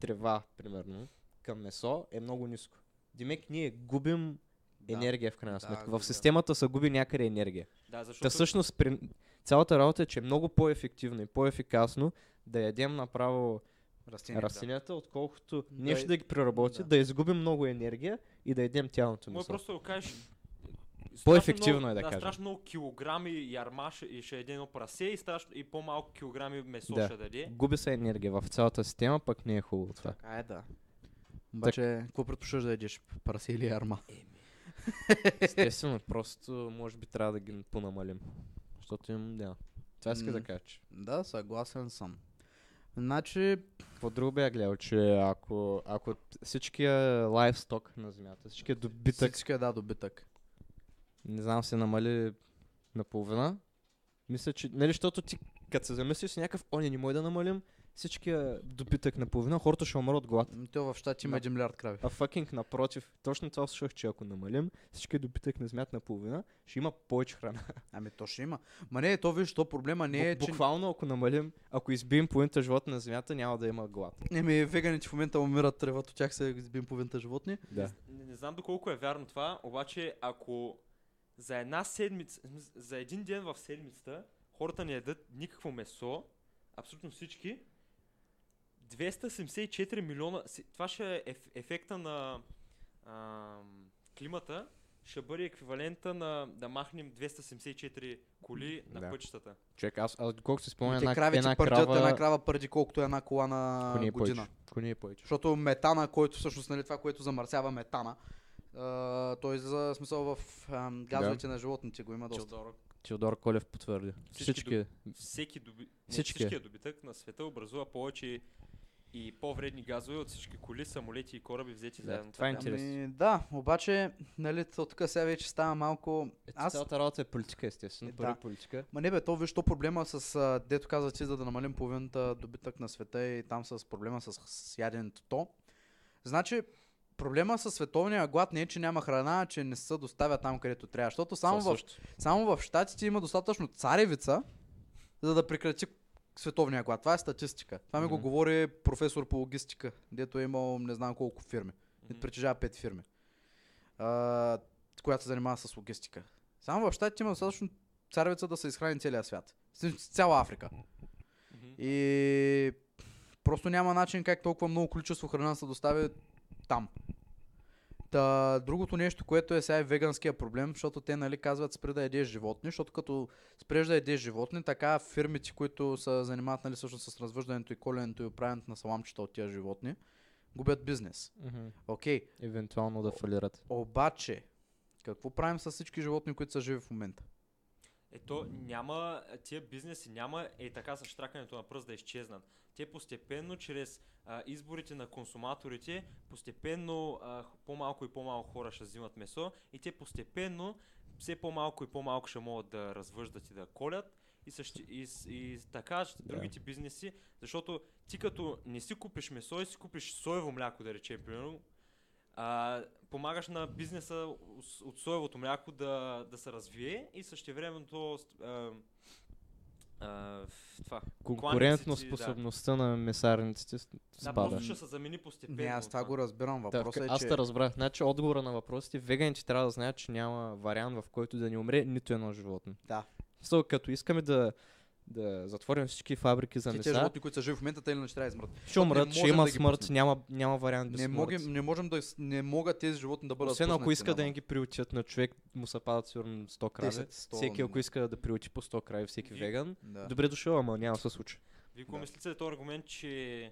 [SPEAKER 1] трева, примерно, към месо е много ниско. Димек, ние губим
[SPEAKER 3] Да.
[SPEAKER 1] енергия в крайна
[SPEAKER 3] Да,
[SPEAKER 1] сметка.
[SPEAKER 3] губим.
[SPEAKER 1] в системата се губи някъде енергия.
[SPEAKER 2] Да,
[SPEAKER 1] Та
[SPEAKER 2] защото...
[SPEAKER 1] всъщност при... Цялата работа е, че е много по-ефективно и по-ефикасно да ядем направо
[SPEAKER 3] Растения.
[SPEAKER 1] растенията, отколкото
[SPEAKER 3] Да,
[SPEAKER 1] нещо
[SPEAKER 3] и-
[SPEAKER 1] да ги преработи,
[SPEAKER 3] да.
[SPEAKER 1] да изгубим много енергия и да ядем тялното
[SPEAKER 2] Мой
[SPEAKER 1] месо.
[SPEAKER 2] просто да окажеш... страшно
[SPEAKER 1] По-ефективно
[SPEAKER 2] много-
[SPEAKER 1] е да кажем.
[SPEAKER 2] Страшно много килограми ярмаш и ще еде едно прасе и, страшно, и по-малко килограми месо
[SPEAKER 1] Да.
[SPEAKER 2] ще
[SPEAKER 3] е-
[SPEAKER 2] даде.
[SPEAKER 1] Губи се енергия в цялата система, пък не е
[SPEAKER 3] <laughs>
[SPEAKER 1] хубаво това.
[SPEAKER 3] Така е, да. Обаче, какво предпочиташ да ядеш? Прасе или ярма?
[SPEAKER 1] Естествено, просто може би трябва да ги понамалим. Защото им, да. Това иска да
[SPEAKER 3] М.
[SPEAKER 1] кажа, че.
[SPEAKER 3] Да, съгласен съм. Значи,
[SPEAKER 1] Какво друго бях гледал, че ако, ако всичкия лайфсток на земята, всичкия добитък,
[SPEAKER 3] всичка е, да, добитък.
[SPEAKER 1] не знам, се намали наполовина, мисля, че, нали, защото ти, като се замислиш с някакъв, о, не, не може да намалим всичкия добитък наполовина, хората ще умрат от глад.
[SPEAKER 3] М, То Ами, в щати има
[SPEAKER 1] Да.
[SPEAKER 3] 1 милиард крави.
[SPEAKER 1] А fucking напротив, точно това слушах, че ако намалим всичкия добитък на земята наполовина, ще има повече храна.
[SPEAKER 3] Ами то ще има. Ма не, то виж, то проблема не е,
[SPEAKER 1] Бу-
[SPEAKER 3] че...
[SPEAKER 1] буквално, ако намалим, ако избием половината живот на земята, няма да има глад.
[SPEAKER 3] Не, ми, е веганите в момента умират, треват от тях се избим половината животни.
[SPEAKER 1] Да.
[SPEAKER 2] Не, не знам доколко е вярно това, обаче ако за една седмица, в смис- за един ден в седмицата хората не ядат никакво месо, абсолютно всички, 274 милиона, си- това ще е еф, ефекта на ам, климата, ще бъде еквивалента на да махнем 274 коли на
[SPEAKER 1] Да.
[SPEAKER 2] пътищата.
[SPEAKER 1] Човек, аз, аз доколкото си спомня,
[SPEAKER 3] Те
[SPEAKER 1] една,
[SPEAKER 3] кравите
[SPEAKER 1] една
[SPEAKER 3] пърдят
[SPEAKER 1] крава,
[SPEAKER 3] една крава пърди колкото една кола на
[SPEAKER 1] ако не е
[SPEAKER 3] година.
[SPEAKER 1] повече. Ако не е повече.
[SPEAKER 3] Защото метана, който всъщност, нали, това, което замърсява метана, а, той за смисъл в ам, газовете на животните го има доста.
[SPEAKER 2] Теодоро,
[SPEAKER 1] Теодор Колев потвърди.
[SPEAKER 2] Всички
[SPEAKER 1] Всички.
[SPEAKER 2] Всеки доби... не,
[SPEAKER 1] Всички.
[SPEAKER 2] Всичкият добитък на света образува повече и по-вредни газове от всички коли, самолети и кораби взети
[SPEAKER 1] Да,
[SPEAKER 2] заедно.
[SPEAKER 1] това е
[SPEAKER 2] така.
[SPEAKER 1] интересно.
[SPEAKER 3] Ами, да, обаче, нали, то тук сега вече става малко...
[SPEAKER 1] Аз...
[SPEAKER 3] Аз...
[SPEAKER 1] Цялата работа е политика, естествено.
[SPEAKER 3] Е,
[SPEAKER 1] Първо
[SPEAKER 3] да.
[SPEAKER 1] политика.
[SPEAKER 3] Ма не бе, то виж, то проблема с, а, дето каза ти, за да намалим половината добитък на света и там с проблема с, с яденето то. Значи, проблема с световния глад не е, че няма храна, а че не се доставя там, където трябва. Защото само
[SPEAKER 1] Това
[SPEAKER 3] в
[SPEAKER 1] също.
[SPEAKER 3] Само в Штатите има достатъчно царевица, за да прекрати световния глад. Това е статистика. Това ми го
[SPEAKER 1] Мгм.
[SPEAKER 3] говори професор по логистика, дето е имал не знам колко фирми.
[SPEAKER 2] Мгм.
[SPEAKER 3] Mm-hmm. Притежава пет фирми, а, която се занимава с логистика. Само в Штатите има достатъчно царевица да се изхрани целия свят. С- с Цяла Африка.
[SPEAKER 2] Мгм.
[SPEAKER 3] И просто няма начин как толкова много количество храна да се достави там. Та, другото нещо, което е сега е веганския проблем, защото те нали, казват спри да ядеш животни, защото като спреш да ядеш животни, така фирмите, които се занимават нали, всъщност с развъждането и коленето и правенето на саламчета от тия животни, губят бизнес.
[SPEAKER 1] Мгм.
[SPEAKER 3] Окей,
[SPEAKER 1] Евентуално да фалират.
[SPEAKER 3] обаче, какво правим с всички животни, които са живи в момента?
[SPEAKER 2] Ето няма, тия бизнеси няма е така с штракането на пръст да изчезнат. Те постепенно, чрез а, изборите на консуматорите, постепенно а, х- по-малко и по-малко хора ще взимат месо и те постепенно все по-малко и по-малко ще могат да развъждат и да колят и, същи, и, с- и с- така ще-
[SPEAKER 1] Да.
[SPEAKER 2] другите бизнеси, защото ти като не си купиш месо и си купиш соево мляко, да речем, примерно, а, помагаш на бизнеса ос- от соевото мляко да, да се развие и същевременно а, а, в това.
[SPEAKER 1] Конкурентно
[SPEAKER 2] кланиците, да.
[SPEAKER 1] способността на месарниците с-
[SPEAKER 2] Да,
[SPEAKER 1] спада.
[SPEAKER 2] просто ще се замени постепенно.
[SPEAKER 3] Не, аз това го разбирам.
[SPEAKER 1] Да,
[SPEAKER 3] Въпросът
[SPEAKER 1] в-
[SPEAKER 3] е,
[SPEAKER 1] аз
[SPEAKER 3] че...
[SPEAKER 1] те разбрах. Значи отговора на въпросите, веганите трябва да знаят, че няма вариант, в който да не умре нито едно животно.
[SPEAKER 3] Да.
[SPEAKER 1] So, като искаме да, да затворим всички фабрики за
[SPEAKER 3] че тези
[SPEAKER 1] меса,
[SPEAKER 3] животни, които са живи в момента, те иначе трябва да измрат.
[SPEAKER 1] ще умрат, ще
[SPEAKER 3] можем
[SPEAKER 1] има
[SPEAKER 3] да ги
[SPEAKER 1] смърт,
[SPEAKER 3] пуснем.
[SPEAKER 1] няма, няма вариант без
[SPEAKER 3] Не,
[SPEAKER 1] смърт.
[SPEAKER 3] можем, не можем да с- не могат тези животни да бъдат
[SPEAKER 1] Освен ако
[SPEAKER 3] пуснати
[SPEAKER 1] иска
[SPEAKER 3] на
[SPEAKER 1] да не
[SPEAKER 3] бал.
[SPEAKER 1] ги приучат на човек, му се падат сигурно 100 крави.
[SPEAKER 3] 10-100,
[SPEAKER 1] Всеки, ако
[SPEAKER 3] м,
[SPEAKER 1] иска да приучи по 100 крави всеки
[SPEAKER 2] Ви-
[SPEAKER 1] веган,
[SPEAKER 3] Да.
[SPEAKER 1] добре дошъл, ама няма да се случи.
[SPEAKER 2] Вие
[SPEAKER 3] Да.
[SPEAKER 2] го мислите ли този аргумент, че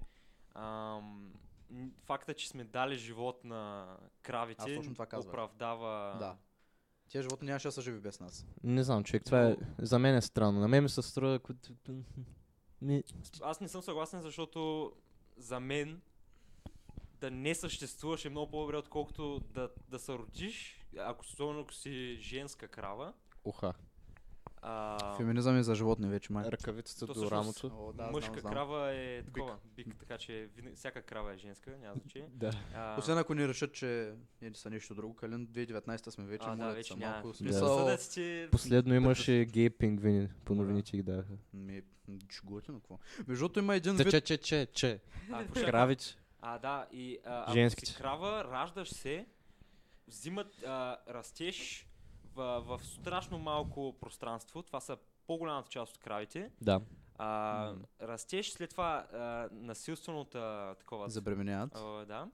[SPEAKER 2] ам, н- факта, че сме дали живот на
[SPEAKER 3] Аз
[SPEAKER 2] кравите,
[SPEAKER 3] точно това казвах.
[SPEAKER 2] оправдава...
[SPEAKER 3] Да. Тези животни нямаше да са живи без нас.
[SPEAKER 1] Не знам, човек, това е, за мен е странно. На мен ми се струва, като... Ми,
[SPEAKER 2] Аз не съм съгласен, защото за мен да не съществуваш е много по-добре, отколкото да, да се родиш, ако, особено ако си женска крава.
[SPEAKER 1] уха.
[SPEAKER 2] А,
[SPEAKER 3] Феминизъм е за животни вече, май.
[SPEAKER 1] Ръкавицата
[SPEAKER 2] То
[SPEAKER 1] до
[SPEAKER 2] всъщност-
[SPEAKER 1] рамото.
[SPEAKER 3] О,
[SPEAKER 2] мъжка крава е такова, бик, така че винаги, всяка крава е женска, няма значение.
[SPEAKER 1] Да.
[SPEAKER 2] А,
[SPEAKER 3] Освен ако не решат, че не са нещо друго, Калин 2019 сме вече,
[SPEAKER 2] а,
[SPEAKER 3] моля
[SPEAKER 2] да,
[SPEAKER 3] те
[SPEAKER 2] вече
[SPEAKER 3] се,
[SPEAKER 2] няма.
[SPEAKER 3] малко
[SPEAKER 2] Да.
[SPEAKER 3] смисъл.
[SPEAKER 2] Съдеците-
[SPEAKER 1] Последно имаше гей пингвини, по новините ги даха.
[SPEAKER 3] Ми, чготино, какво? Между другото има един
[SPEAKER 1] Та,
[SPEAKER 3] вид...
[SPEAKER 1] че, че, че, че.
[SPEAKER 2] А, ако ще-
[SPEAKER 1] Кравич.
[SPEAKER 2] А, да, и а, ако
[SPEAKER 1] Женските.
[SPEAKER 2] си крава, раждаш се, взимат, а, растеш в, в страшно малко пространство, това са по-голямата част от кравите.
[SPEAKER 1] Да.
[SPEAKER 2] А,
[SPEAKER 3] М.
[SPEAKER 2] растеж след това а, насилствената такова.
[SPEAKER 3] Забременяват.
[SPEAKER 2] а, да.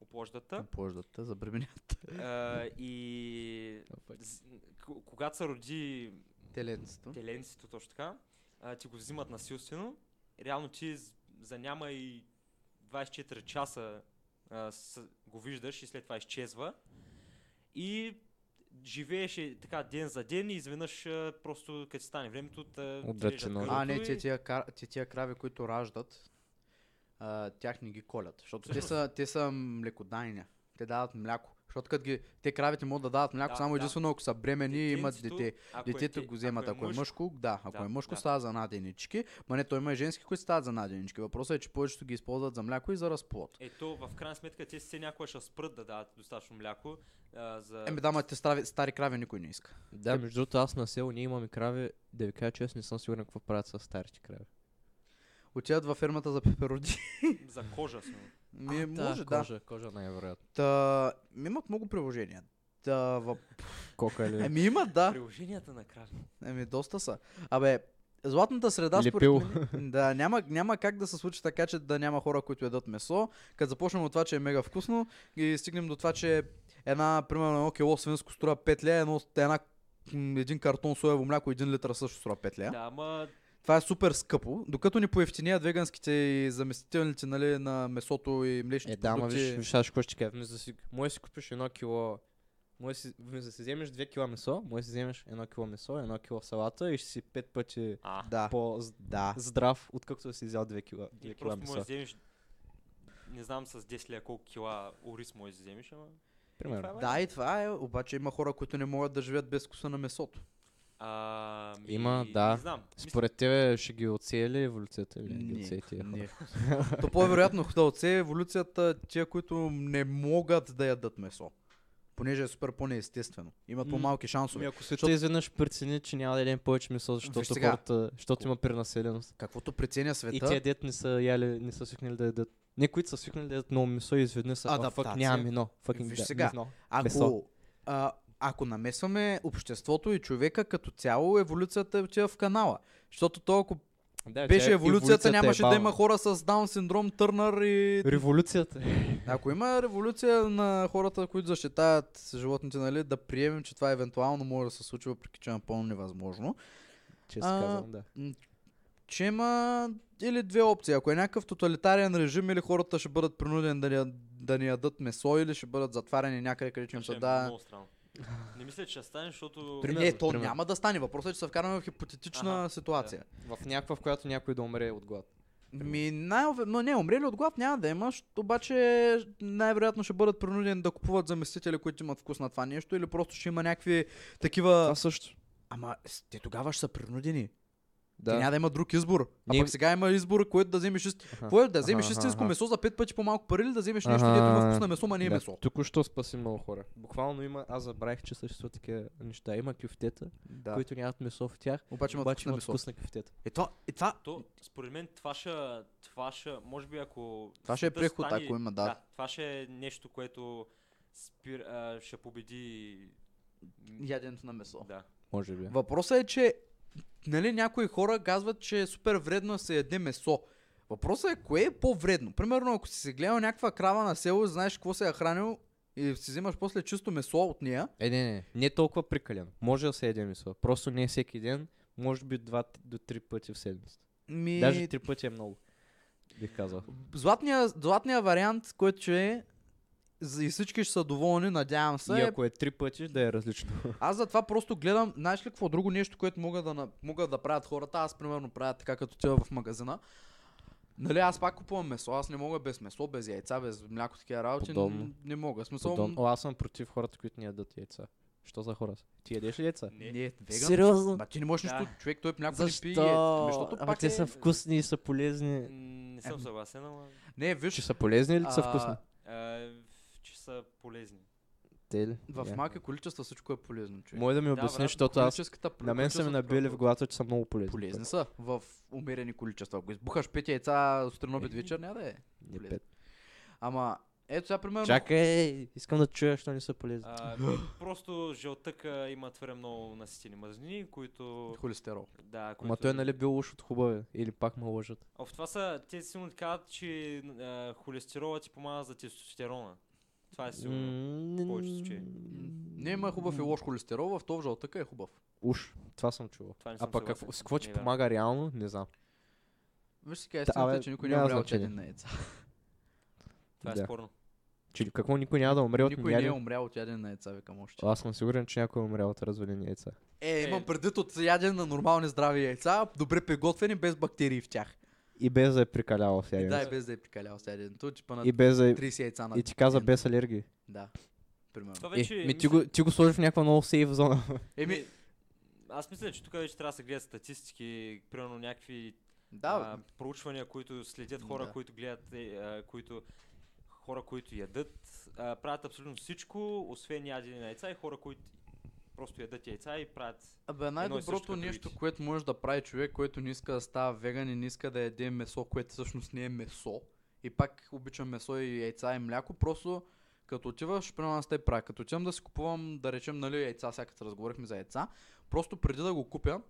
[SPEAKER 2] Оплождата.
[SPEAKER 3] Плождата, забременяват.
[SPEAKER 2] А, и з- к- когато се роди
[SPEAKER 3] Теленцето.
[SPEAKER 2] теленцето точно така, а, ти го взимат насилствено. Реално ти з- за няма и 24 часа а, с, го виждаш и след това изчезва. И живееше така ден за ден и изведнъж а, просто като стане времето да
[SPEAKER 1] Отдечено.
[SPEAKER 3] А, не, е те тия, кар... те тия крави, които раждат, а, тях не ги колят, защото те са, те са млекодайни. Те дават мляко. Защото като ги, те кравите могат да дават мляко,
[SPEAKER 2] Да,
[SPEAKER 3] само
[SPEAKER 2] да.
[SPEAKER 3] единствено ако са бремени и имат дете. Детето го вземат, ако е
[SPEAKER 2] мъж,
[SPEAKER 3] мъжко, да, ако
[SPEAKER 2] Да,
[SPEAKER 3] е мъжко,
[SPEAKER 2] да.
[SPEAKER 3] става за наденички, ма не, той има и женски, които стават за наденички. Въпросът е, че повечето ги използват за мляко и за разплод.
[SPEAKER 2] Ето, в крайна сметка, те се някога ще спрат да дават достатъчно мляко. А, за...
[SPEAKER 3] Еми, да, ма те стари, стари крави никой не иска.
[SPEAKER 1] Да, между другото, аз на село ние имаме крави, да ви кажа честно, не съм сигурен какво правят с старите крави.
[SPEAKER 3] Отиват във фермата за пепероди.
[SPEAKER 2] за кожа сме.
[SPEAKER 3] Ми,
[SPEAKER 1] А, да,
[SPEAKER 3] може, да.
[SPEAKER 1] кожа, кожа най-вероятно.
[SPEAKER 3] Та, имат много приложения. Та, въп...
[SPEAKER 1] Кока ли?
[SPEAKER 3] Еми имат, Ами да.
[SPEAKER 2] Приложенията на крави.
[SPEAKER 3] Еми, доста са. Абе, златната среда
[SPEAKER 1] Лепил.
[SPEAKER 3] според мен, <laughs> да, няма, няма как да се случи така, че да няма хора, които ядат месо. Като започнем от това, че е мега вкусно и стигнем до това, че една, примерно, едно кило свинско струва 5 лея, едно, една, м, един картон соево мляко, един литър също струва 5 лея.
[SPEAKER 2] Да, ама
[SPEAKER 3] Това е супер скъпо, докато ни поевтиният веганските и заместителните нали, на месото и млечните
[SPEAKER 1] Е, да, ама
[SPEAKER 3] продукти.
[SPEAKER 1] виж, виж, аз какво ще кажа. Вместо да си, може да си купиш едно кило, може да си, вместо да си вземеш 2 кила месо, може да си вземеш едно кило месо, едно кило салата и ще си пет пъти
[SPEAKER 2] А,
[SPEAKER 3] Да, да.
[SPEAKER 1] по-здрав, откакто да си взял 2 кила,
[SPEAKER 2] или
[SPEAKER 1] 2 кила
[SPEAKER 2] просто е можеш да
[SPEAKER 1] месо.
[SPEAKER 2] вземеш, не знам с 10 ли колко кила ориз можеш да вземеш, ама...
[SPEAKER 1] Примерно.
[SPEAKER 2] Това е.
[SPEAKER 3] Да, и това е, обаче има хора, които не могат да живеят без вкуса на месото.
[SPEAKER 2] А, ми,
[SPEAKER 1] Има,
[SPEAKER 2] Не
[SPEAKER 1] да.
[SPEAKER 2] знам. Според...
[SPEAKER 1] Според тебе ще ги оцеле ли еволюцията или не ги
[SPEAKER 3] Не,
[SPEAKER 1] оцеле тия хора?
[SPEAKER 3] Не. То по-вероятно да оцеле еволюцията тия, които не могат да ядат месо. Понеже е супер по-неестествено. Имат
[SPEAKER 1] М,
[SPEAKER 3] по-малки шансове.
[SPEAKER 1] ако света изведнъж прецени, че няма да ядем повече месо, защото,
[SPEAKER 3] сега.
[SPEAKER 1] хората, защото има пренаселеност.
[SPEAKER 3] Каквото преценя
[SPEAKER 1] И
[SPEAKER 3] света,
[SPEAKER 1] те дет не са яли, не са свикнали да ядат. Не, които са свикнали да ядат много месо и изведнъж са, а, фак,
[SPEAKER 3] Адаптация.
[SPEAKER 1] нямам едно. Fucking
[SPEAKER 3] Виж
[SPEAKER 1] да,
[SPEAKER 3] сега.
[SPEAKER 1] мизно».
[SPEAKER 3] ако,
[SPEAKER 1] месо.
[SPEAKER 3] а, ако намесваме обществото и човека като цяло, еволюцията е отива в канала. Защото то, ако
[SPEAKER 1] Да,
[SPEAKER 3] беше
[SPEAKER 1] тя-
[SPEAKER 3] еволюцията,
[SPEAKER 1] е
[SPEAKER 3] нямаше да
[SPEAKER 1] бавна.
[SPEAKER 3] има хора с Даун синдром, Търнър и...
[SPEAKER 1] Революцията. <laughs>
[SPEAKER 3] Ако има революция на хората, които защитават животните, нали, да приемем, че това евентуално може да се случи, въпреки че е напълно невъзможно.
[SPEAKER 1] Често
[SPEAKER 3] А,
[SPEAKER 1] казвам, да.
[SPEAKER 3] че има или две опции. Ако е някакъв тоталитарен режим, или хората ще бъдат принудени да, не- да не ядат месо, или ще бъдат затваряни някъде, където им
[SPEAKER 2] Ще
[SPEAKER 3] се
[SPEAKER 2] е
[SPEAKER 3] да...
[SPEAKER 2] много странно. Не мисля, че ще стане, защото...
[SPEAKER 1] Пример-
[SPEAKER 3] Не, то
[SPEAKER 1] примерно.
[SPEAKER 3] няма да стане. Въпросът е, че се вкарваме в хипотетична
[SPEAKER 2] Аха,
[SPEAKER 3] ситуация.
[SPEAKER 1] В някаква, в която някой да умре от глад.
[SPEAKER 3] Ми, най но не, умрели от глад няма да имаш, обаче най-вероятно ще бъдат принудени да купуват заместители, които имат вкус на това нещо, или просто ще има някакви такива...
[SPEAKER 1] също.
[SPEAKER 3] Ама с- те тогава ще са принудени. Да. Те няма
[SPEAKER 1] Да.
[SPEAKER 3] да има друг избор. А
[SPEAKER 1] Ние-
[SPEAKER 3] пък сега има избор, което да вземеш ист...
[SPEAKER 1] Аха,
[SPEAKER 3] Какво е да вземеш
[SPEAKER 1] аха,
[SPEAKER 3] истинско
[SPEAKER 1] аха.
[SPEAKER 3] месо за пет пъти по-малко пари или да вземеш нещо, дето има вкус на месо, ма не е
[SPEAKER 1] да.
[SPEAKER 3] месо?
[SPEAKER 1] Току-що спаси много хора. Буквално има, аз забравих, че съществуват такива неща. Има кюфтета,
[SPEAKER 3] Да.
[SPEAKER 1] които нямат месо в тях,
[SPEAKER 3] Обаче има
[SPEAKER 1] обаче
[SPEAKER 3] вкус на
[SPEAKER 1] имат
[SPEAKER 3] месо.
[SPEAKER 1] вкус на кюфтета.
[SPEAKER 3] Е това, е това,
[SPEAKER 2] То, според мен, това ще... Това ще... Може би ако...
[SPEAKER 3] това ще е
[SPEAKER 2] света
[SPEAKER 3] преход,
[SPEAKER 2] стане-
[SPEAKER 3] ако има, да.
[SPEAKER 2] Да, това ще е нещо, което спир, а, ще победи... м,
[SPEAKER 3] Яденето на месо.
[SPEAKER 2] Да.
[SPEAKER 1] Може би.
[SPEAKER 3] Въпросът е, че нали, някои хора казват, че е супер вредно да се яде месо. Въпросът е, кое е по-вредно? Примерно, ако си се гледал някаква крава на село и знаеш какво се е хранил и си взимаш после чисто месо от нея,
[SPEAKER 1] Е, не, не, не е толкова прикален. Може да се яде месо. Просто не е всеки ден, може би два т- до три пъти в седмицата.
[SPEAKER 3] ми...
[SPEAKER 1] Даже три пъти е много. Бих казал.
[SPEAKER 3] Златния, златния вариант, който ще е, за- и всички ще са доволни, надявам се,
[SPEAKER 1] И
[SPEAKER 3] е
[SPEAKER 1] ако е три пъти, да е различно.
[SPEAKER 3] Аз затова просто гледам, знаеш ли какво друго нещо, което могат да, на- могат да правят хората. Аз примерно правя така, като отива в магазина. Нали, аз пак купувам месо, аз не мога без месо, без яйца, без мляко, такива работи. н-
[SPEAKER 1] Подобно.
[SPEAKER 3] Не мога. В Смисъл,
[SPEAKER 1] Подон. О, аз съм против хората, които не ядат яйца. Що за хора са? Ти ядеш ли яйца?
[SPEAKER 3] не,
[SPEAKER 2] Не.
[SPEAKER 3] веган.
[SPEAKER 1] Сериозно?
[SPEAKER 3] Ма ти не можеш
[SPEAKER 2] Да.
[SPEAKER 3] нищо, човек, той мляко
[SPEAKER 1] Защо?
[SPEAKER 3] не пие. яйца. Защото
[SPEAKER 1] Ама
[SPEAKER 3] пак
[SPEAKER 1] те
[SPEAKER 3] е...
[SPEAKER 1] са вкусни и са полезни.
[SPEAKER 2] М, Не съм
[SPEAKER 3] Ем.
[SPEAKER 2] съгласен, ама...
[SPEAKER 3] Не,
[SPEAKER 1] Че
[SPEAKER 3] виж,
[SPEAKER 1] са полезни или са
[SPEAKER 3] А,
[SPEAKER 1] вкусни?
[SPEAKER 2] А, че са полезни.
[SPEAKER 1] Те ли?
[SPEAKER 3] в
[SPEAKER 1] Я.
[SPEAKER 3] малки количества всичко е полезно, човек.
[SPEAKER 1] Може да ми
[SPEAKER 2] Да,
[SPEAKER 1] обясни,
[SPEAKER 2] брат,
[SPEAKER 1] защото аз...
[SPEAKER 3] Количествата-
[SPEAKER 1] На мен са ми
[SPEAKER 3] количеството
[SPEAKER 1] набили в
[SPEAKER 3] продукт-
[SPEAKER 1] главата, че са много полезни.
[SPEAKER 3] Полезни са в умерени количества. Ако избухаш пет яйца сутрин обед вечер, няма да е.
[SPEAKER 1] Не
[SPEAKER 3] полезни.
[SPEAKER 1] пет.
[SPEAKER 3] Ама, Ето сега, примерно,
[SPEAKER 1] Чакай, искам да чуя, що не са полезни. <gasps>
[SPEAKER 2] А, ми, просто жълтъка има твърде много наситени мазнини, които...
[SPEAKER 3] холестерол.
[SPEAKER 2] Да, които...
[SPEAKER 1] Ама той нали бил лош от хубаве? Или пак ме лъжат?
[SPEAKER 2] А в това са, те силно ти казват, че а, холестерола ти помага за тестостерона. Това е сигурно.
[SPEAKER 1] М,
[SPEAKER 2] повечето случаи.
[SPEAKER 1] м,
[SPEAKER 3] Не има хубав и лош холестерол, в този жълтъка е хубав.
[SPEAKER 1] Уж, това съм чувал.
[SPEAKER 2] Това не
[SPEAKER 1] А
[SPEAKER 2] съм
[SPEAKER 1] пък
[SPEAKER 2] съгласен.
[SPEAKER 1] какво, с какво
[SPEAKER 2] Не
[SPEAKER 1] ти
[SPEAKER 2] е вярно.
[SPEAKER 1] помага реално, не знам.
[SPEAKER 3] Виж сега
[SPEAKER 1] Та,
[SPEAKER 3] истината, е,
[SPEAKER 1] абе,
[SPEAKER 3] че никой
[SPEAKER 1] няма
[SPEAKER 3] няма умрял от
[SPEAKER 1] значение.
[SPEAKER 3] един на яйца.
[SPEAKER 2] Това е
[SPEAKER 1] Да.
[SPEAKER 2] спорно.
[SPEAKER 1] Че какво никой няма да умре от
[SPEAKER 3] Никой не е
[SPEAKER 1] яйца?
[SPEAKER 3] умрял от яден на яйца, викам още.
[SPEAKER 1] Аз съм сигурен, че някой е умрял от развалени яйца.
[SPEAKER 3] Е,
[SPEAKER 2] Е.
[SPEAKER 3] имам предвид от яден на нормални здрави яйца, добре приготвени, без бактерии в тях.
[SPEAKER 1] И без да е прикалял в
[SPEAKER 3] И да, и
[SPEAKER 1] яйца.
[SPEAKER 3] без да е прикалял с яденето, че па на
[SPEAKER 1] И без да е...
[SPEAKER 3] 30 яйца на
[SPEAKER 1] И ти каза
[SPEAKER 3] ден.
[SPEAKER 1] без алергии.
[SPEAKER 3] Да, примерно.
[SPEAKER 2] Това вече...
[SPEAKER 1] е, ми ти
[SPEAKER 2] мисля-
[SPEAKER 1] го, ти го сложи в някаква много сейф зона. <laughs>
[SPEAKER 2] е,
[SPEAKER 3] Еми,
[SPEAKER 2] Аз мисля, че тук вече трябва да се гледат статистики, примерно някакви
[SPEAKER 3] да,
[SPEAKER 2] а, проучвания, които следят хора,
[SPEAKER 3] Да.
[SPEAKER 2] които гледат, е, а, които хора, които ядат, а, правят абсолютно всичко, освен ядене на яйца и хора, които просто ядат яйца и правят...
[SPEAKER 3] Абе, е
[SPEAKER 2] също
[SPEAKER 3] най-доброто
[SPEAKER 2] като
[SPEAKER 3] нещо,
[SPEAKER 2] другите.
[SPEAKER 3] което може да прави човек, който не иска да става веган и не иска да яде месо, което всъщност не е месо, и пак обичам месо и яйца и мляко, просто като отиваш, примерно аз те правя, като отивам да си купувам, да речем, нали, яйца, сега като разговорихме за яйца, просто преди да го купя,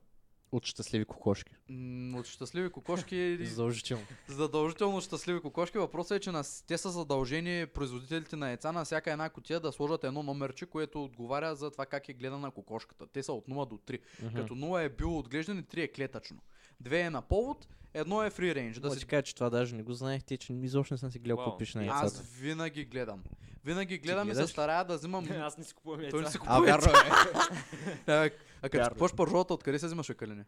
[SPEAKER 1] От щастливи кокошки.
[SPEAKER 3] м, от щастливи кокошки
[SPEAKER 1] <laughs> Задължително.
[SPEAKER 3] Задължително щастливи кокошки. Въпросът е, че на, те са задължени производителите на яйца на всяка една котия да сложат едно номерче, което отговаря за това как е гледана кокошката. Те са от 0 до 3. Като 0 е било отглеждан и 3 е клетъчно. 2 е на повод, едно е фри рейндж. Да
[SPEAKER 1] Да
[SPEAKER 3] си...
[SPEAKER 1] ти кажа, че това даже не го знаех, ти, че изобщо не съм си гледал
[SPEAKER 2] Вау.
[SPEAKER 1] какво пише на
[SPEAKER 3] Аз
[SPEAKER 1] яйцата.
[SPEAKER 3] винаги гледам. Винаги гледам и се
[SPEAKER 1] гледаш?
[SPEAKER 3] старая да
[SPEAKER 1] <laughs>
[SPEAKER 3] взимам...
[SPEAKER 2] <laughs> Аз <laughs> не си купувам яйца.
[SPEAKER 3] Ами, Той не си
[SPEAKER 1] А,
[SPEAKER 3] купува
[SPEAKER 1] вярно
[SPEAKER 3] яйца.
[SPEAKER 1] е. <laughs>
[SPEAKER 3] А, а като
[SPEAKER 1] Вярно.
[SPEAKER 3] си купуваш пържолата, откъде се взимаш екалини?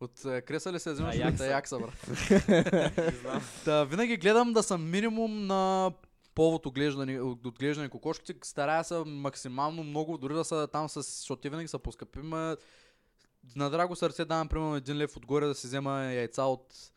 [SPEAKER 3] От е, креса ли се взимаш?
[SPEAKER 2] А,
[SPEAKER 3] От
[SPEAKER 2] якса.
[SPEAKER 3] е, якса, брат.
[SPEAKER 2] не знам.
[SPEAKER 3] Та, винаги гледам да съм минимум на повод отглеждане, от- отглеждане кокошките. Старая се максимално много, дори да са там с, защото те винаги са по-скъпи. Ма, на драго сърце давам примерно един лев отгоре да си взема яйца от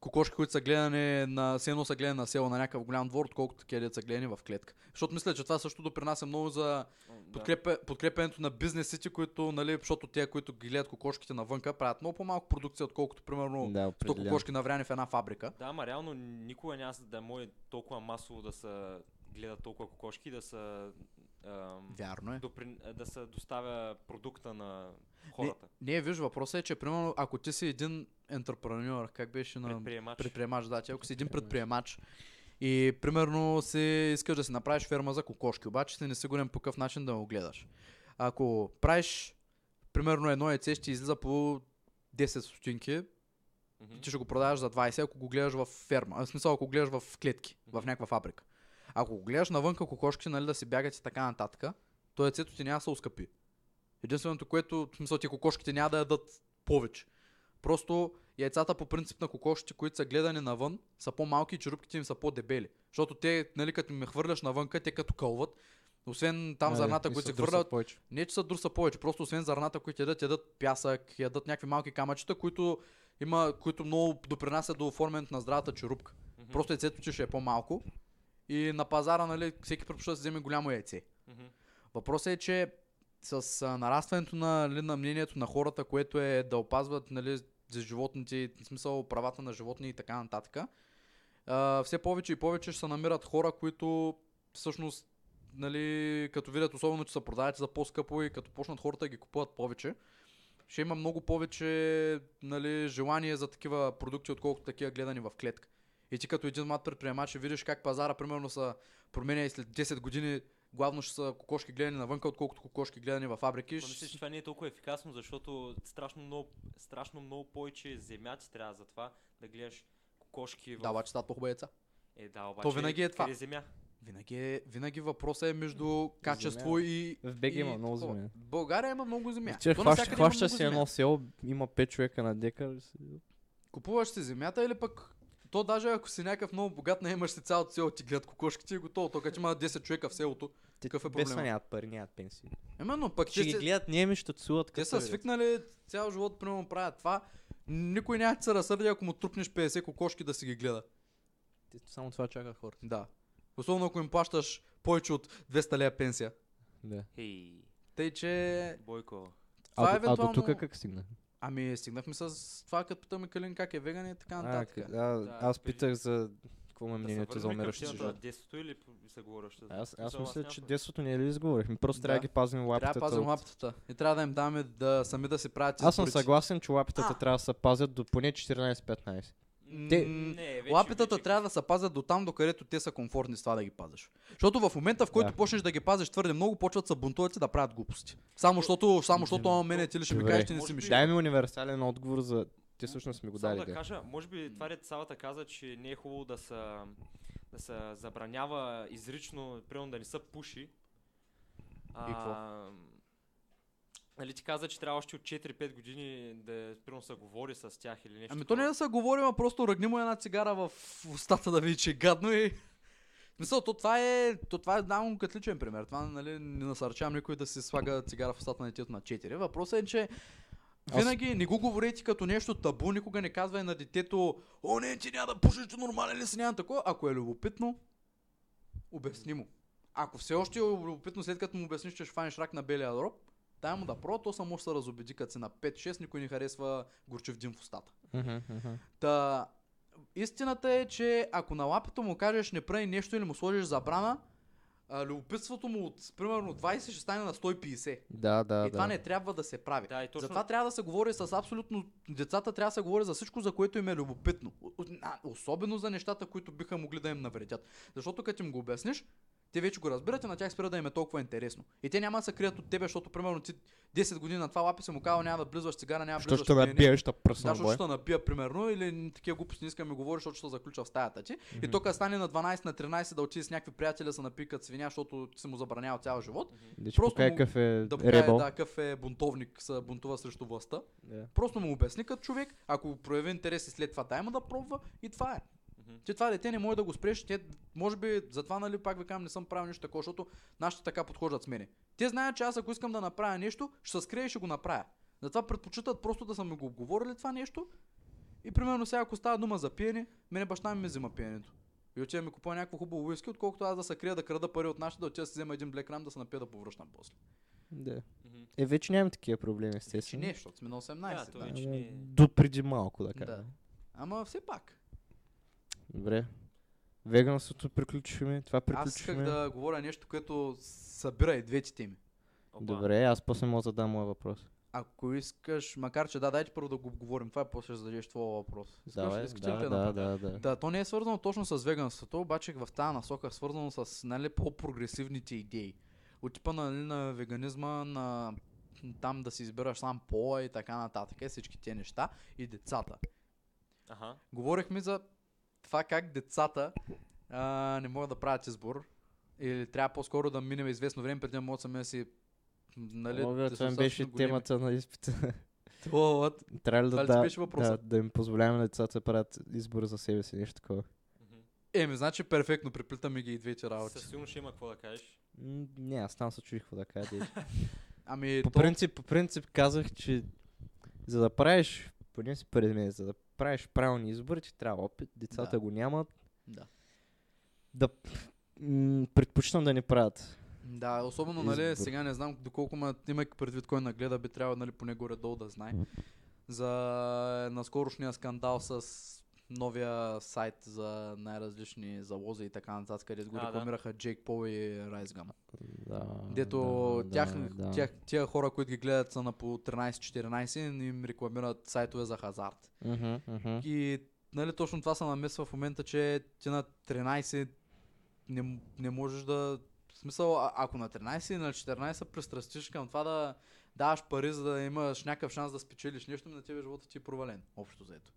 [SPEAKER 3] кокошки, които са гледани на все едно са гледани на село на някакъв голям двор, отколкото такива деца са гледани в клетка. Защото мисля, че това също допринася много за
[SPEAKER 2] О, да.
[SPEAKER 3] подкрепя, подкрепянето на бизнесите, които, нали, защото те, които ги гледат кокошките навънка, правят много по-малко продукция, отколкото примерно
[SPEAKER 1] Да,
[SPEAKER 3] 100
[SPEAKER 1] определено.
[SPEAKER 3] кокошки навряни в една фабрика.
[SPEAKER 2] Да, ама реално никога няма да може толкова масово да се гледат толкова кокошки, да се... ам,
[SPEAKER 3] Вярно е.
[SPEAKER 2] доприн- а, да се доставя продукта на хората.
[SPEAKER 3] Не, виж, въпросът е, че примерно, ако ти си един ентрепреньор, как беше на
[SPEAKER 2] Предприемач.
[SPEAKER 3] предприемач, да, ти ако си един
[SPEAKER 1] Предприемач.
[SPEAKER 3] предприемач и примерно си искаш да си направиш ферма за кокошки, обаче си несигурен по какъв начин да го гледаш. Ако правиш примерно едно яйце, ще ти излиза по 10 стотинки,
[SPEAKER 2] Мгм.
[SPEAKER 3] и ти ще го продаваш за 20, ако го гледаш в ферма. А, В смисъл, ако го гледаш в клетки, в
[SPEAKER 2] Мгм.
[SPEAKER 3] някаква фабрика. Ако го гледаш навънка кокошки, нали, да си бягат и така нататък, то яйцето ти няма да се ускъпи. Единственото, което, в смисъл, ти кокошките няма да ядат повече. Просто яйцата по принцип на кокошите, които са гледани навън, са по-малки и черупките им са по-дебели. Защото те, нали, като ми хвърляш навънка, те като кълват, освен там
[SPEAKER 1] Да,
[SPEAKER 3] зърната,
[SPEAKER 1] и
[SPEAKER 3] които
[SPEAKER 1] се
[SPEAKER 3] се
[SPEAKER 1] друсат
[SPEAKER 3] хвърлят,
[SPEAKER 1] повече.
[SPEAKER 3] не, че са друса повече, просто освен зърната, които ядат, ядат пясък, ядат някакви малки камъчета, които, има, които много допринасят до оформянето на здравата черупка.
[SPEAKER 2] Мгм.
[SPEAKER 3] Просто яйцето ти ще е по-малко и на пазара нали, всеки предпочита да си вземе голямо яйце.
[SPEAKER 2] Мгм.
[SPEAKER 3] Въпросът е, че с а, нарастването на, нали, на мнението на хората, което е да опазват нали, за животните, в смисъл правата на животни и така нататък, а, все повече и повече ще се намират хора, които всъщност, нали, като видят особено, че се продават за по-скъпо и като почнат хората да ги купуват повече, ще има много повече нали, желание за такива продукти, отколкото такива гледани в клетка. И ти като един мат предприемач ще видиш как пазара примерно са променя и след 10 години главно ще са кокошки гледани навънка, отколкото кокошки гледани в фабрики.
[SPEAKER 2] Ма мисля, че това не е толкова ефикасно, защото страшно много, страшно много повече земя ти трябва за това да гледаш кокошки в...
[SPEAKER 3] Да, обаче стават по-хубави яйца.
[SPEAKER 2] Е, да, обаче...
[SPEAKER 3] винаги е това.
[SPEAKER 2] къде земя?
[SPEAKER 3] Винаги, е- винаги въпросът е между качество и...
[SPEAKER 1] В БГ
[SPEAKER 3] и
[SPEAKER 1] има много
[SPEAKER 3] такова.
[SPEAKER 1] земя.
[SPEAKER 3] България има много земя.
[SPEAKER 1] Ти
[SPEAKER 3] То
[SPEAKER 1] хваща,
[SPEAKER 3] Ами, навсякъде има
[SPEAKER 1] хваща
[SPEAKER 3] много
[SPEAKER 1] си
[SPEAKER 3] земя.
[SPEAKER 1] едно село, има 5 човека на дека.
[SPEAKER 3] Купуваш си земята или пък то даже ако си някакъв много богат, не имаш си цялото село, ти гледат кокошките и готово. То като има 10 човека в селото.
[SPEAKER 1] Те
[SPEAKER 3] Какъв е
[SPEAKER 1] без това
[SPEAKER 3] проблема?
[SPEAKER 1] нямат пари, нямат пенсии.
[SPEAKER 3] Именно пък
[SPEAKER 1] Ще
[SPEAKER 3] те,
[SPEAKER 1] ги
[SPEAKER 3] си-
[SPEAKER 1] гледат, ние ми ще целуват
[SPEAKER 3] те
[SPEAKER 1] като
[SPEAKER 3] са
[SPEAKER 1] видят.
[SPEAKER 3] свикнали цял живот, примерно правят това. Никой няма да се разсърди, ако му трупнеш 50 кокошки да си ги гледа.
[SPEAKER 1] Те Само това чакат хората.
[SPEAKER 3] Да. Особено ако им плащаш повече от 200 лея пенсия.
[SPEAKER 1] Да.
[SPEAKER 2] Хей,
[SPEAKER 3] Тъй, че...
[SPEAKER 2] Бойко.
[SPEAKER 3] Това е
[SPEAKER 1] А, до- а
[SPEAKER 3] евентуално-
[SPEAKER 1] до тук как стигна?
[SPEAKER 3] Ами, стигнахме с това, като питаме Калин как е веган и така
[SPEAKER 1] А,
[SPEAKER 3] нататък.
[SPEAKER 1] к- а, аз
[SPEAKER 2] кажи.
[SPEAKER 1] питах за Какво ме е
[SPEAKER 3] Ами,
[SPEAKER 2] Да се
[SPEAKER 1] мнението за
[SPEAKER 2] върнем ли към
[SPEAKER 1] умиращите
[SPEAKER 2] темата
[SPEAKER 1] животни?
[SPEAKER 2] на детството или по- се говореща?
[SPEAKER 1] Аз, аз
[SPEAKER 2] Мисъл,
[SPEAKER 1] мисля,
[SPEAKER 2] няма
[SPEAKER 1] че
[SPEAKER 2] кой.
[SPEAKER 1] детството ние ли изговорихме. Просто трябва да
[SPEAKER 3] Да.
[SPEAKER 1] ги пазим лапите.
[SPEAKER 3] Трябва да пазим лаптата. И трябва да им даме да сами да си правят
[SPEAKER 1] Аз съм
[SPEAKER 3] изборите.
[SPEAKER 1] съгласен, че лапитата
[SPEAKER 2] А.
[SPEAKER 1] трябва да се пазят до поне 14-15. Те-
[SPEAKER 2] Не, вече-
[SPEAKER 3] Лапитата
[SPEAKER 2] вече-
[SPEAKER 3] трябва да се пазят до там, докъдето те са комфортни с това да ги пазиш. Защото в момента, в който
[SPEAKER 1] Да.
[SPEAKER 3] почнеш да ги пазиш твърде много, почват се бунтуват и да правят глупости. Само защото, само защото, ама мене ти ли ще ми
[SPEAKER 1] Добре.
[SPEAKER 3] кажеш, ти не
[SPEAKER 2] Може
[SPEAKER 3] си
[SPEAKER 2] би-
[SPEAKER 3] мишел.
[SPEAKER 1] Дай ми универсален отговор за... Ти всъщност ми го
[SPEAKER 2] Само
[SPEAKER 1] дали.
[SPEAKER 2] да
[SPEAKER 1] Да
[SPEAKER 2] кажа, може би това дет Савата каза, че не е хубаво да се, да се забранява изрично, примерно да не се пуши. А, Нали ти каза, че трябва още от 4-5 години да примерно се говори с тях или нещо.
[SPEAKER 3] Ами то не е да се говорим, а просто ръгни му една цигара в устата да види, че е гадно и... В Смисъл, то това е, то това е дам като личен пример. Това нали, не насърчавам никой да си слага цигара в устата на детето на 4. Въпросът е, че
[SPEAKER 1] Аз-
[SPEAKER 3] винаги не го говорете като нещо табу, никога не казвай на детето, о не, ти няма да пушиш, ти нормален ли си, няма такова. Ако е любопитно, обясни му. Ако все още е любопитно, след като му обясниш, че ще фанеш рак на белия дроб, дай му да про, то само ще се разобеди, като си на 5-6, никой не харесва горчев дим в устата. Та, истината е, че ако на лапито му кажеш не прави нещо или му сложиш забрана, а, любопитството му от примерно 20 ще стане на 150.
[SPEAKER 1] Да, да,
[SPEAKER 3] и това
[SPEAKER 1] да.
[SPEAKER 3] не е трябва да се прави.
[SPEAKER 2] Да, и точно-
[SPEAKER 3] Затова трябва да се говори с абсолютно... Децата трябва да се говори за всичко, за което им е любопитно. О- о- на- Особено за нещата, които биха могли да им навредят. Защото като им го обясниш, те вече го разбират и на тях спира да им е толкова интересно. И те няма да се крият от тебе, защото примерно ти 10 години на това лапи си му казал, няма да близваш цигара, няма да
[SPEAKER 1] Що
[SPEAKER 3] близваш
[SPEAKER 1] ще
[SPEAKER 3] пиене.
[SPEAKER 1] набиеш, ще
[SPEAKER 3] Да,
[SPEAKER 1] пръсна
[SPEAKER 3] защото
[SPEAKER 1] бой.
[SPEAKER 3] ще напия, примерно, или н- такива глупости не искам да ми говориш, защото ще заключа в стаята ти. И тук стане на 12, на 13 да отиде с някакви приятели да се напикат свиня, защото ти се му забранява цял живот.
[SPEAKER 1] Да ще
[SPEAKER 3] Просто
[SPEAKER 1] покай
[SPEAKER 3] му-
[SPEAKER 1] кафе
[SPEAKER 3] Да покаже,
[SPEAKER 1] ребъл.
[SPEAKER 3] да, какъв е бунтовник, се бунтува срещу властта.
[SPEAKER 1] Да.
[SPEAKER 3] Просто му обясни като човек, ако прояви интерес и след това тайма да пробва и това е.
[SPEAKER 2] Мгм.
[SPEAKER 3] Ти това дете не може да го спреш, те, може би затова нали пак ви казвам не съм правил нищо такова, защото нашите така подхождат с мене. Те знаят, че аз ако искам да направя нещо, ще се скрия и ще го направя. Затова предпочитат просто да са ми го обговорили това нещо и примерно сега ако става дума за пиене, мене баща ми ми взима пиенето. И отива ми купува някакво хубаво уиски, отколкото аз да се крия да крада пари от нашите, да отида да си взема един блек рам да се напия да повръщам после.
[SPEAKER 1] Да.
[SPEAKER 2] Мгм.
[SPEAKER 1] Е, вече нямам такива проблеми,
[SPEAKER 3] Че
[SPEAKER 1] естествено.
[SPEAKER 3] не, е, защото сме на 18. Да,
[SPEAKER 2] Да, то е.
[SPEAKER 1] Ама
[SPEAKER 2] Вече не-
[SPEAKER 1] До преди малко, да
[SPEAKER 3] Да.
[SPEAKER 1] кажем.
[SPEAKER 3] Ама все пак.
[SPEAKER 1] Добре. Веганството приключихме, това
[SPEAKER 3] Аз исках
[SPEAKER 1] приключихме.
[SPEAKER 3] да говоря нещо, което събира и двете теми.
[SPEAKER 2] Опа.
[SPEAKER 1] Добре, аз после мога да дам моя въпрос.
[SPEAKER 3] Ако искаш, макар че да, дайте първо да го говорим, това е после ще зададеш твоя въпрос. Искаш,
[SPEAKER 1] Давай,
[SPEAKER 3] искаш ли
[SPEAKER 1] да,
[SPEAKER 3] те
[SPEAKER 1] да,
[SPEAKER 3] направя?
[SPEAKER 1] да, да.
[SPEAKER 3] Да, то не е свързано точно с веганството, обаче в тази насока е свързано с нали, по-прогресивните идеи. От типа нали, на веганизма, на там да си избираш сам пола и така нататък, и всички тези неща и децата.
[SPEAKER 2] Аха.
[SPEAKER 3] Говорихме за това как децата а, не могат да правят избор. Или трябва по-скоро да минем известно време, преди да могат сами да си нали,
[SPEAKER 1] Мога, това ми
[SPEAKER 3] достатъчно
[SPEAKER 1] беше
[SPEAKER 3] големи.
[SPEAKER 1] темата на изпита.
[SPEAKER 3] О, вот.
[SPEAKER 1] Трябва ли
[SPEAKER 3] Това
[SPEAKER 1] да,
[SPEAKER 3] ли ти
[SPEAKER 1] да,
[SPEAKER 3] беше
[SPEAKER 1] да,
[SPEAKER 3] въпросът?
[SPEAKER 1] да им позволяваме на децата да правят избор за себе си, нещо такова?
[SPEAKER 2] Мгм.
[SPEAKER 3] Еми, значи перфектно приплитаме ги и двете работи.
[SPEAKER 2] Със сигурност ще има какво да кажеш.
[SPEAKER 1] М, Не, аз там се чудих какво да кажа.
[SPEAKER 3] <laughs>
[SPEAKER 1] дето.
[SPEAKER 3] Ами,
[SPEAKER 1] по,
[SPEAKER 3] то,
[SPEAKER 1] принцип, по принцип казах, че за да правиш, поне си пред мен, за да правиш правилни избори, ти трябва опит. Децата
[SPEAKER 3] Да.
[SPEAKER 1] го нямат.
[SPEAKER 3] Да.
[SPEAKER 1] Да, м, предпочитам да не правят.
[SPEAKER 3] да, особено, нали,
[SPEAKER 1] Избор.
[SPEAKER 3] сега не знам доколко, ма, имайки предвид кой нагледа, би трябвало, нали, поне горе-долу да знае. За наскорошния скандал с новия сайт за най-различни залози и така нататък, където го
[SPEAKER 2] А, да.
[SPEAKER 3] рекламираха Джейк Пол и Райс Гам.
[SPEAKER 1] Да,
[SPEAKER 3] Дето
[SPEAKER 1] да,
[SPEAKER 3] тях,
[SPEAKER 1] да.
[SPEAKER 3] тях, тия хора, които ги гледат са на по 13-14, им рекламират сайтове за хазарт.
[SPEAKER 1] Мгм, мгм.
[SPEAKER 3] И нали, точно това се намесва в момента, че ти на 13 не, м- не можеш да... В смисъл, а- ако на 13 и на 14 се пристрастиш към това да даваш пари, за да имаш някакъв шанс да спечелиш нещо, на тебе живота ти е провален. Общо взето.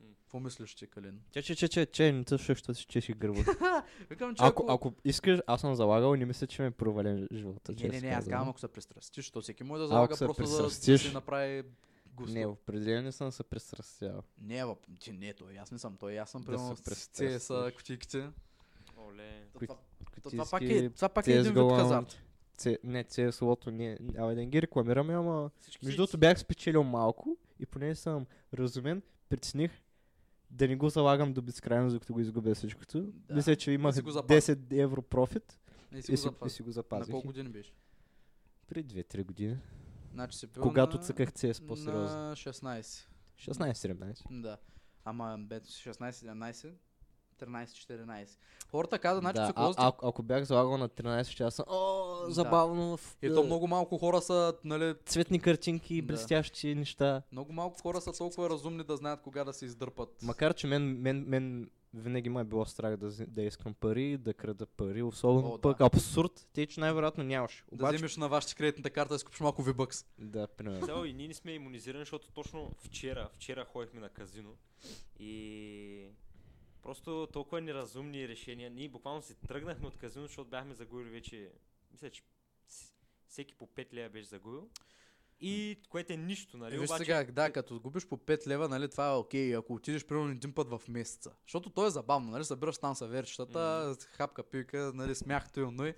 [SPEAKER 2] М.
[SPEAKER 3] Какво мислиш ти, Калин?
[SPEAKER 1] Че, че, че, че, че, не тъщаш, що си
[SPEAKER 3] <laughs>
[SPEAKER 1] чеши гърба.
[SPEAKER 3] Викам, че
[SPEAKER 1] ако, ако искаш, аз съм залагал и не мисля, че ме е провален живота.
[SPEAKER 3] Не, не,
[SPEAKER 1] честно
[SPEAKER 3] не, аз
[SPEAKER 1] казано.
[SPEAKER 3] казвам, ако се пристрастиш, то всеки може да
[SPEAKER 1] ако
[SPEAKER 3] залага
[SPEAKER 1] се
[SPEAKER 3] просто за да
[SPEAKER 1] пристрастиш-
[SPEAKER 3] си направи густо.
[SPEAKER 1] Не, е- определено не съм се пристрастявал.
[SPEAKER 3] Не, въп, ти не, е той аз не съм, той аз съм
[SPEAKER 1] Да
[SPEAKER 3] примерно
[SPEAKER 1] се
[SPEAKER 3] с тези са
[SPEAKER 1] престрастиш.
[SPEAKER 3] кутийките.
[SPEAKER 2] Оле.
[SPEAKER 3] То
[SPEAKER 1] Кои-
[SPEAKER 3] Това, то това пак е, това пак е
[SPEAKER 1] CS
[SPEAKER 3] един вид
[SPEAKER 1] Go
[SPEAKER 3] хазарт.
[SPEAKER 1] Це, не, CSLO-то не. Абе, да не ги рекламираме, ама...
[SPEAKER 2] Всички
[SPEAKER 1] Между другото бях спечелил малко и поне съм разумен, прецених да не го залагам до безкрайно, докато го изгубя всичкото.
[SPEAKER 3] Да.
[SPEAKER 1] Мисля, че имах
[SPEAKER 3] си го запазиш.
[SPEAKER 1] 10 евро профит
[SPEAKER 3] Не си
[SPEAKER 1] и
[SPEAKER 3] го
[SPEAKER 1] си, и
[SPEAKER 3] запазил.
[SPEAKER 1] си го
[SPEAKER 3] На
[SPEAKER 1] запазих.
[SPEAKER 3] колко години беше?
[SPEAKER 1] Преди 2-3 години,
[SPEAKER 3] Значи си бил
[SPEAKER 1] когато
[SPEAKER 3] на...
[SPEAKER 1] цъках CS по-сериозно.
[SPEAKER 3] На 16,
[SPEAKER 1] 16-17.
[SPEAKER 3] да. Ама бе, 16-17, 13-14. Хората казват, значи
[SPEAKER 1] да, а,
[SPEAKER 3] психолозите...
[SPEAKER 1] а, ако бях залагал на 13 часа, о,
[SPEAKER 3] Да.
[SPEAKER 1] забавно, в,
[SPEAKER 3] И то
[SPEAKER 1] да,
[SPEAKER 3] много малко хора са, нали,
[SPEAKER 1] цветни картинки,
[SPEAKER 3] Да.
[SPEAKER 1] блестящи неща.
[SPEAKER 3] много малко хора са толкова разумни да знаят кога да се издърпат.
[SPEAKER 1] Макар, че мен, мен, мен винаги ме е било страх да, взе- да искам пари, да крада пари, особено
[SPEAKER 3] О, да.
[SPEAKER 1] пък абсурд, те че най-вероятно нямаш.
[SPEAKER 3] Да
[SPEAKER 1] Обаче,
[SPEAKER 3] вземеш на вашата кредитната карта да си купиш малко V-Bucks.
[SPEAKER 1] да, примерно.
[SPEAKER 2] Цяло и ние не сме иммунизирани, защото точно вчера, вчера ходихме на казино и просто толкова неразумни решения. Ние буквално си тръгнахме от казино, защото бяхме загубили вече, мисля, че с- всеки по 5 лева беше загубил. И което е нищо, нали?
[SPEAKER 3] Е, Виж
[SPEAKER 2] Обаче,
[SPEAKER 3] сега, да, като губиш по 5 лева, нали, това е окей, ако отидеш примерно един път в месеца. Защото то е забавно, нали, събираш там съверчетата, хапка пилка, нали, смях той но и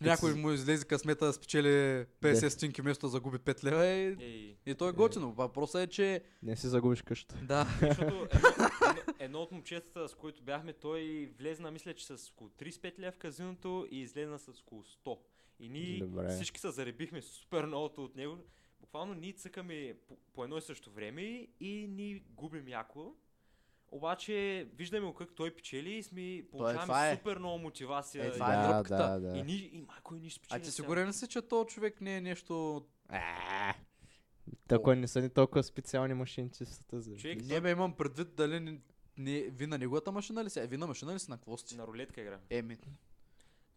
[SPEAKER 3] някой
[SPEAKER 1] си-
[SPEAKER 3] му излезе късмета да спечели 50 стинки вместо да загуби 5 лева и,
[SPEAKER 2] Ей,
[SPEAKER 3] и то е
[SPEAKER 1] Е.
[SPEAKER 3] готино. Въпросът е, че
[SPEAKER 1] Не си загубиш къщата.
[SPEAKER 3] да,
[SPEAKER 2] защото едно, едно, едно, от момчетата, с които бяхме, той влезна, мисля, че с около 35 лева в казиното и излезна с около 100. И ние
[SPEAKER 1] Добре.
[SPEAKER 2] Всички се заребихме супер многото от него. Буквално ние цъкаме по, по едно и също време и ни губим яко. Обаче виждаме го как той печели и сме
[SPEAKER 3] това
[SPEAKER 2] получаваме
[SPEAKER 3] е.
[SPEAKER 2] супер много мотивация.
[SPEAKER 3] Е,
[SPEAKER 2] и-
[SPEAKER 3] това е
[SPEAKER 1] да,
[SPEAKER 3] дръпката.
[SPEAKER 1] да, да.
[SPEAKER 2] И, ни, и майко и ни спечели.
[SPEAKER 3] а ти сигурен ли си, че то човек не е нещо...
[SPEAKER 1] А, Тако не са ни Е. толкова специални машинчетата за...
[SPEAKER 2] Човек,
[SPEAKER 3] Не бе, имам предвид дали не, не, ви на неговата машина ли си? Е, ви на машина ли си на какво си?
[SPEAKER 2] На рулетка игра.
[SPEAKER 3] Еми,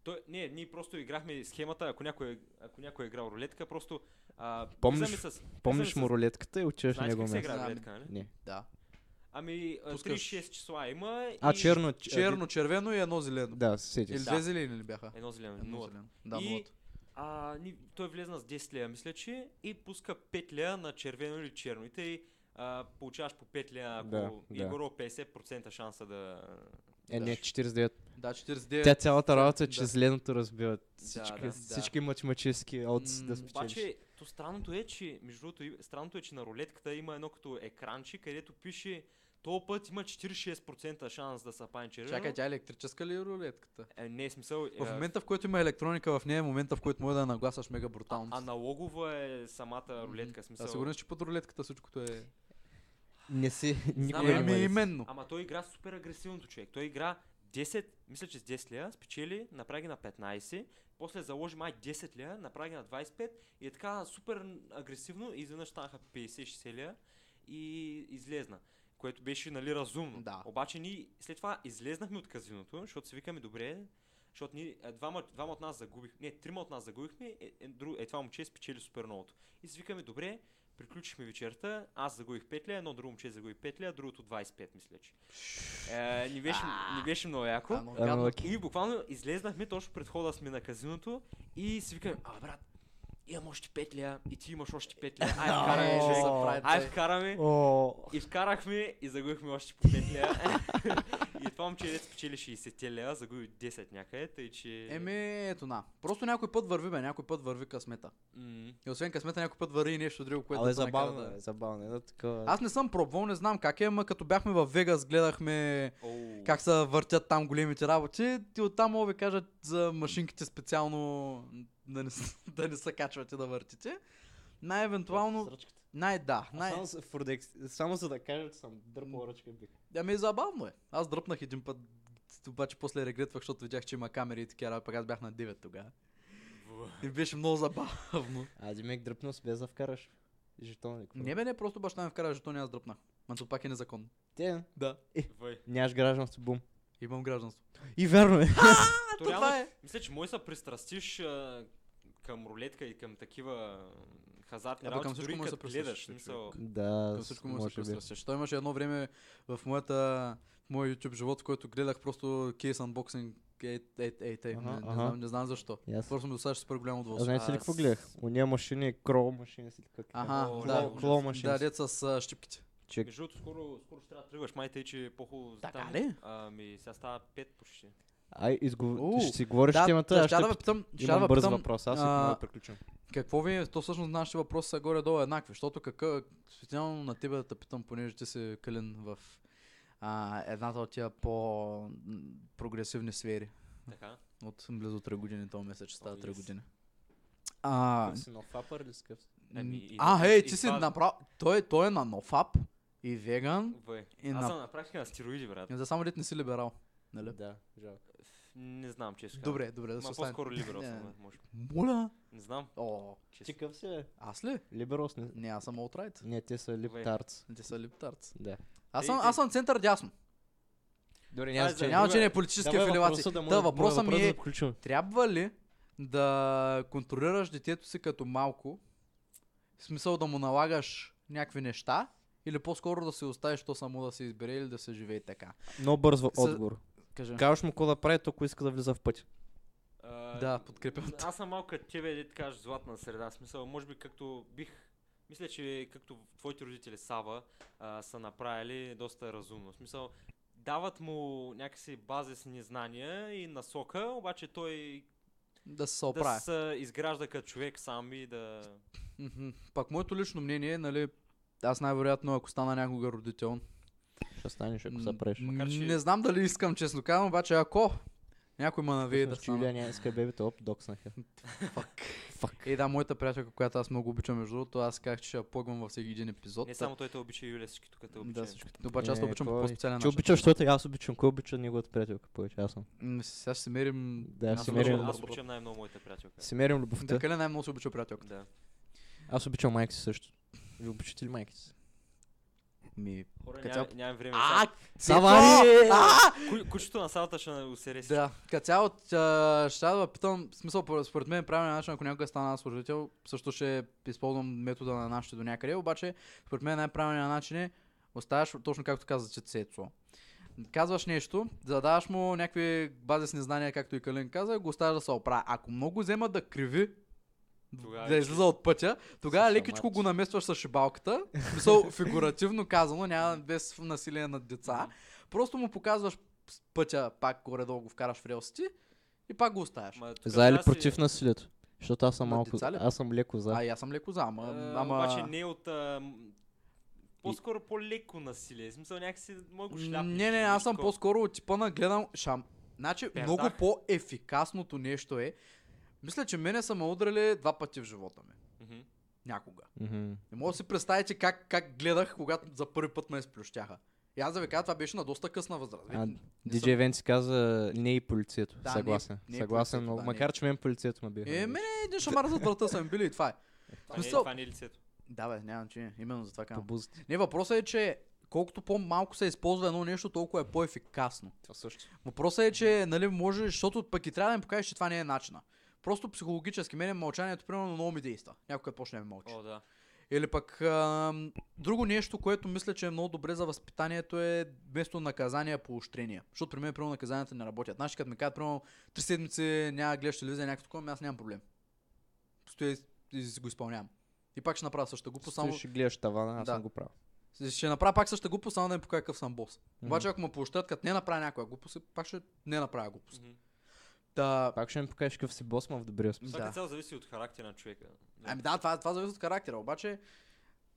[SPEAKER 2] Той, не, ние просто играхме схемата, ако някой, е- ако някой е играл рулетка, просто... А,
[SPEAKER 1] Помниш-
[SPEAKER 2] влизаме с,
[SPEAKER 1] Помниш
[SPEAKER 2] влизаме
[SPEAKER 1] му
[SPEAKER 2] с-
[SPEAKER 1] рулетката и отиваш на
[SPEAKER 2] Знаеш
[SPEAKER 1] него
[SPEAKER 2] как се
[SPEAKER 1] място.
[SPEAKER 2] играе
[SPEAKER 3] Знам.
[SPEAKER 2] рулетка, нали?
[SPEAKER 1] Не.
[SPEAKER 3] да.
[SPEAKER 2] Ами, а,
[SPEAKER 3] Пускаш-
[SPEAKER 2] 36 числа има и...
[SPEAKER 1] А, черно. ч-
[SPEAKER 3] Черно, червено и едно зелено.
[SPEAKER 1] Е, Да, се сетих.
[SPEAKER 3] Или
[SPEAKER 2] Да.
[SPEAKER 3] две зелени ли бяха?
[SPEAKER 2] Едно зелено,
[SPEAKER 3] Едно
[SPEAKER 2] нула.
[SPEAKER 3] зелено. Да,
[SPEAKER 2] И-
[SPEAKER 3] нулата.
[SPEAKER 2] А, ни, той влезна с 10 лея, мисля, че и пуска 5 лея на червено или черно. И тъй а, получаваш по 5 лея, ако
[SPEAKER 1] Да,
[SPEAKER 2] да,
[SPEAKER 1] да.
[SPEAKER 2] да. горе 50% шанса да...
[SPEAKER 1] Е, не,
[SPEAKER 3] Да.
[SPEAKER 1] 49.
[SPEAKER 3] Да, 49.
[SPEAKER 1] Тя цялата работа е, че
[SPEAKER 3] да.
[SPEAKER 1] зеленото разбиват. Всички,
[SPEAKER 3] да.
[SPEAKER 1] всички математически отци
[SPEAKER 3] М,
[SPEAKER 1] да
[SPEAKER 3] обаче-
[SPEAKER 1] спечелиш.
[SPEAKER 2] Обаче, то странното е, че, между другото, и- странното е, че на рулетката има едно като екранче, където пише то път има 46% шанс да са пани червено.
[SPEAKER 3] Чакай, тя е електрическа ли е рулетката?
[SPEAKER 2] Е, не е смисъл.
[SPEAKER 3] В момента, в който има електроника, в нея е момента, в който може да я нагласаш мега брутално. А,
[SPEAKER 2] аналогова е самата рулетка. Смисъл.
[SPEAKER 3] а сигурен, си, че под рулетката всичкото е...
[SPEAKER 1] Не си, никога
[SPEAKER 2] Ама
[SPEAKER 1] не
[SPEAKER 3] Еми,
[SPEAKER 1] ме
[SPEAKER 3] именно.
[SPEAKER 2] Ама той игра супер агресивното човек. Той игра 10, мисля, че с 10 лея, спечели, направи ги на 15, после заложи май 10 лея, направи ги на 25 и е така супер агресивно и изведнъж станаха 50-60 лея и излезна. Което беше, нали, разумно.
[SPEAKER 3] Да.
[SPEAKER 2] Обаче ние след това излезнахме от казиното, защото си викаме добре, защото ние, а, двама, двама от нас загубихме, не, трима от нас загубихме, е, е, друг, е това момче спечели супер многото. И си викаме, добре, приключихме вечерта, аз загубих 5 лея, едно друго момче загуби 5 лея, другото 25, мисля, че. Е, ни, беше, ни беше много яко.
[SPEAKER 3] Ама,
[SPEAKER 1] Ама,
[SPEAKER 3] гадно.
[SPEAKER 2] И буквално излезнахме точно пред хода сме на казиното и си викаме, а брат, имам още 5 лея и ти имаш още 5 лея. Ай, вкараме,
[SPEAKER 1] О,
[SPEAKER 2] човек.
[SPEAKER 1] се
[SPEAKER 3] прави
[SPEAKER 2] Ай,
[SPEAKER 3] тъй.
[SPEAKER 2] вкараме.
[SPEAKER 1] О,
[SPEAKER 2] И вкарахме и загубихме още по 5 лея. <laughs> и това момче дето спечели 60 лева, загуби 10 някъде, тъй че...
[SPEAKER 3] Еми, ето на. Просто някой път върви, бе, някой път върви късмета.
[SPEAKER 2] М,
[SPEAKER 3] И освен късмета, някой път върви и нещо друго, което
[SPEAKER 1] Абе,
[SPEAKER 3] те накара
[SPEAKER 1] забавно
[SPEAKER 3] да-
[SPEAKER 1] е, забавно е. Да, такова.
[SPEAKER 3] Аз не съм пробвал, не знам как е, ама като бяхме в Вегас, гледахме
[SPEAKER 2] оу.
[SPEAKER 3] как се въртят там големите работи и оттам мога да ви кажат за машинките специално да не, с- <laughs> да не се качвате да въртите. Най-евентуално, най да, най...
[SPEAKER 1] Само, с- в Rodex- само за да кажа, че съм дърпал ръчка бих.
[SPEAKER 3] Ами забавно е. Аз дръпнах един път, обаче после регретвах, защото видях, че има камери и такива, работи, пък аз бях на 9 тогава. И беше много
[SPEAKER 1] <laughs>
[SPEAKER 3] забавно.
[SPEAKER 1] А Димек дърпнал с без да вкараш. Жетон ли? нали, какво?
[SPEAKER 3] не бе, не, просто баща ми вкара жетони, аз дръпнах. Ма то пак е незаконно.
[SPEAKER 1] Те, Е,
[SPEAKER 3] Да.
[SPEAKER 2] Въй.
[SPEAKER 1] нямаш гражданство, бум.
[SPEAKER 3] Имам гражданство.
[SPEAKER 1] И верно е.
[SPEAKER 2] То
[SPEAKER 3] това
[SPEAKER 2] реално,
[SPEAKER 3] е.
[SPEAKER 2] Мисля, че може да се пристрастиш а, към рулетка и към такива м, хазартни
[SPEAKER 3] Абе,
[SPEAKER 2] работи,
[SPEAKER 3] към всичко
[SPEAKER 2] дори
[SPEAKER 3] може да
[SPEAKER 2] като
[SPEAKER 3] се
[SPEAKER 2] гледаш.
[SPEAKER 3] пристрастиш,
[SPEAKER 2] Смисъл,
[SPEAKER 1] да,
[SPEAKER 3] Към
[SPEAKER 1] с-
[SPEAKER 3] всичко му се
[SPEAKER 1] може би.
[SPEAKER 3] пристрастиш. Той имаше едно време в моята, в моя YouTube живот, в който гледах просто кейс анбоксинг. Ей, ей, ей, ей,
[SPEAKER 1] Аха,
[SPEAKER 3] не, не,
[SPEAKER 1] аха.
[SPEAKER 3] знам, не знам защо.
[SPEAKER 1] И аз-
[SPEAKER 3] Просто ми доставяше супер голямо
[SPEAKER 1] А
[SPEAKER 3] удоволствие.
[SPEAKER 1] знаете ли какво
[SPEAKER 2] аз-
[SPEAKER 1] гледах? Уния машини, крол машини си. как- е?
[SPEAKER 3] Аха,
[SPEAKER 2] О,
[SPEAKER 3] да.
[SPEAKER 1] Кло- Кло машини.
[SPEAKER 3] Да, дет с а, щипките.
[SPEAKER 1] Чек.
[SPEAKER 2] между другото, скоро, скоро ще трябва да тръгваш, май тъй, че е по-хубаво.
[SPEAKER 3] Така
[SPEAKER 2] там,
[SPEAKER 3] ли?
[SPEAKER 2] Ами, сега става 5 почти.
[SPEAKER 1] Ай, изгов...
[SPEAKER 3] Уу,
[SPEAKER 1] ще си говориш
[SPEAKER 3] да,
[SPEAKER 1] темата,
[SPEAKER 3] да,
[SPEAKER 1] аз ще
[SPEAKER 3] щя да
[SPEAKER 1] пи-
[SPEAKER 3] ви питам, ще да
[SPEAKER 1] имам
[SPEAKER 3] ви
[SPEAKER 1] бърз
[SPEAKER 3] питам,
[SPEAKER 1] въпрос, аз
[SPEAKER 3] а,
[SPEAKER 1] а... да приключим.
[SPEAKER 3] Какво ви е, то всъщност нашите въпроси са горе-долу еднакви, защото какъв, специално на тебе да те питам, понеже ти си кален в а, едната от тия по-прогресивни сфери
[SPEAKER 2] Така.
[SPEAKER 3] от близо 3 години, то мисля, че става
[SPEAKER 2] О,
[SPEAKER 3] 3
[SPEAKER 2] yes.
[SPEAKER 3] години. А,
[SPEAKER 1] Си нов апър или скъв?
[SPEAKER 2] Ами, и-
[SPEAKER 3] а,
[SPEAKER 2] и-
[SPEAKER 3] хей,
[SPEAKER 2] и
[SPEAKER 3] ти си
[SPEAKER 2] това-
[SPEAKER 3] направил, той, той е на нов ап и веган.
[SPEAKER 2] Въй.
[SPEAKER 3] И
[SPEAKER 2] Аз
[SPEAKER 3] на-
[SPEAKER 2] съм на практика на стероиди, брат.
[SPEAKER 3] За само дет не си либерал. Нали?
[SPEAKER 1] Да, жалко.
[SPEAKER 2] Не знам, честно. казано.
[SPEAKER 3] Добре, добре, да се
[SPEAKER 2] Ма
[SPEAKER 3] остане.
[SPEAKER 2] по-скоро либерал
[SPEAKER 3] Не, <laughs>
[SPEAKER 2] съм,
[SPEAKER 3] не.
[SPEAKER 2] бе, може.
[SPEAKER 3] Моля!
[SPEAKER 2] Не знам,
[SPEAKER 3] О,
[SPEAKER 1] Ти
[SPEAKER 2] честно.
[SPEAKER 1] къв си, бе?
[SPEAKER 3] аз ли?
[SPEAKER 1] Либерос не.
[SPEAKER 3] Не, аз съм аутрайт.
[SPEAKER 1] Не, те са липтарц.
[SPEAKER 3] Те са липтарци.
[SPEAKER 1] Да.
[SPEAKER 3] Аз
[SPEAKER 2] Ей,
[SPEAKER 3] съм,
[SPEAKER 2] ти-
[SPEAKER 3] аз съм център дясно.
[SPEAKER 1] Добре,
[SPEAKER 2] Е, няма
[SPEAKER 1] няма
[SPEAKER 2] значение.
[SPEAKER 1] значение.
[SPEAKER 3] Няма
[SPEAKER 2] добре.
[SPEAKER 3] че не е политически афилиации. Та въпросът ми е,
[SPEAKER 1] включвам.
[SPEAKER 3] трябва ли да контролираш детето си като малко, в смисъл да му налагаш някакви неща, или по-скоро да се оставиш то само да се избере или да се живее така.
[SPEAKER 1] Много бърз
[SPEAKER 3] С-
[SPEAKER 1] отговор.
[SPEAKER 3] Кажа.
[SPEAKER 1] Казваш му какво да прави, ако иска да влиза в пътя.
[SPEAKER 2] А,
[SPEAKER 3] Да, подкрепям те.
[SPEAKER 2] Аз съм малко като тебе, да ти кажа, златна среда. В Смисъл, може би както бих... Мисля, че както твоите родители Сава а, са направили доста разумно. В Смисъл, дават му някакси базисни знания и насока, обаче той
[SPEAKER 3] Да се
[SPEAKER 2] да
[SPEAKER 3] оправя.
[SPEAKER 2] се изгражда като човек сам и да...
[SPEAKER 3] Мгм. Пак моето лично мнение е, нали, аз най-вероятно, ако стана някога родител,
[SPEAKER 1] Ще станеш, ако
[SPEAKER 3] м,
[SPEAKER 1] се правиш.
[SPEAKER 2] Макар, че-
[SPEAKER 3] не знам дали искам, честно казвам, обаче ако някой ма навие да
[SPEAKER 1] Всъщност, че Юлия
[SPEAKER 3] стана.
[SPEAKER 1] няма иска бебето, оп, докснаха.
[SPEAKER 3] Фак.
[SPEAKER 1] Фак.
[SPEAKER 3] Е, да, моята приятелка, която аз много обичам, между другото, аз казах, че ще я плъгвам във всеки един епизод.
[SPEAKER 2] Не само той те обича, Юлия, всички тук те
[SPEAKER 3] Да,
[SPEAKER 2] обича.
[SPEAKER 3] всички. Обаче аз те
[SPEAKER 1] Е,
[SPEAKER 3] обичам по
[SPEAKER 1] кой?
[SPEAKER 3] по-специален
[SPEAKER 1] Ти
[SPEAKER 3] начин.
[SPEAKER 1] обичаш той, аз обичам. Кой обича неговата приятелка повече? Аз съм.
[SPEAKER 3] М, Сега ще се мерим...
[SPEAKER 1] Да,
[SPEAKER 3] аз
[SPEAKER 1] ще
[SPEAKER 2] Аз
[SPEAKER 1] си
[SPEAKER 3] съм
[SPEAKER 1] мерим.
[SPEAKER 2] обичам,
[SPEAKER 3] много
[SPEAKER 2] аз
[SPEAKER 3] добър
[SPEAKER 2] обичам най-много моята приятелка.
[SPEAKER 1] Си мерим любовта.
[SPEAKER 3] Така ли най-много се обича приятелката?
[SPEAKER 2] Да.
[SPEAKER 1] Аз обичам майка си също. Ви обичате ли майка си?
[SPEAKER 3] Ми...
[SPEAKER 2] Хора,
[SPEAKER 3] Като
[SPEAKER 2] ням,
[SPEAKER 3] цяло-
[SPEAKER 2] нямам време.
[SPEAKER 3] А,
[SPEAKER 2] Сега
[SPEAKER 1] Савари!
[SPEAKER 2] ку- Кучето на салата ще усери
[SPEAKER 3] Да, като цяло а, ще трябва да питам, в смисъл пор- според мен правилният начин, ако някога стана аз служител, също ще използвам метода на нашите до някъде, обаче според мен най-правилният начин е оставаш, точно както каза, че Цецо. Казваш нещо, задаваш му някакви базисни знания, както и Калин каза, го оставяш да се оправя. Ако много взема да криви,
[SPEAKER 2] Тогава
[SPEAKER 3] да
[SPEAKER 2] е,
[SPEAKER 3] излиза от пътя, тогава
[SPEAKER 1] С
[SPEAKER 3] лекичко
[SPEAKER 1] шамарче.
[SPEAKER 3] го наместваш с шибалката. В Смисъл, фигуративно казано, няма без насилие над деца. Просто му показваш с пътя, пак горе-долу го вкараш в релсите и пак го оставяш.
[SPEAKER 2] Ма, тук
[SPEAKER 1] За или
[SPEAKER 2] трябва да си-
[SPEAKER 1] против насилието? Защото аз съм
[SPEAKER 3] На
[SPEAKER 1] малко.
[SPEAKER 3] деца ли?
[SPEAKER 1] Аз съм леко за.
[SPEAKER 3] А, и аз съм леко за, ама...
[SPEAKER 2] А,
[SPEAKER 3] ама...
[SPEAKER 2] Е, Обаче не от... а, м, по-скоро по-леко насилие. В Смисъл някакси мога го шляпиш.
[SPEAKER 3] не, не, аз съм по-скоро от типа на гледам шам. Значи,
[SPEAKER 2] Пердах.
[SPEAKER 3] много по-ефикасното нещо е... Мисля, че мене са ме удрали два пъти в живота ми. Някога.
[SPEAKER 1] Мгм.
[SPEAKER 3] Не мога да си представите как, как гледах, когато за първи път ме изплющяха. И аз да ви кажа, това беше на доста късна възраст.
[SPEAKER 1] А,
[SPEAKER 3] Ве- не
[SPEAKER 1] Диджей
[SPEAKER 3] съм-
[SPEAKER 1] Венци каза не и полицейто.
[SPEAKER 3] Да, не-
[SPEAKER 1] Съгласен.
[SPEAKER 3] не и
[SPEAKER 1] Съгласен,
[SPEAKER 3] полицейто,
[SPEAKER 1] но
[SPEAKER 3] да, не.
[SPEAKER 1] макар че мен полицейто ме биха.
[SPEAKER 3] Е, мене един шамар за врата са ми били и това е.
[SPEAKER 2] Това, не, е-
[SPEAKER 3] Смисъл-
[SPEAKER 2] това не е лицето.
[SPEAKER 3] Да бе, няма значение, именно за това
[SPEAKER 1] По
[SPEAKER 3] казвам.
[SPEAKER 1] бузите.
[SPEAKER 3] Не, въпросът е, че колкото по-малко се използва едно нещо, толкова е по-ефикасно.
[SPEAKER 1] Това също.
[SPEAKER 3] Въпросът е, че нали, може, защото пък и трябва да им покажеш, че това не е начина. Просто психологически, мене мълчанието примерно много ми действа. Някой почне да ми мълчи.
[SPEAKER 2] О, да.
[SPEAKER 3] Или пък ам, друго нещо, което мисля, че е много добре за възпитанието е вместо наказания поощрения. Защото при мен, примерно, наказанията не работят. Наши, като ми кажат, примерно, три седмици няма да гледаш телевизия, някакво такова, ами аз нямам проблем. Стоя и, и си го изпълнявам. И пак ще направя същата глупост, само...
[SPEAKER 1] Само... Ще гледаш тавана, аз
[SPEAKER 3] Да.
[SPEAKER 1] съм го правил.
[SPEAKER 3] Ще направя пак същата глупост, само да им покажа какъв съм бос.
[SPEAKER 1] Мгм.
[SPEAKER 3] Обаче, ако ме поощрят, като не направя някоя глупост, пак ще не направя глупост.
[SPEAKER 2] Мгм.
[SPEAKER 3] Та,
[SPEAKER 1] Пак ще ми покажеш какъв си бос, ма в добрия смисъл.
[SPEAKER 2] Това
[SPEAKER 3] Да.
[SPEAKER 2] като цяло зависи от характера на човека.
[SPEAKER 3] Ами да, това, това зависи от характера, обаче...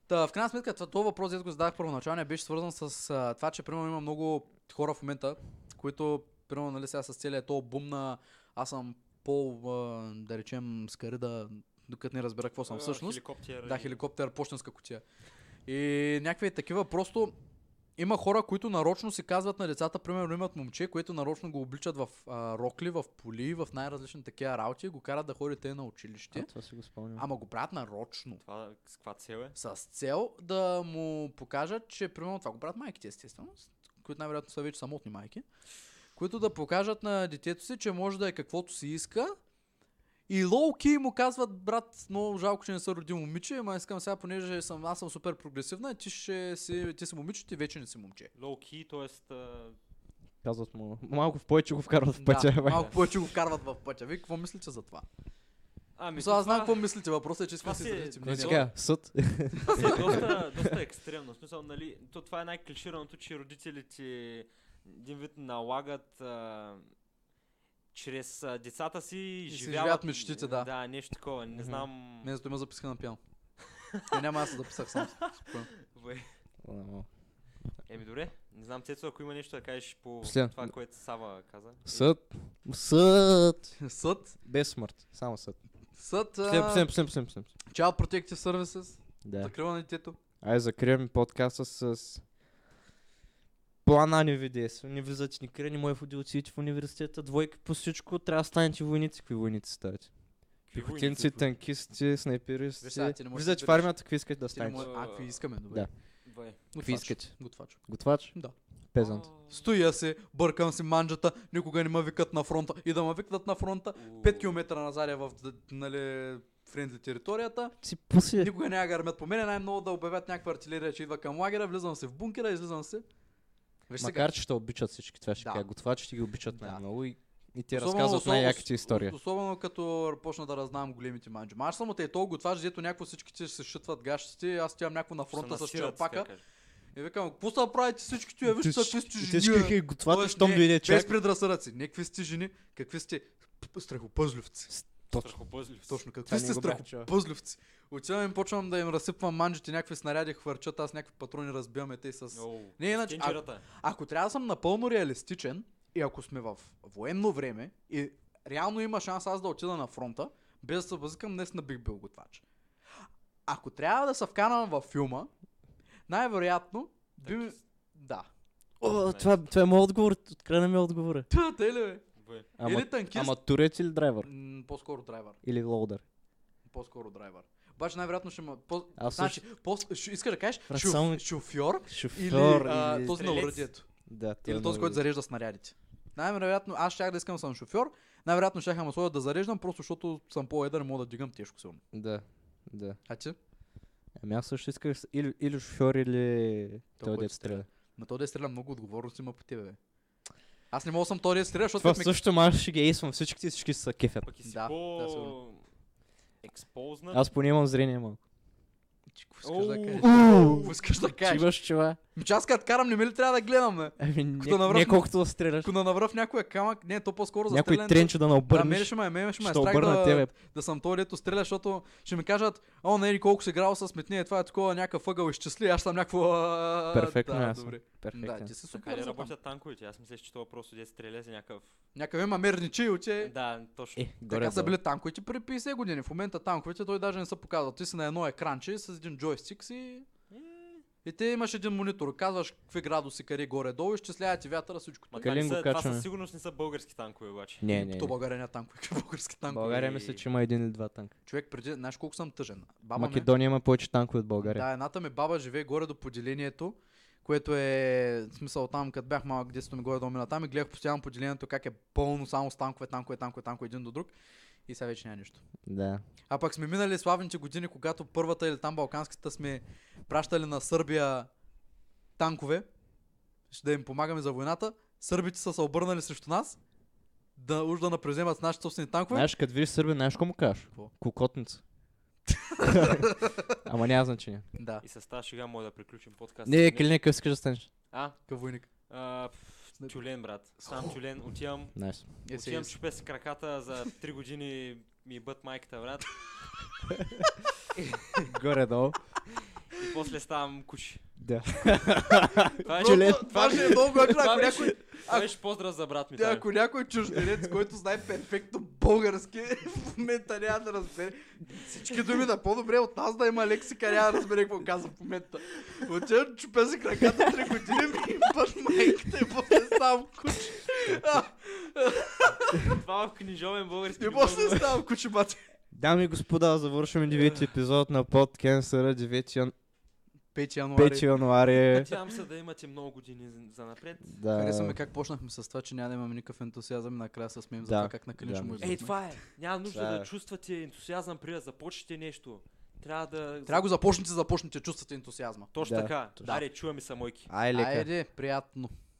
[SPEAKER 3] Та, в крайна сметка, това, това въпрос, дето го задах първоначалния, беше свързан с а, това, че примерно има много хора в момента, които, примерно, нали, сега с целият то бум на аз съм по, а, да речем, скарида, докато не разбера какво съм
[SPEAKER 2] А,
[SPEAKER 3] всъщност.
[SPEAKER 2] Хеликоптер.
[SPEAKER 3] Да,
[SPEAKER 2] е и-
[SPEAKER 3] хеликоптер, почтенска котия. И някакви такива просто има хора, които нарочно си казват на децата, примерно имат момче, което нарочно го обличат в а, рокли, в поли, в най-различни такива работи и го карат да ходи те на училище.
[SPEAKER 1] А, това си го спомням.
[SPEAKER 3] Ама го правят нарочно.
[SPEAKER 2] Това с каква цел е?
[SPEAKER 3] С цел да му покажат, че примерно това го правят майките, естествено, с- които най-вероятно са вече самотни майки, които да покажат на детето си, че може да е каквото си иска. И лоуки му казват, брат, много жалко, че не са роди момиче, ама искам сега, понеже съм, аз съм супер прогресивна, ти, ще си, ти си момиче, ти вече не си момче.
[SPEAKER 2] Low key, т.е. а,
[SPEAKER 1] Казват му, малко в повече го вкарват в пътя.
[SPEAKER 3] да,
[SPEAKER 1] бе.
[SPEAKER 3] малко повече го карват в пътя. Вие какво мислите за това?
[SPEAKER 2] Ами,
[SPEAKER 3] Мисля, аз знам
[SPEAKER 2] това-
[SPEAKER 3] какво мислите, въпросът е, че искам да си
[SPEAKER 2] това си е-
[SPEAKER 3] изразите
[SPEAKER 1] Кой
[SPEAKER 2] Не,
[SPEAKER 1] си
[SPEAKER 2] не,
[SPEAKER 3] мнение.
[SPEAKER 1] казва? Съд?
[SPEAKER 2] Това си е доста, <laughs> доста екстремно. В Смисъл, нали, то това е най-клишираното, че родителите един вид налагат а, чрез а, децата си и
[SPEAKER 3] си
[SPEAKER 2] живяват,
[SPEAKER 3] живеят мечтите, да.
[SPEAKER 2] Да, нещо такова. Не
[SPEAKER 1] Мгм.
[SPEAKER 2] знам...
[SPEAKER 3] Не, зато има записка на пиано. Не, няма аз се записах сам. спокойно.
[SPEAKER 2] <laughs> Бе.
[SPEAKER 1] Ламо.
[SPEAKER 2] Еми добре, не знам Цецо, ако има нещо да кажеш по
[SPEAKER 1] Последно.
[SPEAKER 2] това, което Сава каза.
[SPEAKER 1] Съд. <laughs> Съд.
[SPEAKER 3] Съд.
[SPEAKER 1] Без смърт. Само съд.
[SPEAKER 3] Съд.
[SPEAKER 1] Псем,
[SPEAKER 3] а,
[SPEAKER 1] псем, псем, псем, псем.
[SPEAKER 3] Child Protective Services.
[SPEAKER 1] Да.
[SPEAKER 3] Закрива на детето.
[SPEAKER 1] Ай, закриваме подкаста с план А не ви действа. Не влизате ни крени, мое ходи отидете в университета, двойки по всичко, трябва да станете войници. Какви войници ставате?
[SPEAKER 2] Какви войници,
[SPEAKER 1] Пехотинци,
[SPEAKER 2] бе?
[SPEAKER 1] танкисти,
[SPEAKER 3] Виж
[SPEAKER 1] снайперисти.
[SPEAKER 3] сега, ти не можеш да
[SPEAKER 1] Влизате в
[SPEAKER 3] избереш.
[SPEAKER 1] армията, какви искате да
[SPEAKER 3] Ти не
[SPEAKER 1] станете?
[SPEAKER 3] може- А, ако искаме, добре.
[SPEAKER 1] Да.
[SPEAKER 2] Бай.
[SPEAKER 1] Какви
[SPEAKER 3] Готвач.
[SPEAKER 1] искате?
[SPEAKER 3] Готвач.
[SPEAKER 1] Готвач?
[SPEAKER 3] Да.
[SPEAKER 1] Пезант.
[SPEAKER 2] А,
[SPEAKER 3] Стоя се, бъркам си манджата, никога не ме викат на фронта. И да ме викнат на фронта,
[SPEAKER 2] у.
[SPEAKER 3] 5 км назад е в д- нали, френдли територията.
[SPEAKER 1] Си пуси.
[SPEAKER 3] Никога няма да гърмят по мене, най-много да обявят някаква артилерия, че идва към лагера, влизам се в бункера, излизам се. Виж сега,
[SPEAKER 1] Макар, че ще обичат всички, това ще
[SPEAKER 3] Да.
[SPEAKER 1] кажа. Готвачите ги обичат
[SPEAKER 3] Да.
[SPEAKER 1] най-много и, и те
[SPEAKER 3] Особено-
[SPEAKER 1] разказват
[SPEAKER 3] особено- Е,
[SPEAKER 1] най-яките истории.
[SPEAKER 3] ос- Особено като почна да разнавам големите манджи. Ма аз само те е толкова готвач, дето някакво всичките ще се шътват гащите, аз стоям някакво на
[SPEAKER 2] Се
[SPEAKER 3] фронта с
[SPEAKER 2] насират,
[SPEAKER 3] черпака.
[SPEAKER 2] така кажа.
[SPEAKER 3] И викам, какво са да правите всички тия, вижте са, какви сте
[SPEAKER 1] И
[SPEAKER 3] жени.
[SPEAKER 1] Те
[SPEAKER 3] бе?»
[SPEAKER 1] ще ги готвачи,
[SPEAKER 3] Тоест,
[SPEAKER 1] щом
[SPEAKER 3] не,
[SPEAKER 1] дойде
[SPEAKER 3] Без
[SPEAKER 1] чак.
[SPEAKER 3] предразсъдъци. Не какви сте жени, какви сте п- страхопъзливци.
[SPEAKER 1] Точно.
[SPEAKER 2] Страхопъзлив си.
[SPEAKER 3] Точно, какви
[SPEAKER 1] Това не
[SPEAKER 3] сте
[SPEAKER 1] го бях чувал.
[SPEAKER 3] страхопъзливци. Отивам и почвам да им разсипвам манджите, някакви снаряди хвърчат, аз някакви патрони разбиваме те с...
[SPEAKER 2] Оу,
[SPEAKER 3] Не, иначе, а-
[SPEAKER 2] тенджерата.
[SPEAKER 3] Ако трябва да съм напълно реалистичен и ако сме в военно време и реално има шанс аз да отида на фронта, без да се възикам, днес не бих бил готвач. Ако трябва да се вкарам във филма, най-вероятно би ми...
[SPEAKER 2] Танкист.
[SPEAKER 3] Да.
[SPEAKER 1] О,
[SPEAKER 2] Най-
[SPEAKER 1] това, това е моят отговор. Открадна ми отговора.
[SPEAKER 3] Та, те ли бе?
[SPEAKER 2] Бай.
[SPEAKER 1] Ама,
[SPEAKER 3] Или танкист,
[SPEAKER 1] ама турец или драйвер?
[SPEAKER 3] м, по-скоро драйвер.
[SPEAKER 1] Или лоудър?
[SPEAKER 3] По-скоро драйвер. Обаче най-вероятно ще има... По...
[SPEAKER 1] Аз
[SPEAKER 3] значи, по... ще- искаш да кажеш
[SPEAKER 1] Брат,
[SPEAKER 3] шоф...
[SPEAKER 1] само-
[SPEAKER 3] шофьор
[SPEAKER 1] Шофьор
[SPEAKER 3] или, а, този на
[SPEAKER 2] стрелец.
[SPEAKER 3] оръдието.
[SPEAKER 1] Да, той
[SPEAKER 3] Или
[SPEAKER 1] е
[SPEAKER 3] този,
[SPEAKER 1] много
[SPEAKER 3] който зарежда снарядите. Най-вероятно, аз щях да искам да съм шофьор, най-вероятно щях ме сложат да зареждам, просто защото съм по-едър и мога да дигам тежко силно.
[SPEAKER 1] добър. Да, да.
[SPEAKER 3] А ти?
[SPEAKER 1] Ами аз също исках с- или, или шофьор, или той
[SPEAKER 3] който
[SPEAKER 1] дет стреля.
[SPEAKER 3] Ма той да стреля много отговорност има по тебе, бе. Аз не мога да съм той да стреля, защото
[SPEAKER 1] Това
[SPEAKER 3] като ме...
[SPEAKER 1] също май ще ги ейсвам всичките, и всички са кефят.
[SPEAKER 2] Пък и си
[SPEAKER 3] Да, да,
[SPEAKER 2] по...
[SPEAKER 3] сигурно.
[SPEAKER 2] Експознат.
[SPEAKER 1] Аз поне имам зрение малко.
[SPEAKER 3] Ти какво искаш да
[SPEAKER 2] Оу.
[SPEAKER 3] кажеш?
[SPEAKER 1] Уу,
[SPEAKER 3] Какво искаш да
[SPEAKER 1] Ти
[SPEAKER 3] кажеш?
[SPEAKER 1] имаш чува.
[SPEAKER 3] Ми че аз като карам, не ми ли трябва да гледам, бе?
[SPEAKER 1] Ами
[SPEAKER 3] Като
[SPEAKER 1] не,
[SPEAKER 3] навръх-
[SPEAKER 1] не колкото да стреляш.
[SPEAKER 3] Ако да навръв някоя камък, не, то по-скоро за
[SPEAKER 1] Някой
[SPEAKER 3] стрелянето-
[SPEAKER 1] тренчо да
[SPEAKER 3] Да, мене
[SPEAKER 1] наобърнеш.
[SPEAKER 3] ще ме, мене ще ме е
[SPEAKER 1] Ще
[SPEAKER 3] страх да,
[SPEAKER 1] обърна тебе.
[SPEAKER 3] да съм той, дето стреля, защото ще ми кажат, о, не, еди колко се грал с метния, това е такова някакъв ъгъл изчисли, аз съм някакво... а,
[SPEAKER 1] Перфектно,
[SPEAKER 3] да,
[SPEAKER 1] аз съм.
[SPEAKER 3] добре. Да,
[SPEAKER 1] Перфектен.
[SPEAKER 3] ти си
[SPEAKER 2] Така
[SPEAKER 3] супер
[SPEAKER 2] ли е,
[SPEAKER 3] запам.
[SPEAKER 2] работят танковете? Аз мисля, че това просто дет стреля за някакъв...
[SPEAKER 3] Някакъв има мерничи и оте.
[SPEAKER 2] Да, точно.
[SPEAKER 1] Е, горе
[SPEAKER 3] Така са били танковете при 50 години. В момента танковете той даже не се показва. Ти си на едно екранче с един джойстик си. И те имаш един монитор. Казваш какви градуси, къде горе-долу, изчислява ти вятъра, всичко.
[SPEAKER 2] Ма
[SPEAKER 1] Къде
[SPEAKER 2] това не
[SPEAKER 1] ли го
[SPEAKER 2] са- това
[SPEAKER 1] качваме?
[SPEAKER 2] със сигурност не са български танкове обаче.
[SPEAKER 1] Не, не,
[SPEAKER 3] То
[SPEAKER 1] не.
[SPEAKER 3] България няма танкове, <laughs> какви български танкове.
[SPEAKER 1] България мисля, че има един или два танка.
[SPEAKER 3] Човек преди, знаеш колко съм тъжен. Баба ме-
[SPEAKER 1] Македония има повече танкове от България.
[SPEAKER 3] Да, едната ми баба живее горе до поделението, което е, в смисъл там, като бях малък, детството ми горе до мина там и гледах постоянно поделението как е пълно само с танкове, танкове, танкове, танкове, един до друг. И сега вече няма нищо.
[SPEAKER 1] Да.
[SPEAKER 3] А пък сме минали славните години, когато първата или там балканската сме пращали на Сърбия танкове, ще да им помагаме за войната. Сърбите са се обърнали срещу нас, да уж да напреземат с нашите собствени танкове.
[SPEAKER 1] Знаеш, като видиш сърби, знаеш какво му кажеш?
[SPEAKER 3] Какво? <laughs>
[SPEAKER 1] Кокотница. Ама няма значение.
[SPEAKER 3] Да,
[SPEAKER 2] И с тази шега мога да приключим подкаста.
[SPEAKER 1] Не, е, Калина, къв искаш да станеш?
[SPEAKER 2] А,
[SPEAKER 3] към войник.
[SPEAKER 2] а, пф,
[SPEAKER 3] След-
[SPEAKER 2] тюлен, брат. Сам тюлен. Отивам,
[SPEAKER 1] Найс.
[SPEAKER 3] Е, се, е,
[SPEAKER 2] отивам
[SPEAKER 3] се.
[SPEAKER 2] чупе с краката за 3 години ми бъд майката, брат.
[SPEAKER 1] Горе-долу.
[SPEAKER 2] И после ставам куче.
[SPEAKER 1] Да.
[SPEAKER 2] Това е
[SPEAKER 1] Тюлен.
[SPEAKER 3] Това ще е много яко,
[SPEAKER 2] Това
[SPEAKER 3] ако
[SPEAKER 2] беше-
[SPEAKER 3] някой
[SPEAKER 2] това беше поздрав за брат ми. е.
[SPEAKER 3] Те,
[SPEAKER 2] Таня.
[SPEAKER 3] ако някой чужденец, който знае перфектно български, <laughs> в момента няма да разбере. Всички думи да по-добре от нас да има лексика, няма да разбере какво каза в момента. Отивам, чупя си краката три години ми и пъш майката и после ставам куче. А,
[SPEAKER 2] Това в книжовен български.
[SPEAKER 3] И
[SPEAKER 2] любов.
[SPEAKER 3] после ставам куче, бате.
[SPEAKER 1] Дами и господа, завършваме девети епизод на подкенсъра 9 ян-
[SPEAKER 3] 5
[SPEAKER 1] 5 януари.
[SPEAKER 2] Надявам се да имате много години за напред.
[SPEAKER 1] Да.
[SPEAKER 3] как почнахме с това, че няма да имаме никакъв ентусиазъм и накрая се смеем
[SPEAKER 1] за Да, това как
[SPEAKER 3] на
[SPEAKER 1] Калин да. ще му
[SPEAKER 2] Ей, това е. Няма нужда
[SPEAKER 1] Това е.
[SPEAKER 2] да чувствате ентусиазъм преди да започнете нещо. Трябва да...
[SPEAKER 3] Трябва да го започнете, започнете, чувствате ентусиазма.
[SPEAKER 2] Точно
[SPEAKER 1] Да,
[SPEAKER 2] така.
[SPEAKER 1] точно.
[SPEAKER 2] Даре, чуваме са мойки.
[SPEAKER 1] Ай, Е, лека.
[SPEAKER 3] Айде, приятно.